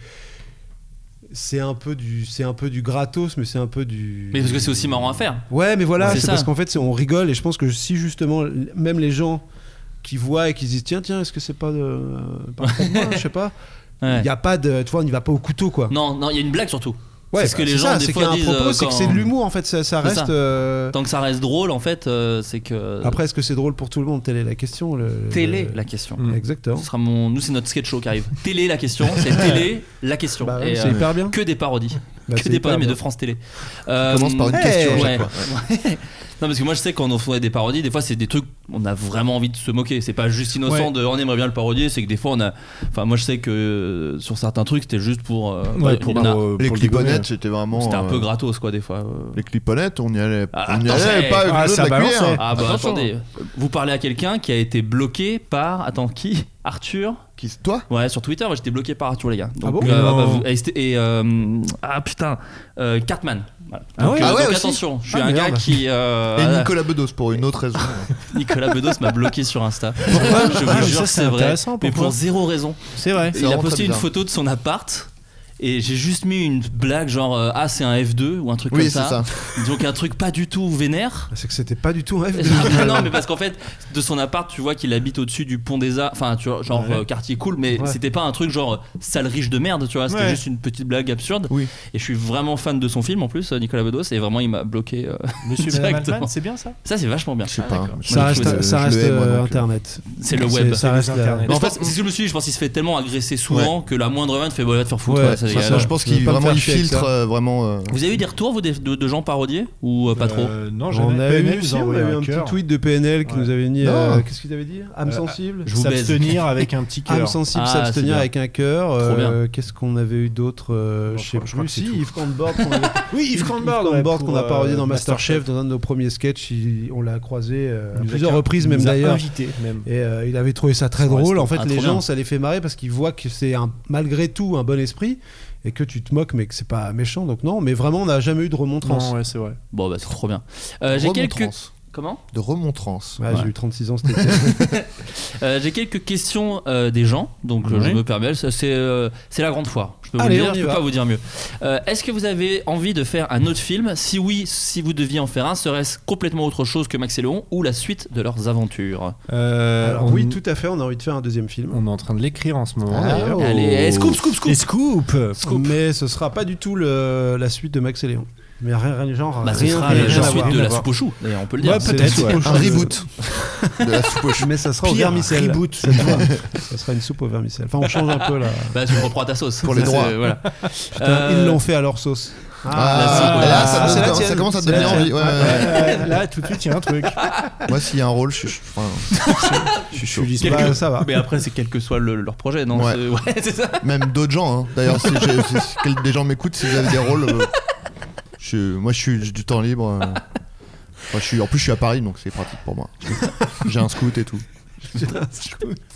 [SPEAKER 10] c'est un peu du, c'est un peu du gratos, mais c'est un peu du.
[SPEAKER 8] Mais parce que c'est aussi marrant à faire.
[SPEAKER 10] Ouais, mais voilà,
[SPEAKER 8] C'est
[SPEAKER 10] c'est
[SPEAKER 8] ça.
[SPEAKER 10] parce qu'en fait, c'est- on rigole et je pense que si justement, l- même les gens qui voient et qui se disent tiens, tiens, est-ce que c'est pas de. pas pour moi, je sais pas. Il
[SPEAKER 8] Ouais.
[SPEAKER 10] y a pas de. Tu vois, on n'y va pas au couteau quoi.
[SPEAKER 8] Non, non, il y a une blague surtout.
[SPEAKER 10] Ouais,
[SPEAKER 8] c'est ce que
[SPEAKER 10] bah,
[SPEAKER 8] les
[SPEAKER 10] c'est
[SPEAKER 8] gens
[SPEAKER 10] ça,
[SPEAKER 8] des
[SPEAKER 10] c'est
[SPEAKER 8] fois
[SPEAKER 10] qu'il y a un
[SPEAKER 8] disent.
[SPEAKER 10] propos,
[SPEAKER 8] euh,
[SPEAKER 10] c'est que
[SPEAKER 8] quand-
[SPEAKER 10] c'est de l'humour, en fait, ça- ça
[SPEAKER 8] C'est
[SPEAKER 10] reste, euh,
[SPEAKER 8] Tant que ça reste drôle, en fait, euh, c'est que.
[SPEAKER 10] Après, euh, est-ce que c'est drôle pour tout le monde Telle est la question. le-
[SPEAKER 8] Télé,
[SPEAKER 10] le- Hmm.
[SPEAKER 8] la question.
[SPEAKER 10] Exactement.
[SPEAKER 8] Ce sera mon... Nous, c'est notre sketch show qui arrive. Télé, la question. C'est télé, la question.
[SPEAKER 10] Bah
[SPEAKER 8] Et, euh,
[SPEAKER 10] ouais, c'est hyper bien.
[SPEAKER 8] Que des parodies.
[SPEAKER 10] Bah,
[SPEAKER 8] que
[SPEAKER 10] c'est
[SPEAKER 8] des
[SPEAKER 10] hyper
[SPEAKER 8] parodies, mais
[SPEAKER 10] bien.
[SPEAKER 8] de France Télé. Euh,
[SPEAKER 11] commence par une question à chaque fois.
[SPEAKER 8] Ouais. [LAUGHS] non, parce que moi, je sais que quand on fait des parodies, des fois, c'est des trucs, on a vraiment envie de se moquer. C'est pas juste innocent
[SPEAKER 9] Ouais.
[SPEAKER 8] de oh, on aimerait bien le parodier. C'est que des fois, on a. Enfin, moi, je sais que euh, sur certains trucs, c'était juste pour. euh,
[SPEAKER 11] Ouais,
[SPEAKER 8] il y
[SPEAKER 11] pour-
[SPEAKER 8] en a-
[SPEAKER 11] pour- Les pour le cliponnettes, dégommer. c'était vraiment,
[SPEAKER 8] C'était un peu
[SPEAKER 11] euh,
[SPEAKER 8] gratos, quoi, des fois. euh.
[SPEAKER 11] Les cliponettes, on y allait,
[SPEAKER 8] Ah,
[SPEAKER 11] on y
[SPEAKER 8] attends,
[SPEAKER 11] allait
[SPEAKER 8] c'est-
[SPEAKER 11] pas avec le dos de la cuillère.
[SPEAKER 8] Ah bah
[SPEAKER 11] Attention.
[SPEAKER 8] attendez, vous parlez à quelqu'un qui a été bloqué par attends qui Arthur
[SPEAKER 11] qui toi
[SPEAKER 8] Ouais, sur Twitter, moi, j'étais bloqué par Arthur les gars.
[SPEAKER 11] Ah bon
[SPEAKER 8] euh,
[SPEAKER 11] Non.
[SPEAKER 8] bah, vous- et c'était- et, euh, ah putain, euh, Cartman. Voilà.
[SPEAKER 11] Ah
[SPEAKER 8] Donc,
[SPEAKER 11] ouais.
[SPEAKER 8] euh,
[SPEAKER 11] Ah ouais,
[SPEAKER 8] donc
[SPEAKER 11] aussi
[SPEAKER 8] attention, je suis
[SPEAKER 11] Ah,
[SPEAKER 8] un
[SPEAKER 11] merde.
[SPEAKER 8] gars qui euh,
[SPEAKER 11] Et
[SPEAKER 8] voilà.
[SPEAKER 11] Nicolas Bedos pour une autre raison.
[SPEAKER 8] [LAUGHS] Nicolas Bedos m'a bloqué sur Insta. je
[SPEAKER 9] Ah, mais
[SPEAKER 8] vous
[SPEAKER 9] ça,
[SPEAKER 8] jure,
[SPEAKER 9] c'est
[SPEAKER 8] c'est vrai.
[SPEAKER 9] intéressant,
[SPEAKER 8] Mais
[SPEAKER 9] pourquoi
[SPEAKER 8] pour zéro raison.
[SPEAKER 9] C'est
[SPEAKER 8] [LAUGHS]
[SPEAKER 9] vrai. C'est
[SPEAKER 8] Il a
[SPEAKER 9] vraiment
[SPEAKER 8] posté
[SPEAKER 9] très
[SPEAKER 8] une
[SPEAKER 9] bizarre.
[SPEAKER 8] photo de son appart. Et j'ai juste mis une blague genre euh, ah c'est un F2 ou un truc
[SPEAKER 10] Oui,
[SPEAKER 8] comme
[SPEAKER 10] c'est
[SPEAKER 8] ça. Donc un truc pas du tout vénère.
[SPEAKER 10] Ah, C'est que c'était pas du tout
[SPEAKER 8] [LAUGHS]
[SPEAKER 10] un rêve. [LAUGHS]
[SPEAKER 8] Ah, non mais parce qu'en fait de son appart tu vois qu'il habite au-dessus du pont des Arts enfin tu vois genre
[SPEAKER 10] Ouais.
[SPEAKER 8] euh, quartier cool mais
[SPEAKER 10] Ouais.
[SPEAKER 8] c'était pas un truc genre euh, sale riche de merde tu vois c'était
[SPEAKER 10] Ouais.
[SPEAKER 8] juste une petite blague absurde et je suis vraiment fan de son film en plus euh, Nicolas Bedos et vraiment il m'a bloqué euh, [LAUGHS]
[SPEAKER 9] Monsieur et Madame
[SPEAKER 8] directement.
[SPEAKER 9] Altman, c'est bien, ça
[SPEAKER 8] ça c'est vachement bien
[SPEAKER 11] sais pas.
[SPEAKER 8] d'accord.
[SPEAKER 11] Ça
[SPEAKER 8] Moi,
[SPEAKER 10] reste-
[SPEAKER 8] je trouve
[SPEAKER 10] ça reste, euh, Internet.
[SPEAKER 8] c'est le
[SPEAKER 10] C'est-
[SPEAKER 8] web
[SPEAKER 10] ça reste euh, Internet.
[SPEAKER 8] Mais je
[SPEAKER 10] En
[SPEAKER 8] pense- c'est ce que je me suis dit, je pense qu'il se fait tellement agresser souvent
[SPEAKER 10] Ouais.
[SPEAKER 8] que la moindre vanne fait bon, va te faire foutre
[SPEAKER 10] Ouais.
[SPEAKER 8] ouais, ça- ségrégation.
[SPEAKER 11] je pense qu'il vraiment il filtre euh, vraiment. euh,
[SPEAKER 8] Vous avez eu des retours vous, des- de, de gens parodiés ou euh, pas trop
[SPEAKER 9] non,
[SPEAKER 10] on a
[SPEAKER 9] PNL
[SPEAKER 10] eu,
[SPEAKER 9] nous
[SPEAKER 10] si,
[SPEAKER 9] a
[SPEAKER 10] on
[SPEAKER 9] envoyé
[SPEAKER 10] a eu
[SPEAKER 9] un
[SPEAKER 10] un petit
[SPEAKER 9] cœur.
[SPEAKER 10] tweet de PNL qui nous avait mis.
[SPEAKER 9] Non.
[SPEAKER 10] euh, Qu'est-ce qu'il avait dit Âme
[SPEAKER 9] Euh,
[SPEAKER 10] sensible
[SPEAKER 9] je vous baise. S'abstenir avec un petit cœur.
[SPEAKER 10] Âme sensible,
[SPEAKER 9] [LAUGHS] Ah, c'est
[SPEAKER 10] s'abstenir
[SPEAKER 9] bien.
[SPEAKER 10] avec un cœur.
[SPEAKER 9] Trop bien.
[SPEAKER 10] euh, Qu'est-ce qu'on avait eu d'autre euh, Je sais
[SPEAKER 9] crois- je crois
[SPEAKER 10] plus.
[SPEAKER 9] que c'est
[SPEAKER 10] Si,
[SPEAKER 9] tout.
[SPEAKER 10] Yves Cambord.
[SPEAKER 9] [LAUGHS]
[SPEAKER 10] qu'on avait-
[SPEAKER 9] Oui, Yves Cambord, ouais,
[SPEAKER 10] Cambord
[SPEAKER 9] pour,
[SPEAKER 10] qu'on a parodié
[SPEAKER 9] euh,
[SPEAKER 10] dans
[SPEAKER 9] Masterchef.
[SPEAKER 10] Masterchef, dans un de nos premiers sketchs. il- On l'a croisé euh, à
[SPEAKER 9] Il nous a
[SPEAKER 10] plusieurs
[SPEAKER 9] car-
[SPEAKER 10] reprises,
[SPEAKER 9] il
[SPEAKER 10] même
[SPEAKER 9] nous a
[SPEAKER 10] d'ailleurs.
[SPEAKER 9] invités, même.
[SPEAKER 10] Et euh, il avait trouvé ça très
[SPEAKER 9] Son
[SPEAKER 10] drôle.
[SPEAKER 9] resto.
[SPEAKER 10] En fait,
[SPEAKER 9] Ah,
[SPEAKER 10] les
[SPEAKER 9] trop
[SPEAKER 10] gens,
[SPEAKER 9] bien.
[SPEAKER 10] ça les fait marrer parce qu'ils voient que c'est un- malgré tout un bon esprit. Et que tu te moques, mais que c'est pas méchant, donc non. Mais vraiment, on n'a jamais eu de remontrance.
[SPEAKER 9] Non, ouais, c'est vrai.
[SPEAKER 8] Bon, bah c'est trop bien. Euh, J'ai quelques.
[SPEAKER 11] Remontrance.
[SPEAKER 8] Comment
[SPEAKER 11] De remontrance.
[SPEAKER 10] Ah,
[SPEAKER 8] Ouais.
[SPEAKER 10] J'ai eu 36
[SPEAKER 9] [LAUGHS]
[SPEAKER 10] ans, c'était.
[SPEAKER 8] Euh, J'ai quelques questions euh, des gens, donc euh, je
[SPEAKER 10] Ouais.
[SPEAKER 8] me permets. ça, C'est euh, c'est la grande foire. Je peux vous
[SPEAKER 10] Allez,
[SPEAKER 8] le dire,
[SPEAKER 10] on y
[SPEAKER 8] je peux
[SPEAKER 10] va.
[SPEAKER 8] pas vous dire mieux. Euh, Est-ce que vous avez envie de faire un autre film Si oui, si vous deviez en faire un, serait-ce complètement autre chose que Max et Léon ou la suite de leurs aventures
[SPEAKER 9] Euh,
[SPEAKER 10] Alors
[SPEAKER 9] on-
[SPEAKER 10] oui, tout à fait, on a envie de faire un deuxième film.
[SPEAKER 9] On est en train de l'écrire en ce moment.
[SPEAKER 10] Ah,
[SPEAKER 9] d'ailleurs.
[SPEAKER 10] oh.
[SPEAKER 8] Allez, scoop, scoop, scoop.
[SPEAKER 9] Et scoop.
[SPEAKER 10] Mais ce sera pas du tout le- la suite de Max et Léon. Mais rien, rien genre,
[SPEAKER 8] Bah, ce
[SPEAKER 10] rien,
[SPEAKER 8] sera
[SPEAKER 10] rien
[SPEAKER 8] la
[SPEAKER 10] à
[SPEAKER 8] suite
[SPEAKER 10] voir.
[SPEAKER 8] de la soupe aux choux, d'ailleurs, on peut le dire.
[SPEAKER 9] Ouais,
[SPEAKER 10] C'est la
[SPEAKER 9] peut-être,
[SPEAKER 10] soupe
[SPEAKER 9] ouais.
[SPEAKER 10] aux
[SPEAKER 11] Un
[SPEAKER 10] choux.
[SPEAKER 11] reboot de la soupe aux choux.
[SPEAKER 10] Mais ça sera au
[SPEAKER 9] Pire
[SPEAKER 10] vermicelle.
[SPEAKER 9] reboot.
[SPEAKER 10] Ça, se voit. Ça sera une soupe au vermicelle. Enfin, on change un peu là.
[SPEAKER 8] Bah, tu reprends ta sauce.
[SPEAKER 11] Pour les
[SPEAKER 8] Ça, c'est-
[SPEAKER 11] droits.
[SPEAKER 8] Voilà.
[SPEAKER 10] Putain,
[SPEAKER 8] Euh,
[SPEAKER 10] Ils l'ont fait à leur sauce.
[SPEAKER 11] Ah,
[SPEAKER 8] la soupe,
[SPEAKER 11] là,
[SPEAKER 8] ouais.
[SPEAKER 11] ça,
[SPEAKER 10] Ah,
[SPEAKER 11] donne-
[SPEAKER 10] c'est la
[SPEAKER 11] ça
[SPEAKER 10] tienne.
[SPEAKER 11] commence à te
[SPEAKER 10] C'est la
[SPEAKER 11] donner
[SPEAKER 10] tienne.
[SPEAKER 11] envie. ouais, ouais, ouais.
[SPEAKER 9] Euh, là, tout de suite, il y a un truc.
[SPEAKER 11] Moi, s'il y a un rôle, je suis, enfin, je suis chaud.
[SPEAKER 10] Bah,
[SPEAKER 8] Quelque-
[SPEAKER 10] ça va.
[SPEAKER 8] Mais après, c'est quel que soit le- leur projet, non
[SPEAKER 11] Ouais.
[SPEAKER 8] C'est- [LAUGHS] ouais, c'est ça.
[SPEAKER 11] Même d'autres gens. hein. D'ailleurs, si, j'ai- si- si quel- des gens m'écoutent, si vous avez des rôles, euh, je- moi, je suis j'ai du temps libre. euh. Enfin, je suis, en plus, je suis à Paris, donc c'est pratique pour moi. J'ai un scout et tout. Je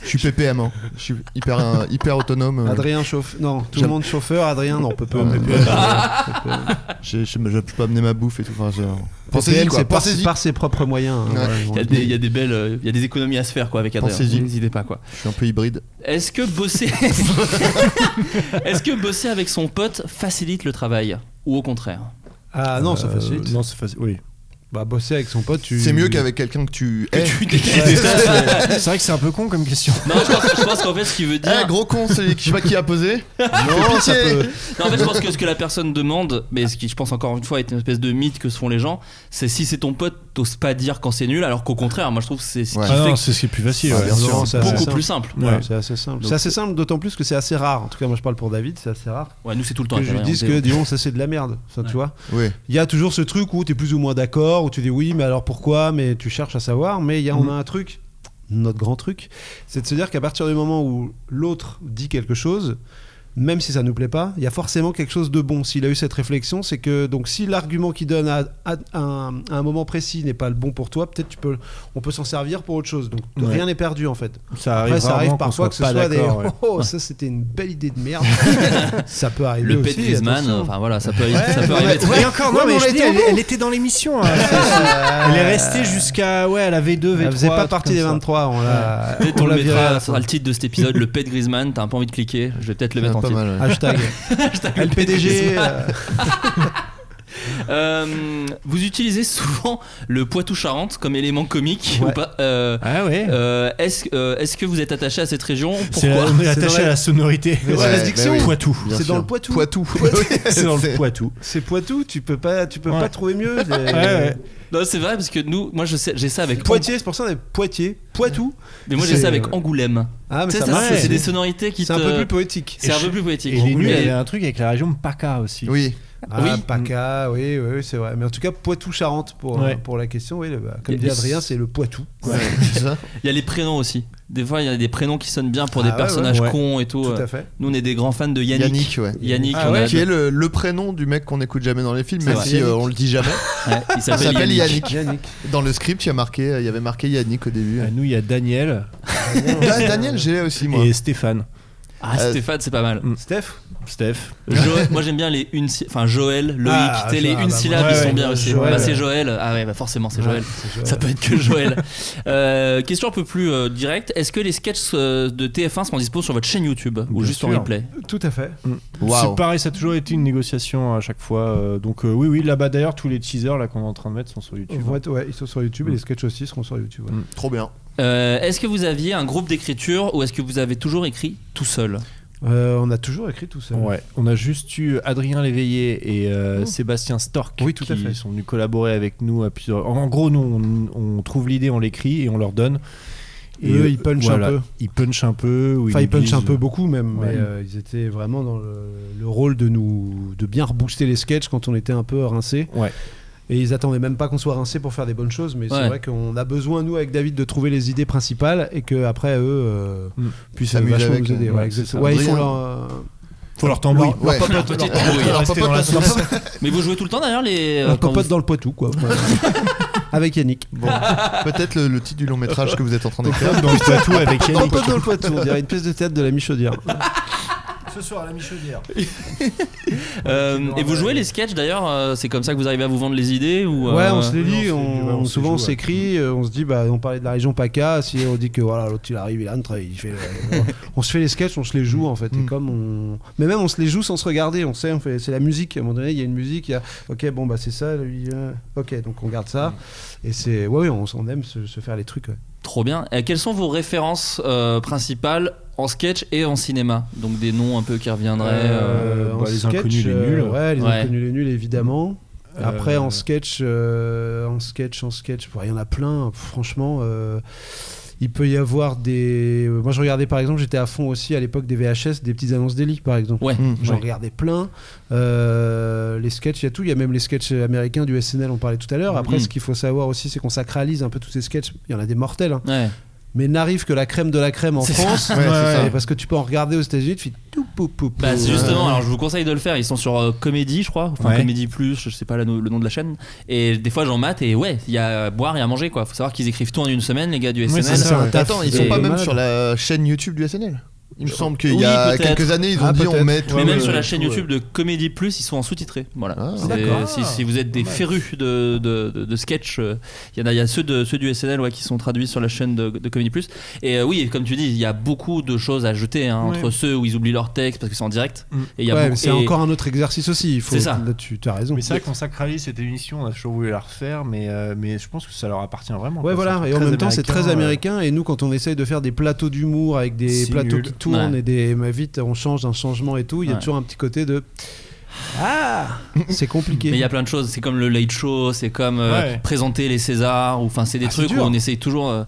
[SPEAKER 11] suis PPM. hein. Je suis hyper, euh, hyper autonome. euh.
[SPEAKER 10] Adrien chauffe. Non, tout
[SPEAKER 11] J'aime-
[SPEAKER 10] le monde chauffeur. Adrien, non, on peut pas.
[SPEAKER 11] Ouais,
[SPEAKER 10] on peut
[SPEAKER 11] ouais.
[SPEAKER 10] plus.
[SPEAKER 11] J'ai- Je ne peux pas amener ma bouffe et tout. Enfin, je- Pensez-y,
[SPEAKER 10] PPL,
[SPEAKER 11] quoi.
[SPEAKER 10] c'est par,
[SPEAKER 11] Pensez-y.
[SPEAKER 10] par ses propres moyens. hein,
[SPEAKER 11] Ouais.
[SPEAKER 10] ouais,
[SPEAKER 8] Il y, a
[SPEAKER 10] bon.
[SPEAKER 8] des- il y a des belles, euh, il y a des économies à se faire quoi avec Adrien.
[SPEAKER 11] Pensez-y.
[SPEAKER 8] N'hésitez pas quoi.
[SPEAKER 11] Je suis un peu hybride.
[SPEAKER 8] Est-ce que bosser, [LAUGHS] est-ce que bosser avec son pote facilite le travail ou au contraire
[SPEAKER 10] Ah non, ça
[SPEAKER 9] Euh,
[SPEAKER 10] facilite.
[SPEAKER 9] Non, c'est facile. Oui.
[SPEAKER 10] Bah, bosser avec son pote, tu.
[SPEAKER 11] C'est mieux qu'avec quelqu'un que tu Eh, hais.
[SPEAKER 9] Ouais, ça, c'est c'est vrai que c'est un peu con comme question.
[SPEAKER 8] Non, je pense, je pense qu'en fait ce qu'il veut
[SPEAKER 11] Eh,
[SPEAKER 8] dire.
[SPEAKER 11] gros con, c'est je sais pas qui a posé. Non,
[SPEAKER 10] Ça peut-
[SPEAKER 8] Non, en fait, je pense que ce que la personne demande, mais ce qui, je pense encore une fois, est une espèce de mythe que se font les gens, c'est si c'est ton pote, t'oses pas dire quand c'est nul, alors qu'au contraire, moi je trouve que c'est ce qui
[SPEAKER 11] Ouais.
[SPEAKER 9] Ah
[SPEAKER 8] fait
[SPEAKER 9] non,
[SPEAKER 8] que
[SPEAKER 9] c'est ce qui est plus facile.
[SPEAKER 11] Ah,
[SPEAKER 9] ouais.
[SPEAKER 11] bien sûr.
[SPEAKER 10] Non,
[SPEAKER 9] Non, c'est-
[SPEAKER 10] c'est assez
[SPEAKER 8] beaucoup
[SPEAKER 10] simple.
[SPEAKER 8] plus simple.
[SPEAKER 10] Ouais,
[SPEAKER 9] Ouais.
[SPEAKER 10] c'est assez simple.
[SPEAKER 8] Donc-
[SPEAKER 10] C'est assez simple, d'autant plus que c'est assez rare. En tout cas, moi je parle pour David, c'est assez rare.
[SPEAKER 8] Ouais, nous c'est tout le temps.
[SPEAKER 10] Que je lui
[SPEAKER 8] Adrien,
[SPEAKER 10] dise
[SPEAKER 8] on
[SPEAKER 10] que,
[SPEAKER 8] dit-
[SPEAKER 10] disons, ça c'est de la merde. Ça, tu vois.
[SPEAKER 11] Oui.
[SPEAKER 10] Il y a toujours ce truc où tu es plus ou moins d'accord, où tu dis oui, mais alors pourquoi Mais tu cherches à savoir. Mais il y a, on a un truc, notre grand truc, c'est de se dire qu'à partir du moment où l'autre dit quelque chose, même si ça nous plaît pas, il y a forcément quelque chose de bon. S'il a eu cette réflexion, c'est que donc si l'argument qu'il donne à, à- à un, à un moment précis n'est pas le bon pour toi, peut-être tu peux, on peut s'en servir pour autre chose. Donc
[SPEAKER 9] Ouais.
[SPEAKER 10] rien n'est perdu en fait.
[SPEAKER 9] Ça arrive,
[SPEAKER 10] Après, ça arrive
[SPEAKER 9] rarement qu'on
[SPEAKER 10] parfois que ce
[SPEAKER 9] pas
[SPEAKER 10] soit des.
[SPEAKER 9] d'accord, ouais.
[SPEAKER 10] [LAUGHS] Oh, ça c'était une belle idée
[SPEAKER 9] [LAUGHS]
[SPEAKER 10] de merde. ça peut arriver
[SPEAKER 8] le
[SPEAKER 10] aussi.
[SPEAKER 8] pet Griezmann,
[SPEAKER 10] attention.
[SPEAKER 8] enfin voilà, ça peut, ça
[SPEAKER 9] Ouais,
[SPEAKER 8] peut arriver.
[SPEAKER 9] ouais, et encore, non,
[SPEAKER 10] Ouais,
[SPEAKER 9] mais
[SPEAKER 10] mais on
[SPEAKER 9] je
[SPEAKER 10] l'a
[SPEAKER 9] dis,
[SPEAKER 10] dit
[SPEAKER 9] elle,
[SPEAKER 10] avant.
[SPEAKER 9] elle était dans l'émission. hein. elle est restée jusqu'à ouais, à la V2, V3.
[SPEAKER 10] Elle faisait pas
[SPEAKER 9] truc
[SPEAKER 10] partie des
[SPEAKER 9] comme ça.
[SPEAKER 10] 23, on l'a
[SPEAKER 8] Peut-être
[SPEAKER 10] on
[SPEAKER 8] on le
[SPEAKER 10] l'a virée à
[SPEAKER 8] mettra,
[SPEAKER 10] la
[SPEAKER 8] ça sera
[SPEAKER 10] fin.
[SPEAKER 8] le titre de cet épisode, le pet Griezmann, t'as un peu envie de cliquer, je vais peut-être le mettre en
[SPEAKER 11] Pas
[SPEAKER 8] titre.
[SPEAKER 11] mal. ouais.
[SPEAKER 10] Hashtag. LPDG. euh,
[SPEAKER 8] [LAUGHS] Euh, vous utilisez souvent le Poitou-Charentes comme élément comique ou pas Euh,
[SPEAKER 9] Ah ouais.
[SPEAKER 8] euh, Est-ce euh, est-ce que vous êtes attaché à cette région
[SPEAKER 9] C'est
[SPEAKER 8] Pourquoi
[SPEAKER 9] on est
[SPEAKER 10] C'est
[SPEAKER 9] attaché
[SPEAKER 10] dans la-
[SPEAKER 9] à la sonorité.
[SPEAKER 10] Mais c'est la diction.
[SPEAKER 11] bah oui.
[SPEAKER 9] Poitou.
[SPEAKER 11] Bien
[SPEAKER 10] C'est dans
[SPEAKER 11] sûr.
[SPEAKER 10] le Poitou.
[SPEAKER 11] Poitou.
[SPEAKER 9] C'est dans le
[SPEAKER 11] [LAUGHS] C'est-
[SPEAKER 9] Poitou.
[SPEAKER 10] C'est Poitou, tu peux pas, tu peux
[SPEAKER 9] Ouais.
[SPEAKER 10] pas trouver mieux. c'est-
[SPEAKER 9] ouais.
[SPEAKER 8] Non, c'est vrai parce que nous, moi je sais, j'ai ça avec
[SPEAKER 10] Poitiers, c'est pour ça on est Poitiers, Poitou.
[SPEAKER 8] mais moi j'ai
[SPEAKER 10] c'est-
[SPEAKER 8] ça avec Angoulême.
[SPEAKER 10] Ah mais
[SPEAKER 8] Tu sais,
[SPEAKER 10] ça
[SPEAKER 8] ça,
[SPEAKER 9] marche
[SPEAKER 8] c'est
[SPEAKER 9] aussi.
[SPEAKER 8] des sonorités qui
[SPEAKER 10] C'est un
[SPEAKER 8] te-
[SPEAKER 10] peu plus poétique.
[SPEAKER 8] c'est un peu
[SPEAKER 10] plus.
[SPEAKER 8] plus poétique.
[SPEAKER 9] Et les nuls,
[SPEAKER 8] Mais-
[SPEAKER 9] il y a un truc avec la région de Paca aussi.
[SPEAKER 11] Oui.
[SPEAKER 8] Oui.
[SPEAKER 10] Ah, Paca, oui, oui, oui, c'est vrai. Mais en tout cas, Poitou-Charentes pour,
[SPEAKER 9] Ouais.
[SPEAKER 10] pour la question. Oui, le- bah,
[SPEAKER 8] Et-
[SPEAKER 10] comme dit Adrien, c'est le Poitou.
[SPEAKER 11] C'est ça.
[SPEAKER 8] Il y a les prénoms aussi. Des fois, il y a des prénoms qui sonnent bien pour
[SPEAKER 10] Ah
[SPEAKER 8] des
[SPEAKER 10] ouais,
[SPEAKER 8] personnages
[SPEAKER 9] ouais.
[SPEAKER 8] cons et tout. euh.
[SPEAKER 10] Tout à fait.
[SPEAKER 8] Nous, on est des grands fans de Yannick.
[SPEAKER 11] Yannick, ouais.
[SPEAKER 8] Yannick,
[SPEAKER 9] Ah
[SPEAKER 8] on a-
[SPEAKER 9] ouais.
[SPEAKER 11] Qui est le, le prénom du mec qu'on écoute jamais dans les films,
[SPEAKER 8] C'est
[SPEAKER 11] même
[SPEAKER 8] vrai.
[SPEAKER 11] si euh, on le dit jamais.
[SPEAKER 8] Ouais, il s'appelle
[SPEAKER 11] Il s'appelle
[SPEAKER 8] Yannick. Ah
[SPEAKER 11] Yannick.
[SPEAKER 10] Yannick.
[SPEAKER 11] Dans le script, il y, a marqué, il y avait marqué Yannick au début.
[SPEAKER 9] À nous, il y a Daniel
[SPEAKER 11] Da- Daniel, j'ai aussi, moi.
[SPEAKER 9] et Stéphane. Mm.
[SPEAKER 8] Ah,
[SPEAKER 11] Euh,
[SPEAKER 8] Stéphane, c'est pas mal.
[SPEAKER 10] Steph
[SPEAKER 9] Steph.
[SPEAKER 10] [LAUGHS]
[SPEAKER 8] Jo- moi j'aime bien les une si- enfin Joël Loïc
[SPEAKER 10] Ah,
[SPEAKER 8] tu sais, les
[SPEAKER 10] ça,
[SPEAKER 8] une
[SPEAKER 10] bah,
[SPEAKER 8] syllabe ils
[SPEAKER 10] ouais,
[SPEAKER 8] sont bien
[SPEAKER 10] ouais,
[SPEAKER 8] aussi
[SPEAKER 10] Joël.
[SPEAKER 8] Bah, c'est Joël ah ouais bah forcément c'est Joël ça peut être que Joël Euh, question un peu plus euh, directe est-ce que les sketchs euh, de TF1 sont dispo sur votre chaîne YouTube ou
[SPEAKER 9] Bien
[SPEAKER 8] juste en
[SPEAKER 9] sûr.
[SPEAKER 8] replay
[SPEAKER 10] Tout à fait.
[SPEAKER 11] Waouh.
[SPEAKER 9] C'est pareil, ça a toujours été une négociation à chaque fois. euh, donc euh, oui, oui, là-bas d'ailleurs, tous les teasers là qu'on est en train de mettre sont sur
[SPEAKER 10] Tu
[SPEAKER 9] YouTube.
[SPEAKER 10] vois, ouais, ils sont sur YouTube et
[SPEAKER 9] Mm.
[SPEAKER 10] les sketchs aussi seront sur YouTube. ouais.
[SPEAKER 9] Mm.
[SPEAKER 11] Trop bien.
[SPEAKER 8] Euh, est-ce que vous aviez un groupe d'écriture ou est-ce que vous avez toujours écrit tout
[SPEAKER 10] [LAUGHS]
[SPEAKER 8] seul
[SPEAKER 10] Euh, on a toujours écrit tout ça.
[SPEAKER 9] Ouais, on a juste eu Adrien Léveillé et euh,
[SPEAKER 10] Oh.
[SPEAKER 9] Sébastien Stork
[SPEAKER 10] Oui, tout
[SPEAKER 9] qui
[SPEAKER 10] à fait.
[SPEAKER 9] sont venus collaborer avec nous à plusieurs. En gros, nous, on, on trouve l'idée, on l'écrit et on leur donne.
[SPEAKER 10] Et eux, ils punchent
[SPEAKER 9] voilà,
[SPEAKER 10] un peu.
[SPEAKER 9] Ils punchent un peu. ou
[SPEAKER 10] Enfin, ils punchent
[SPEAKER 9] négligent.
[SPEAKER 10] un peu beaucoup même,
[SPEAKER 9] Ouais.
[SPEAKER 10] mais euh, ils étaient vraiment dans le, le rôle de nous, de bien rebooster les sketchs quand on était un peu rincé. Et ils attendaient même pas qu'on soit rincé pour faire des bonnes choses, mais
[SPEAKER 8] Ouais.
[SPEAKER 10] c'est vrai qu'on a besoin nous avec David de trouver les idées principales et que après eux euh, puissent
[SPEAKER 11] Mm. S'amuser
[SPEAKER 10] vachement
[SPEAKER 11] avec,
[SPEAKER 10] nous aider.
[SPEAKER 11] euh,
[SPEAKER 10] Voilà,
[SPEAKER 11] ouais, c'est
[SPEAKER 10] exact-
[SPEAKER 11] ça.
[SPEAKER 10] ouais, ils font
[SPEAKER 11] Adrien.
[SPEAKER 10] leur euh,
[SPEAKER 9] Faut leur tambouille.
[SPEAKER 10] leur- leur
[SPEAKER 11] Ouais.
[SPEAKER 10] popote,
[SPEAKER 11] Leur
[SPEAKER 10] leur
[SPEAKER 11] petite
[SPEAKER 10] tambouille.
[SPEAKER 11] tambouille.
[SPEAKER 10] Rester
[SPEAKER 11] Leur
[SPEAKER 10] dans la
[SPEAKER 11] popote.
[SPEAKER 10] sauce.
[SPEAKER 8] Mais vous jouez tout le temps d'ailleurs les. euh,
[SPEAKER 10] Leur
[SPEAKER 8] quand
[SPEAKER 10] popote
[SPEAKER 8] vous-
[SPEAKER 10] dans le poitou quoi. Ouais. avec Yannick.
[SPEAKER 11] Bon, [LAUGHS] peut-être le, le titre du long métrage que vous êtes en train d'écrire.
[SPEAKER 9] Popote dans le
[SPEAKER 10] [LAUGHS]
[SPEAKER 9] Poitou avec
[SPEAKER 10] Un
[SPEAKER 9] Yannick.
[SPEAKER 10] peu dans le poitou, on dirait une pièce de théâtre de la Michaudière.
[SPEAKER 9] Ce soir à la Michaudière.
[SPEAKER 8] Euh, et vous jouez les sketchs d'ailleurs euh, C'est comme ça que vous arrivez à vous vendre les idées ou
[SPEAKER 10] Ouais,
[SPEAKER 8] euh,
[SPEAKER 10] on se les lit,
[SPEAKER 9] on se les-
[SPEAKER 10] on,
[SPEAKER 9] ouais, on se les
[SPEAKER 10] souvent
[SPEAKER 9] joue,
[SPEAKER 10] on
[SPEAKER 9] ouais.
[SPEAKER 10] s'écrit, euh, on se dit, bah, on parlait de la région PACA, si on dit que voilà, l'autre il arrive, il entre, il fait. euh, [LAUGHS] on se fait les sketchs, on se les joue en fait.
[SPEAKER 9] Mm.
[SPEAKER 10] Et comme on... Mais même on se les joue sans se regarder, on sait, on fait, c'est la musique. À un moment donné, il y a une musique, il y a. Ok, bon, bah c'est ça, lui, euh, ok, donc on garde ça.
[SPEAKER 9] Mm.
[SPEAKER 10] Et c'est. Ouais, ouais, on, s- on aime se, se faire les trucs. ouais.
[SPEAKER 8] Trop bien. Et quelles sont vos références euh, principales en sketch et en cinéma Donc des noms un peu qui reviendraient. euh,
[SPEAKER 10] Euh,
[SPEAKER 9] bah, les inconnus, les nuls.
[SPEAKER 10] Ouais, les
[SPEAKER 8] Ouais.
[SPEAKER 10] inconnus, les nuls, évidemment. Après,
[SPEAKER 9] Euh,
[SPEAKER 10] en sketch, euh, en sketch, en sketch, ouais, il y en a plein. Pff, Franchement, euh, il peut y avoir des. euh, Moi, je regardais par exemple, j'étais à fond aussi à l'époque des VHS, des petites annonces d'Eli, par exemple.
[SPEAKER 8] Ouais.
[SPEAKER 11] Mm.
[SPEAKER 10] J'en
[SPEAKER 9] Ouais.
[SPEAKER 10] regardais plein. Euh, les sketchs, il y a tout. Il y a même les sketchs américains du SNL, on parlait tout à l'heure. Après,
[SPEAKER 8] Mm.
[SPEAKER 10] ce qu'il faut savoir aussi, c'est qu'on sacralise un peu tous ces sketchs. Il y en a des mortels. hein.
[SPEAKER 8] Ouais.
[SPEAKER 10] Mais n'arrive que la crème de la crème en
[SPEAKER 8] C'est
[SPEAKER 10] France.
[SPEAKER 11] [LAUGHS] Ouais, c'est ça.
[SPEAKER 10] Et Parce que tu peux en regarder aux États-Unis, tu fais tout pou pou pou.
[SPEAKER 8] Bah, c'est justement, alors je vous conseille de le faire. Ils sont sur euh, Comédie, je crois, enfin
[SPEAKER 9] euh, Ouais.
[SPEAKER 8] Comédie Plus, je sais pas la no- le nom de la chaîne. Et des fois, j'en mate et ouais, il y a à boire et à manger quoi. Faut savoir qu'ils écrivent tout en une semaine, les gars du SNL.
[SPEAKER 9] c'est ça, ouais.
[SPEAKER 11] Attends, ils sont
[SPEAKER 8] Et-
[SPEAKER 11] pas même
[SPEAKER 10] malade.
[SPEAKER 11] sur la chaîne YouTube du SNL Il me semble qu'il
[SPEAKER 8] Oui,
[SPEAKER 11] y a
[SPEAKER 8] peut-être.
[SPEAKER 11] quelques années, ils ont
[SPEAKER 10] Ah,
[SPEAKER 11] dit on
[SPEAKER 10] peut-être.
[SPEAKER 11] met tout.
[SPEAKER 8] Mais
[SPEAKER 10] Ouais,
[SPEAKER 8] même
[SPEAKER 10] ouais,
[SPEAKER 8] sur la
[SPEAKER 10] ouais,
[SPEAKER 8] chaîne
[SPEAKER 10] tout,
[SPEAKER 8] YouTube de Comédie Plus, ils sont en sous-titrés. Voilà.
[SPEAKER 11] Ah,
[SPEAKER 8] C'est-
[SPEAKER 9] d'accord.
[SPEAKER 8] si, si vous êtes des férus de, de, de, de sketch, euh, il y en a, il y a ceux, de, ceux du SNL ouais, qui sont traduits sur la chaîne de, de Comédie Plus. Et euh, oui, comme tu dis, il y a beaucoup de choses à jeter hein,
[SPEAKER 9] Ouais.
[SPEAKER 8] entre ceux où ils oublient leur texte parce que c'est en direct.
[SPEAKER 9] Mm.
[SPEAKER 8] Et il y a
[SPEAKER 10] Ouais,
[SPEAKER 8] beaucoup-
[SPEAKER 10] mais c'est
[SPEAKER 8] et-
[SPEAKER 10] encore un autre exercice aussi. Il faut,
[SPEAKER 8] C'est ça.
[SPEAKER 10] Là, tu as raison.
[SPEAKER 9] Mais c'est vrai qu'on sacralise cette émission, on a toujours voulu la refaire, mais, euh, mais je pense que ça leur appartient vraiment.
[SPEAKER 10] Ouais,
[SPEAKER 9] quoi.
[SPEAKER 10] voilà.
[SPEAKER 9] C'est
[SPEAKER 10] Et en
[SPEAKER 9] très
[SPEAKER 10] même temps, c'est très
[SPEAKER 9] euh,
[SPEAKER 10] américain. Et nous, quand on essaye de faire des plateaux d'humour avec des
[SPEAKER 9] C'est
[SPEAKER 10] plateaux
[SPEAKER 9] nul.
[SPEAKER 10] qui tournent
[SPEAKER 8] Ouais.
[SPEAKER 10] et des. Mais vite, on change un changement et tout, il y a
[SPEAKER 8] Ouais.
[SPEAKER 10] toujours un petit côté de. Ah [LAUGHS] C'est compliqué.
[SPEAKER 8] Mais il y a plein de choses, c'est comme le late show, c'est comme euh,
[SPEAKER 9] Ouais.
[SPEAKER 8] présenter les Césars, ou enfin c'est des
[SPEAKER 10] Ah, c'est
[SPEAKER 8] trucs où
[SPEAKER 10] dur.
[SPEAKER 8] on essaye toujours. euh,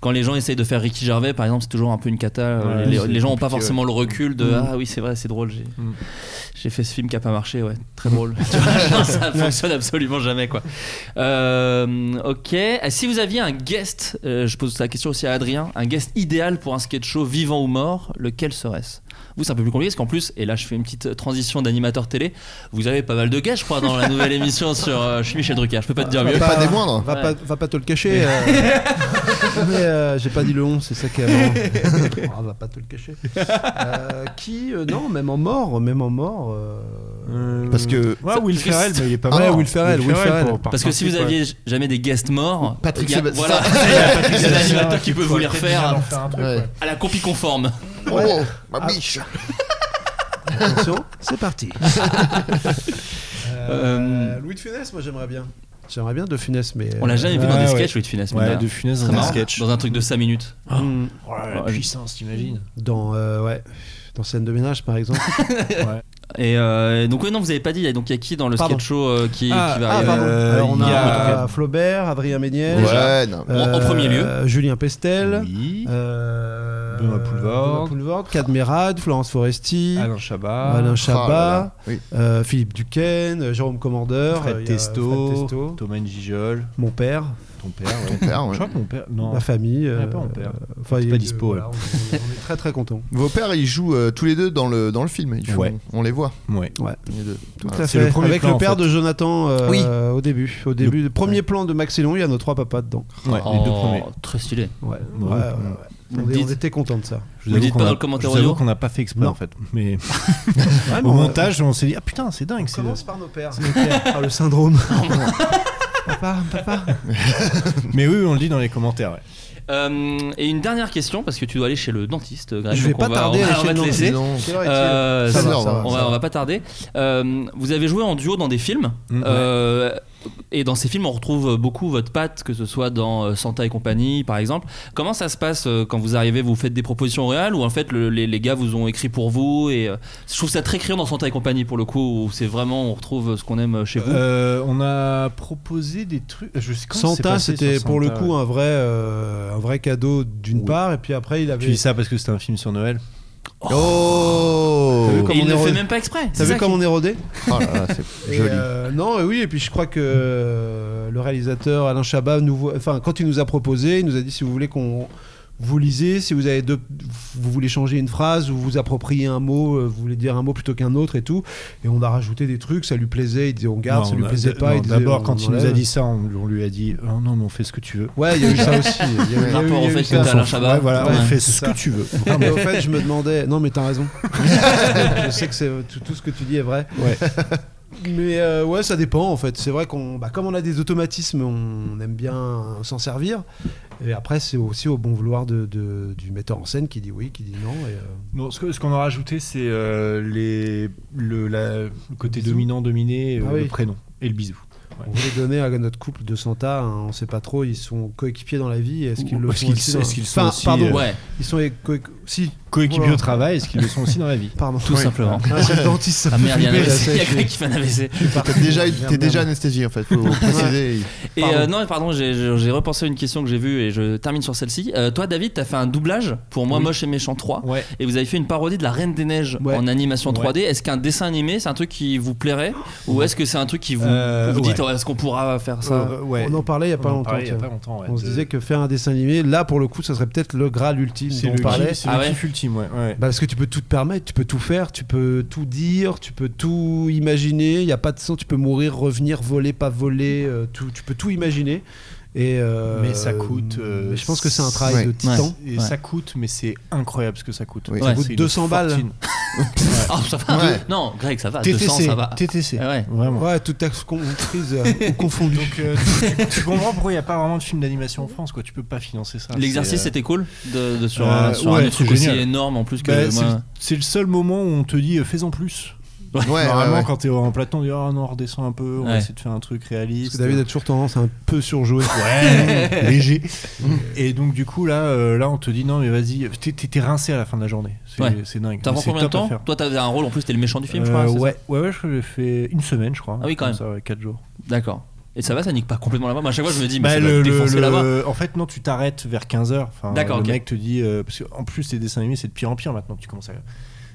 [SPEAKER 8] quand les gens essayent de faire Ricky Gervais, par exemple, c'est toujours un peu une cata. euh,
[SPEAKER 9] Ouais,
[SPEAKER 8] les,
[SPEAKER 9] c'est
[SPEAKER 8] les gens n'ont pas
[SPEAKER 9] compliqué,
[SPEAKER 8] forcément le recul de
[SPEAKER 9] Mm.
[SPEAKER 8] ah oui c'est vrai c'est drôle j'ai
[SPEAKER 9] Mm.
[SPEAKER 8] j'ai fait ce film qui a pas marché ouais très
[SPEAKER 9] [LAUGHS]
[SPEAKER 8] drôle. Tu vois, non, ça fonctionne absolument jamais quoi. Euh, ok. Ah, Si vous aviez un guest, euh, je pose la question aussi à Adrien, un guest idéal pour un sketch show vivant ou mort, lequel serait-ce Vous c'est un peu plus compliqué parce qu'en plus et là je fais une petite euh, transition d'animateur télé. Vous avez pas mal de guests je crois dans la nouvelle émission sur euh, je suis Michel Drucker. Je peux pas te dire mieux.
[SPEAKER 11] Pas, des moindres.
[SPEAKER 10] Va,
[SPEAKER 8] Ouais.
[SPEAKER 10] pas, va pas te le cacher. euh.
[SPEAKER 8] [LAUGHS]
[SPEAKER 10] Mais euh, j'ai pas dit le 11, c'est ça qui
[SPEAKER 8] [LAUGHS]
[SPEAKER 10] est marrant. Oh, va pas te le cacher. Euh, qui euh, Non, même en mort, même en mort. euh,
[SPEAKER 9] euh,
[SPEAKER 11] Parce que-
[SPEAKER 9] Ouais, Will
[SPEAKER 8] Christ-
[SPEAKER 9] Ferrell, mais il est pas
[SPEAKER 10] Ah,
[SPEAKER 9] mal.
[SPEAKER 10] Will Ferrell, Will Ferrell.
[SPEAKER 8] Parce que si vous aviez jamais des guests morts,
[SPEAKER 11] Patrick
[SPEAKER 8] [LAUGHS] il y a-
[SPEAKER 11] Sébastien.
[SPEAKER 8] voilà, c'est l'animateur qui peut vous les refaire
[SPEAKER 11] Ouais.
[SPEAKER 8] à la copie conforme.
[SPEAKER 11] Oh,
[SPEAKER 8] Ah,
[SPEAKER 11] ma biche
[SPEAKER 10] Attention, [LAUGHS] c'est parti. Euh, Louis de Funès, moi j'aimerais bien. J'aimerais bien de Funès, mais. euh,
[SPEAKER 8] On l'a jamais vu dans
[SPEAKER 9] Ouais,
[SPEAKER 8] des
[SPEAKER 9] ouais.
[SPEAKER 8] sketchs, Louis de Funès.
[SPEAKER 9] Ouais,
[SPEAKER 8] mine
[SPEAKER 9] de
[SPEAKER 8] de rien.
[SPEAKER 9] Funès
[SPEAKER 8] Très
[SPEAKER 9] dans un
[SPEAKER 8] marrant.
[SPEAKER 9] sketch.
[SPEAKER 8] Dans un truc de 5 minutes.
[SPEAKER 10] Hmm,
[SPEAKER 9] Oh là, la
[SPEAKER 8] Ouais.
[SPEAKER 9] puissance, t'imagines
[SPEAKER 10] Dans, euh, ouais, dans scène de ménage par exemple.
[SPEAKER 8] Et euh, donc, oui, non, vous avez pas dit. Donc, il y a qui dans le
[SPEAKER 10] Pardon.
[SPEAKER 8] sketch show euh, qui,
[SPEAKER 10] Ah,
[SPEAKER 8] qui va
[SPEAKER 10] ah,
[SPEAKER 8] arriver
[SPEAKER 10] pardon.
[SPEAKER 9] Euh,
[SPEAKER 10] Alors, on
[SPEAKER 9] il y
[SPEAKER 8] Ah,
[SPEAKER 10] a, euh,
[SPEAKER 9] a-
[SPEAKER 10] Flaubert, Adrien Méniel,
[SPEAKER 8] Euh,
[SPEAKER 11] Ouais, non.
[SPEAKER 8] En- en premier lieu.
[SPEAKER 10] Julien Pestel,
[SPEAKER 9] Oui.
[SPEAKER 10] euh,
[SPEAKER 9] Benoît Poulvord.
[SPEAKER 10] Benoît Poulvord, Cadmerade, Florence Foresti,
[SPEAKER 9] Alain Chabat.
[SPEAKER 10] Alain
[SPEAKER 11] Ah là
[SPEAKER 10] Chabat,
[SPEAKER 11] là. Oui.
[SPEAKER 10] euh, Philippe Duquesne, euh, Jérôme Commandeur, euh,
[SPEAKER 9] Fred
[SPEAKER 10] il y a
[SPEAKER 9] Testo,
[SPEAKER 10] Fred Testo,
[SPEAKER 9] Thomas Njijol,
[SPEAKER 10] mon père,
[SPEAKER 9] ton père. ouais.
[SPEAKER 11] père, ouais.
[SPEAKER 9] Je crois que mon père. Non.
[SPEAKER 10] ma famille.
[SPEAKER 9] Ouais,
[SPEAKER 10] euh,
[SPEAKER 9] pas mon père.
[SPEAKER 10] enfin,
[SPEAKER 9] T'es
[SPEAKER 10] il y a
[SPEAKER 9] pas
[SPEAKER 10] eu-
[SPEAKER 9] dispo,
[SPEAKER 10] voilà, on, on est très très contents.
[SPEAKER 11] Vos pères, ils jouent euh, tous les deux dans le, dans le film. Ils font-
[SPEAKER 9] Ouais.
[SPEAKER 11] On les voit.
[SPEAKER 9] Ouais.
[SPEAKER 11] les deux.
[SPEAKER 10] Tout
[SPEAKER 11] Voilà.
[SPEAKER 10] à
[SPEAKER 9] C'est
[SPEAKER 10] fait.
[SPEAKER 9] le premier
[SPEAKER 10] Avec
[SPEAKER 9] plan,
[SPEAKER 10] le père
[SPEAKER 9] en fait.
[SPEAKER 10] de Jonathan euh,
[SPEAKER 1] Oui.
[SPEAKER 10] au début. Au début, le premier plan de Maxilon, il y a nos trois papas dedans.
[SPEAKER 9] Ouais, les deux
[SPEAKER 8] Oh,
[SPEAKER 9] premiers.
[SPEAKER 8] Très stylé.
[SPEAKER 10] Ouais.
[SPEAKER 9] Ouais.
[SPEAKER 10] Ouais, ouais, ouais.
[SPEAKER 8] Vous
[SPEAKER 10] On, est-
[SPEAKER 8] dites-
[SPEAKER 10] on était contents de ça.
[SPEAKER 9] Je
[SPEAKER 8] Vous
[SPEAKER 9] avoue
[SPEAKER 8] dites
[SPEAKER 9] qu'on
[SPEAKER 8] pas
[SPEAKER 9] a-
[SPEAKER 8] dans le commentaire
[SPEAKER 9] Je vous avoue
[SPEAKER 8] audio
[SPEAKER 9] qu'on n'a pas fait exprès
[SPEAKER 10] Non.
[SPEAKER 9] en fait. Mais
[SPEAKER 10] mais
[SPEAKER 9] au
[SPEAKER 10] on-
[SPEAKER 9] montage, on s'est dit ah putain, c'est dingue. c'est-
[SPEAKER 10] On commence par nos pères. Par le syndrome. [LAUGHS] papa, papa.
[SPEAKER 9] Mais oui, oui, on le dit dans les commentaires. ouais.
[SPEAKER 8] Euh, et une dernière question, parce que tu dois aller chez le dentiste, Greg.
[SPEAKER 10] Je vais
[SPEAKER 8] donc on
[SPEAKER 10] pas tarder
[SPEAKER 8] on
[SPEAKER 10] à aller
[SPEAKER 8] on
[SPEAKER 10] chez le
[SPEAKER 8] te
[SPEAKER 10] dentiste.
[SPEAKER 8] laisser.
[SPEAKER 11] Non.
[SPEAKER 10] Quelle heure est-il
[SPEAKER 8] Euh,
[SPEAKER 11] Ça
[SPEAKER 8] ça
[SPEAKER 11] va,
[SPEAKER 8] va,
[SPEAKER 11] ça va,
[SPEAKER 8] on, va, on va pas tarder. Euh, vous avez joué en duo dans des films.
[SPEAKER 9] Mm.
[SPEAKER 8] Euh, et dans ces films, on retrouve beaucoup votre patte, que ce soit dans euh, Santa et compagnie, par exemple. Comment ça se passe euh, quand vous arrivez Vous faites des propositions réelles ou en fait le- les, les gars vous ont écrit pour vous Et euh, je trouve ça très criant dans Santa et compagnie pour le coup, où c'est vraiment on retrouve ce qu'on aime chez vous.
[SPEAKER 9] Euh, on a Euh, proposé des trucs. Je sais comment c'est
[SPEAKER 10] Santa,
[SPEAKER 9] passé sur
[SPEAKER 10] c'était pour le
[SPEAKER 9] Santa,
[SPEAKER 10] coup
[SPEAKER 9] ouais.
[SPEAKER 10] un vrai, euh, euh, un vrai cadeau d'une part, et puis après il avait.
[SPEAKER 9] Tu dis ça parce que c'était un film sur Noël
[SPEAKER 10] Oh,
[SPEAKER 9] T'as vu
[SPEAKER 10] comme
[SPEAKER 9] Et il
[SPEAKER 10] on
[SPEAKER 9] le
[SPEAKER 10] est
[SPEAKER 9] fait
[SPEAKER 10] rodé
[SPEAKER 8] même pas exprès,
[SPEAKER 10] T'as
[SPEAKER 8] c'est
[SPEAKER 10] vu
[SPEAKER 8] ça
[SPEAKER 10] comme
[SPEAKER 8] qui-
[SPEAKER 10] on est rodé
[SPEAKER 11] Oh là là,
[SPEAKER 10] [LAUGHS]
[SPEAKER 11] c'est
[SPEAKER 10] Et,
[SPEAKER 11] joli.
[SPEAKER 10] euh, non, et oui, et puis je crois que euh, le réalisateur Alain Chabat, nous voit- enfin, quand il nous a proposé, il nous a dit si vous voulez qu'on vous lisez, si vous avez deux, vous voulez changer une phrase, ou vous appropriez un mot, euh, vous voulez dire un mot plutôt qu'un autre et tout. Et on a rajouté des trucs, ça lui plaisait, il disait on garde,
[SPEAKER 9] Non,
[SPEAKER 10] ça lui
[SPEAKER 9] on a-
[SPEAKER 10] plaisait pas.
[SPEAKER 9] non,
[SPEAKER 10] il disait,
[SPEAKER 9] D'abord,
[SPEAKER 10] on
[SPEAKER 9] quand il oh, nous a
[SPEAKER 10] enlève.
[SPEAKER 9] dit ça, on, on lui a dit Ah Non, mais on fait ce que tu veux.
[SPEAKER 10] Ouais, il y a eu ça aussi. Il y a eu- il y a eu-
[SPEAKER 9] Par rapport
[SPEAKER 10] il y a
[SPEAKER 9] au
[SPEAKER 10] eu
[SPEAKER 9] fait
[SPEAKER 10] ça.
[SPEAKER 9] que t'as Alain Chabat.
[SPEAKER 10] Ouais, voilà,
[SPEAKER 9] Ouais,
[SPEAKER 10] on fait
[SPEAKER 9] c'est
[SPEAKER 10] ce
[SPEAKER 9] ça.
[SPEAKER 10] que tu veux.
[SPEAKER 9] Vraiment. [LAUGHS]
[SPEAKER 10] Et au fait, je me demandais. Non, mais t'as raison. je sais que c'est tout, tout ce que tu dis est vrai.
[SPEAKER 9] Ouais.
[SPEAKER 10] [LAUGHS] Mais euh, ouais, ça dépend en fait. C'est vrai qu'on, bah, comme on a des automatismes, on aime bien s'en servir. Et après, c'est aussi au bon vouloir de, de- du metteur en scène qui dit oui, qui dit non. Et, euh,
[SPEAKER 9] Non, ce que- ce qu'on a rajouté, c'est euh, les- le, la- le côté dominant-dominé, euh,
[SPEAKER 10] Ah oui.
[SPEAKER 9] le prénom et le bisou. Ouais.
[SPEAKER 10] On voulait donner à notre couple de Santa, hein, on sait pas trop, ils sont coéquipiers dans la vie, est-ce qu'ils le
[SPEAKER 9] Est-ce
[SPEAKER 10] sont
[SPEAKER 9] qu'ils-
[SPEAKER 10] aussi dans-
[SPEAKER 9] est-ce qu'ils sont
[SPEAKER 10] Enfin,
[SPEAKER 9] aussi,
[SPEAKER 10] pardon,
[SPEAKER 9] euh, Ouais.
[SPEAKER 10] ils sont coéquipiers si.
[SPEAKER 9] Coéquipiers
[SPEAKER 10] Voilà.
[SPEAKER 9] au travail, est-ce
[SPEAKER 8] [LAUGHS]
[SPEAKER 9] qu'ils le sont aussi dans la vie
[SPEAKER 10] Pardon.
[SPEAKER 8] Tout simplement.
[SPEAKER 10] Ah, c'est le dentiste, ça
[SPEAKER 8] Ah,
[SPEAKER 10] me
[SPEAKER 8] merde,
[SPEAKER 10] fait
[SPEAKER 8] [LAUGHS] il y a un AVC, il y a
[SPEAKER 10] flipper, ça, je-
[SPEAKER 8] quelqu'un qui fait un AVC.
[SPEAKER 10] Je suis pas-
[SPEAKER 11] T'es déjà, t'es
[SPEAKER 10] Merde.
[SPEAKER 11] déjà anesthésié en fait, faut préciser.
[SPEAKER 8] Et
[SPEAKER 11] Pardon.
[SPEAKER 8] euh, non, pardon, j'ai- j'ai j'ai repensé à une question que j'ai vue et je termine sur celle-ci. Euh, toi, David, t'as fait un doublage pour Moi
[SPEAKER 9] Oui.
[SPEAKER 8] Moche et Méchant 3
[SPEAKER 9] Ouais.
[SPEAKER 8] et vous avez fait une parodie de La Reine des Neiges
[SPEAKER 9] Ouais.
[SPEAKER 8] en animation
[SPEAKER 9] Ouais.
[SPEAKER 8] 3D. Est-ce qu'un dessin animé, c'est un truc qui vous plairait ou est-ce que c'est un truc qui vous,
[SPEAKER 9] Euh,
[SPEAKER 8] vous dites
[SPEAKER 9] ouais.
[SPEAKER 8] oh, est-ce qu'on pourra faire ça
[SPEAKER 9] Euh, ouais.
[SPEAKER 10] On en parlait il y a pas
[SPEAKER 9] On en
[SPEAKER 10] longtemps.
[SPEAKER 9] parlait il y a
[SPEAKER 10] tiens.
[SPEAKER 9] pas longtemps, ouais,
[SPEAKER 10] on se
[SPEAKER 9] de-
[SPEAKER 10] disait que faire un dessin animé, là pour le coup, ça serait peut-être le graal ultime.
[SPEAKER 9] C'est
[SPEAKER 10] dont
[SPEAKER 9] le
[SPEAKER 10] on parlait.
[SPEAKER 9] kiff- c'est le
[SPEAKER 8] Ah ouais.
[SPEAKER 9] kiff ultime, ouais. ouais.
[SPEAKER 10] Bah, parce que tu peux tout te permettre, tu peux tout faire, tu peux tout dire, tu peux tout imaginer. Il n'y a pas de sens, tu peux mourir, revenir, voler, pas voler, euh, tout, tu peux tout imaginer. Et euh,
[SPEAKER 9] mais ça coûte. euh,
[SPEAKER 10] mais je pense que c'est un travail
[SPEAKER 9] ouais.
[SPEAKER 10] de titan.
[SPEAKER 9] Et ça coûte, mais c'est incroyable ce que ça coûte.
[SPEAKER 10] Ça coûte
[SPEAKER 9] C'est une
[SPEAKER 10] 200 balles.
[SPEAKER 9] fortune.
[SPEAKER 8] Oh, ça va.
[SPEAKER 9] Ouais.
[SPEAKER 8] Non, Greg, ça va. 200,
[SPEAKER 9] TTC,
[SPEAKER 8] ça va.
[SPEAKER 9] TTC.
[SPEAKER 8] Ah ouais.
[SPEAKER 9] Vraiment.
[SPEAKER 10] Ouais, toute taxe
[SPEAKER 9] [LAUGHS]
[SPEAKER 10] comprise euh, ou confondue.
[SPEAKER 9] Donc, euh, tu- tu comprends pourquoi il n'y a pas vraiment de film d'animation en France, quoi. Tu peux pas financer ça.
[SPEAKER 8] L'exercice
[SPEAKER 9] C'est, euh,
[SPEAKER 8] était cool de, de- sur,
[SPEAKER 9] Euh,
[SPEAKER 8] un- sur
[SPEAKER 9] ouais,
[SPEAKER 8] un autre truc
[SPEAKER 9] c'est
[SPEAKER 8] aussi
[SPEAKER 9] génial.
[SPEAKER 8] énorme en plus que
[SPEAKER 9] Bah, c'est
[SPEAKER 8] moi-
[SPEAKER 9] le- C'est le seul moment où on te dit euh, fais-en plus.
[SPEAKER 8] Ouais,
[SPEAKER 11] ouais,
[SPEAKER 9] Normalement,
[SPEAKER 11] ouais.
[SPEAKER 9] quand t'es en plateau, on dit oh non, redescends un peu, on
[SPEAKER 8] Ouais.
[SPEAKER 9] va essayer de faire un truc réaliste.
[SPEAKER 10] Parce que David a toujours tendance à un peu surjouer.
[SPEAKER 9] [LAUGHS] Ouais, [LAUGHS] léger. Et donc, du coup, là, euh, là on te dit non, mais vas-y, t'es- t'es t'es rincé à la fin de la journée. C'est
[SPEAKER 8] Ouais.
[SPEAKER 9] c'est dingue.
[SPEAKER 8] T'as
[SPEAKER 9] Mais
[SPEAKER 8] pris
[SPEAKER 9] c'est
[SPEAKER 8] combien de
[SPEAKER 9] top à
[SPEAKER 8] temps
[SPEAKER 9] faire.
[SPEAKER 8] Toi, t'avais un rôle en plus, t'es le méchant du film, je
[SPEAKER 9] Euh,
[SPEAKER 8] crois. c'est ça
[SPEAKER 9] ouais. ouais, ouais, je crois que j'ai fait une semaine, je crois.
[SPEAKER 8] Ah oui, quand
[SPEAKER 9] Comme Ça,
[SPEAKER 8] même.
[SPEAKER 9] ouais, 4 jours.
[SPEAKER 8] D'accord. Et ça va, ça nique pas complètement la main. À chaque fois, je me dis, mais
[SPEAKER 9] Bah,
[SPEAKER 8] ça
[SPEAKER 9] le-
[SPEAKER 8] va
[SPEAKER 9] le-
[SPEAKER 8] défoncer
[SPEAKER 9] le-
[SPEAKER 8] la main.
[SPEAKER 9] En fait, non, tu t'arrêtes vers 15h. Enfin,
[SPEAKER 8] D'accord,
[SPEAKER 9] le
[SPEAKER 8] ok.
[SPEAKER 9] mec te dit. euh, parce qu'en plus, les dessins animés, c'est de pire en pire maintenant. Tu commences à.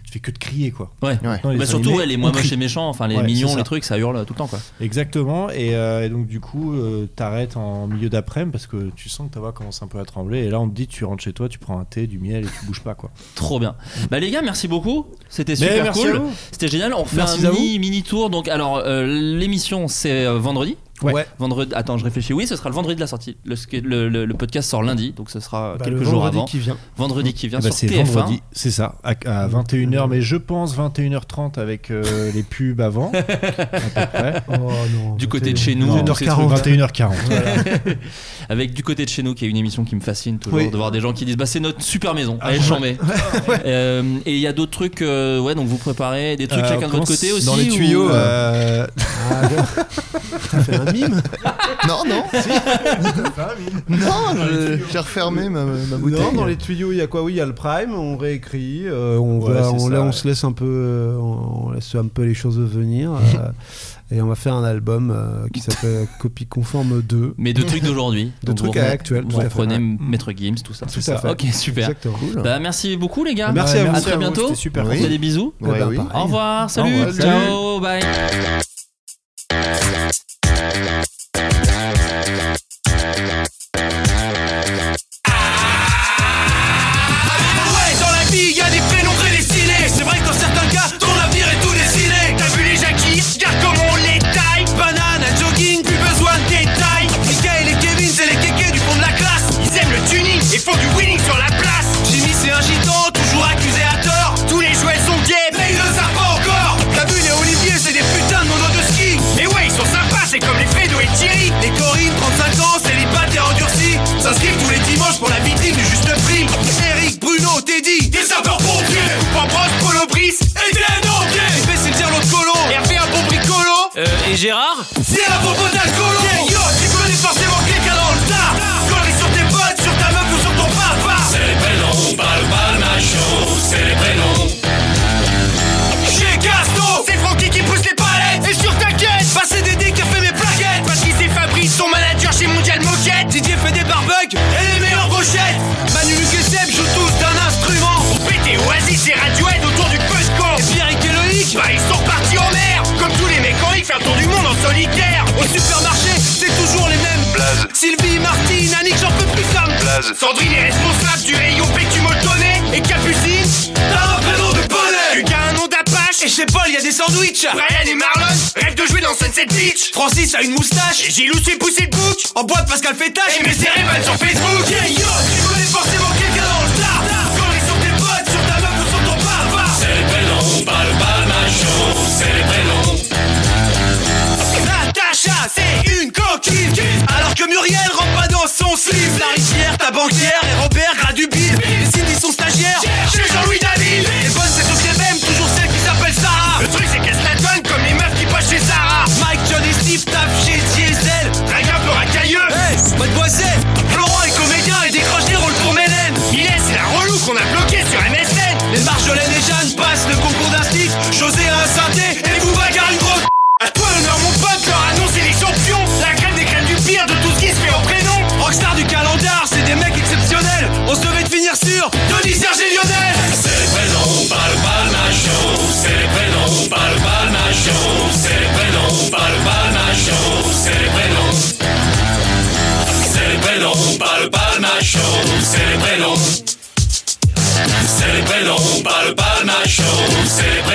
[SPEAKER 9] Tu fais que de crier, quoi.
[SPEAKER 8] Ouais.
[SPEAKER 9] Maintenant, les
[SPEAKER 8] Bah,
[SPEAKER 9] dessins
[SPEAKER 8] surtout
[SPEAKER 9] animés,
[SPEAKER 8] ouais, les
[SPEAKER 9] on
[SPEAKER 8] moins moches
[SPEAKER 9] crie.
[SPEAKER 8] et méchants, enfin les
[SPEAKER 9] Ouais, c'est
[SPEAKER 8] mignons,
[SPEAKER 9] ça.
[SPEAKER 8] les trucs, ça hurle tout le temps quoi.
[SPEAKER 9] Exactement. Et, euh, et donc, du coup, euh, t'arrêtes en milieu d'après-midi parce que tu sens que ta voix commence un peu à trembler. Et là, on te dit, tu rentres chez toi, tu prends un thé, du miel et tu bouges pas, quoi.
[SPEAKER 8] Trop bien. Bah les gars, merci beaucoup. C'était
[SPEAKER 9] Mais
[SPEAKER 8] super
[SPEAKER 9] merci à
[SPEAKER 8] cool.
[SPEAKER 9] vous.
[SPEAKER 8] C'était génial. On refait
[SPEAKER 9] Merci
[SPEAKER 8] un
[SPEAKER 9] à
[SPEAKER 8] mini mini tour. Donc alors euh, l'émission c'est euh, vendredi.
[SPEAKER 9] Ouais.
[SPEAKER 8] Vendredi. Attends, je réfléchis. Oui, ce sera le vendredi de la sortie. Le, sk- le, le- le podcast sort lundi, donc ce sera
[SPEAKER 10] Bah,
[SPEAKER 8] quelques
[SPEAKER 10] le
[SPEAKER 8] jours
[SPEAKER 10] vendredi
[SPEAKER 8] avant.
[SPEAKER 9] [LAUGHS]
[SPEAKER 10] qui vient.
[SPEAKER 8] Vendredi qui vient
[SPEAKER 9] Eh ben,
[SPEAKER 8] sur
[SPEAKER 9] c'est
[SPEAKER 8] TF1.
[SPEAKER 9] vendredi, c'est ça, à, 21h, mais je pense 21h30 avec
[SPEAKER 8] [LAUGHS]
[SPEAKER 9] euh, les pubs avant. à peu près.
[SPEAKER 10] Oh non.
[SPEAKER 8] Du
[SPEAKER 10] bah,
[SPEAKER 8] côté
[SPEAKER 10] c'est-
[SPEAKER 8] de chez nous. tous ces
[SPEAKER 10] 21h40.
[SPEAKER 8] trucs-là.
[SPEAKER 9] 21h40.
[SPEAKER 8] Avec du côté de chez nous, qui est une émission qui me fascine toujours,
[SPEAKER 10] Oui.
[SPEAKER 8] de voir des gens qui disent bah c'est notre super maison, allez chambée. Euh, et il y a d'autres trucs, euh, ouais, donc vous préparez des trucs
[SPEAKER 9] Euh,
[SPEAKER 8] chacun de votre
[SPEAKER 9] comment
[SPEAKER 8] côté
[SPEAKER 9] c'est-
[SPEAKER 8] aussi.
[SPEAKER 11] dans les
[SPEAKER 8] ou-
[SPEAKER 11] tuyaux, euh,
[SPEAKER 9] Euh,
[SPEAKER 10] Ah, bon. [LAUGHS] T'as fait un mime
[SPEAKER 11] Non,
[SPEAKER 10] [LAUGHS]
[SPEAKER 11] non, si. non, je- j'ai refermé ma, ma bouteille.
[SPEAKER 10] Non, dans les tuyaux, il y a quoi Oui, il y a le Prime, on réécrit, euh, on,
[SPEAKER 9] Ouais,
[SPEAKER 10] va-
[SPEAKER 9] c'est
[SPEAKER 10] on,
[SPEAKER 9] ça,
[SPEAKER 10] là, on
[SPEAKER 9] ouais.
[SPEAKER 10] se laisse un peu, euh, on on laisse un peu les choses venir, euh, et on va faire un album euh, qui s'appelle Copie conforme 2.
[SPEAKER 8] Mais de trucs d'aujourd'hui.
[SPEAKER 10] De
[SPEAKER 8] Donc
[SPEAKER 10] trucs
[SPEAKER 8] vous-
[SPEAKER 10] actuels, tout
[SPEAKER 8] Vous
[SPEAKER 10] à fait.
[SPEAKER 8] prenez
[SPEAKER 10] Ouais.
[SPEAKER 8] Maître Gims, tout ça.
[SPEAKER 10] Tout à fait.
[SPEAKER 8] Ok, super.
[SPEAKER 10] Exactement.
[SPEAKER 8] Bah, merci beaucoup, les gars.
[SPEAKER 10] Merci à vous.
[SPEAKER 8] À
[SPEAKER 10] Merci à
[SPEAKER 8] très
[SPEAKER 10] vous,
[SPEAKER 8] bientôt.
[SPEAKER 9] c'était super
[SPEAKER 8] On
[SPEAKER 11] cool.
[SPEAKER 8] fait des bisous.
[SPEAKER 10] Eh ben,
[SPEAKER 11] Ouais, oui.
[SPEAKER 10] pareil.
[SPEAKER 8] Au revoir. Salut.
[SPEAKER 11] revoir,
[SPEAKER 8] Ciao. Bye.
[SPEAKER 13] Ouais, dans la vie, y a des pénombrés des ciné. C'est vrai que dans certains cas, ton avenir est tout dessiné. T'as vu les jackies Regarde comment on les taille. Banane à jogging, plus besoin de détails. Michael et Kevin, c'est les kékés du fond de la classe. Ils aiment le tuning et font du winning sur la place. Jimmy, c'est un gitan, toujours accusé à tort. Tous les jouets sont gays, mais ils le savent pas encore. T'as vu les Olivier, c'est des putains de monos de ski. Mais ouais, ils sont sympas, c'est comme les Fredo et Thierry. Les Corinne, 35 ans, célibataire endurci. S'inscrivent tous les dimanches pour la vitrine du juste prix. Eric, Bruno, Teddy, des sapeurs-pompiers. Pambros, Polo Brice, et Dylan Anguet. Épée, c'est le dire l'autre colo. Hervé, un bon bricolo.
[SPEAKER 7] Euh, et Gérard
[SPEAKER 13] C'est la propos d'un colo. Yeah, yo, tu connais forcément quelqu'un dans le tas. Coller sur tes potes, sur ta meuf ou sur ton papa. C'est les prénoms, pas le panachot, c'est les prénoms. Chez Gaston, c'est Francky qui pousse les palettes. Et sur ta quête, bah c'est Dédé qui a fait mes plaquettes. Patrice et Fabrice sont managers chez Mondial Moquette. Didier fait des barbecues et les meilleurs brochettes.
[SPEAKER 8] Bah,
[SPEAKER 4] Cause.
[SPEAKER 8] Sandrine est responsable du rayon Pétumotonné et Capucine. T'as un prénom de bonnet. Tu as un nom d'apache. Et chez Paul, y a des sandwichs. Brian et Marlon rêvent de jouer dans Sunset Beach. Francis a une moustache. Et Gilou s'est poussé le bouc. En boîte Pascal fait tâche. Et mes cérémales sur Facebook. Yeah, yo, tu connais forcément quelqu'un dans le tas. Quand ils sont tes potes, sur ta meuf ou sur ton barbare. C'est les prénoms, pas le palmachon. C'est les prénoms. Natacha, c'est une coquine Alors que Muriel rentre pas dans son slip La rivière, ta banquière et Robert gras du bide Les Cindy sont stagiaires chez Jean-Louis David Les bonnes c'est toutes les mêmes, toujours celles qui s'appellent Sarah Le truc c'est qu'elles se la donnent comme les meufs qui passent chez Sarah Mike, John et Steve tapent chez Diesel Drague un peu racailleux Hey, mademoiselle Florent est comédien et décroche des rôles pour Mélène Inès c'est la relou qu'on a bloqué sur MSN Les Marjolaine et Jeanne passent le concours d'un stick José a un synthé et vous bagarre une grosse à toi l'honneur mon pote, leur annonce c'est les champions La crème des crèmes du pire de tout ce qui se fait au prénom Rockstar du calendar, c'est des mecs exceptionnels On se devait de finir sur Denis Serge et Lionel C'est les prénoms, pas le palmachon C'est les prénoms, pas le palmachon C'est les prénoms, pas le palmachon C'est les prénoms C'est les prénoms, pas le palmachon C'est les prénoms C'est les prénoms, pas le palmachon C'est les prénoms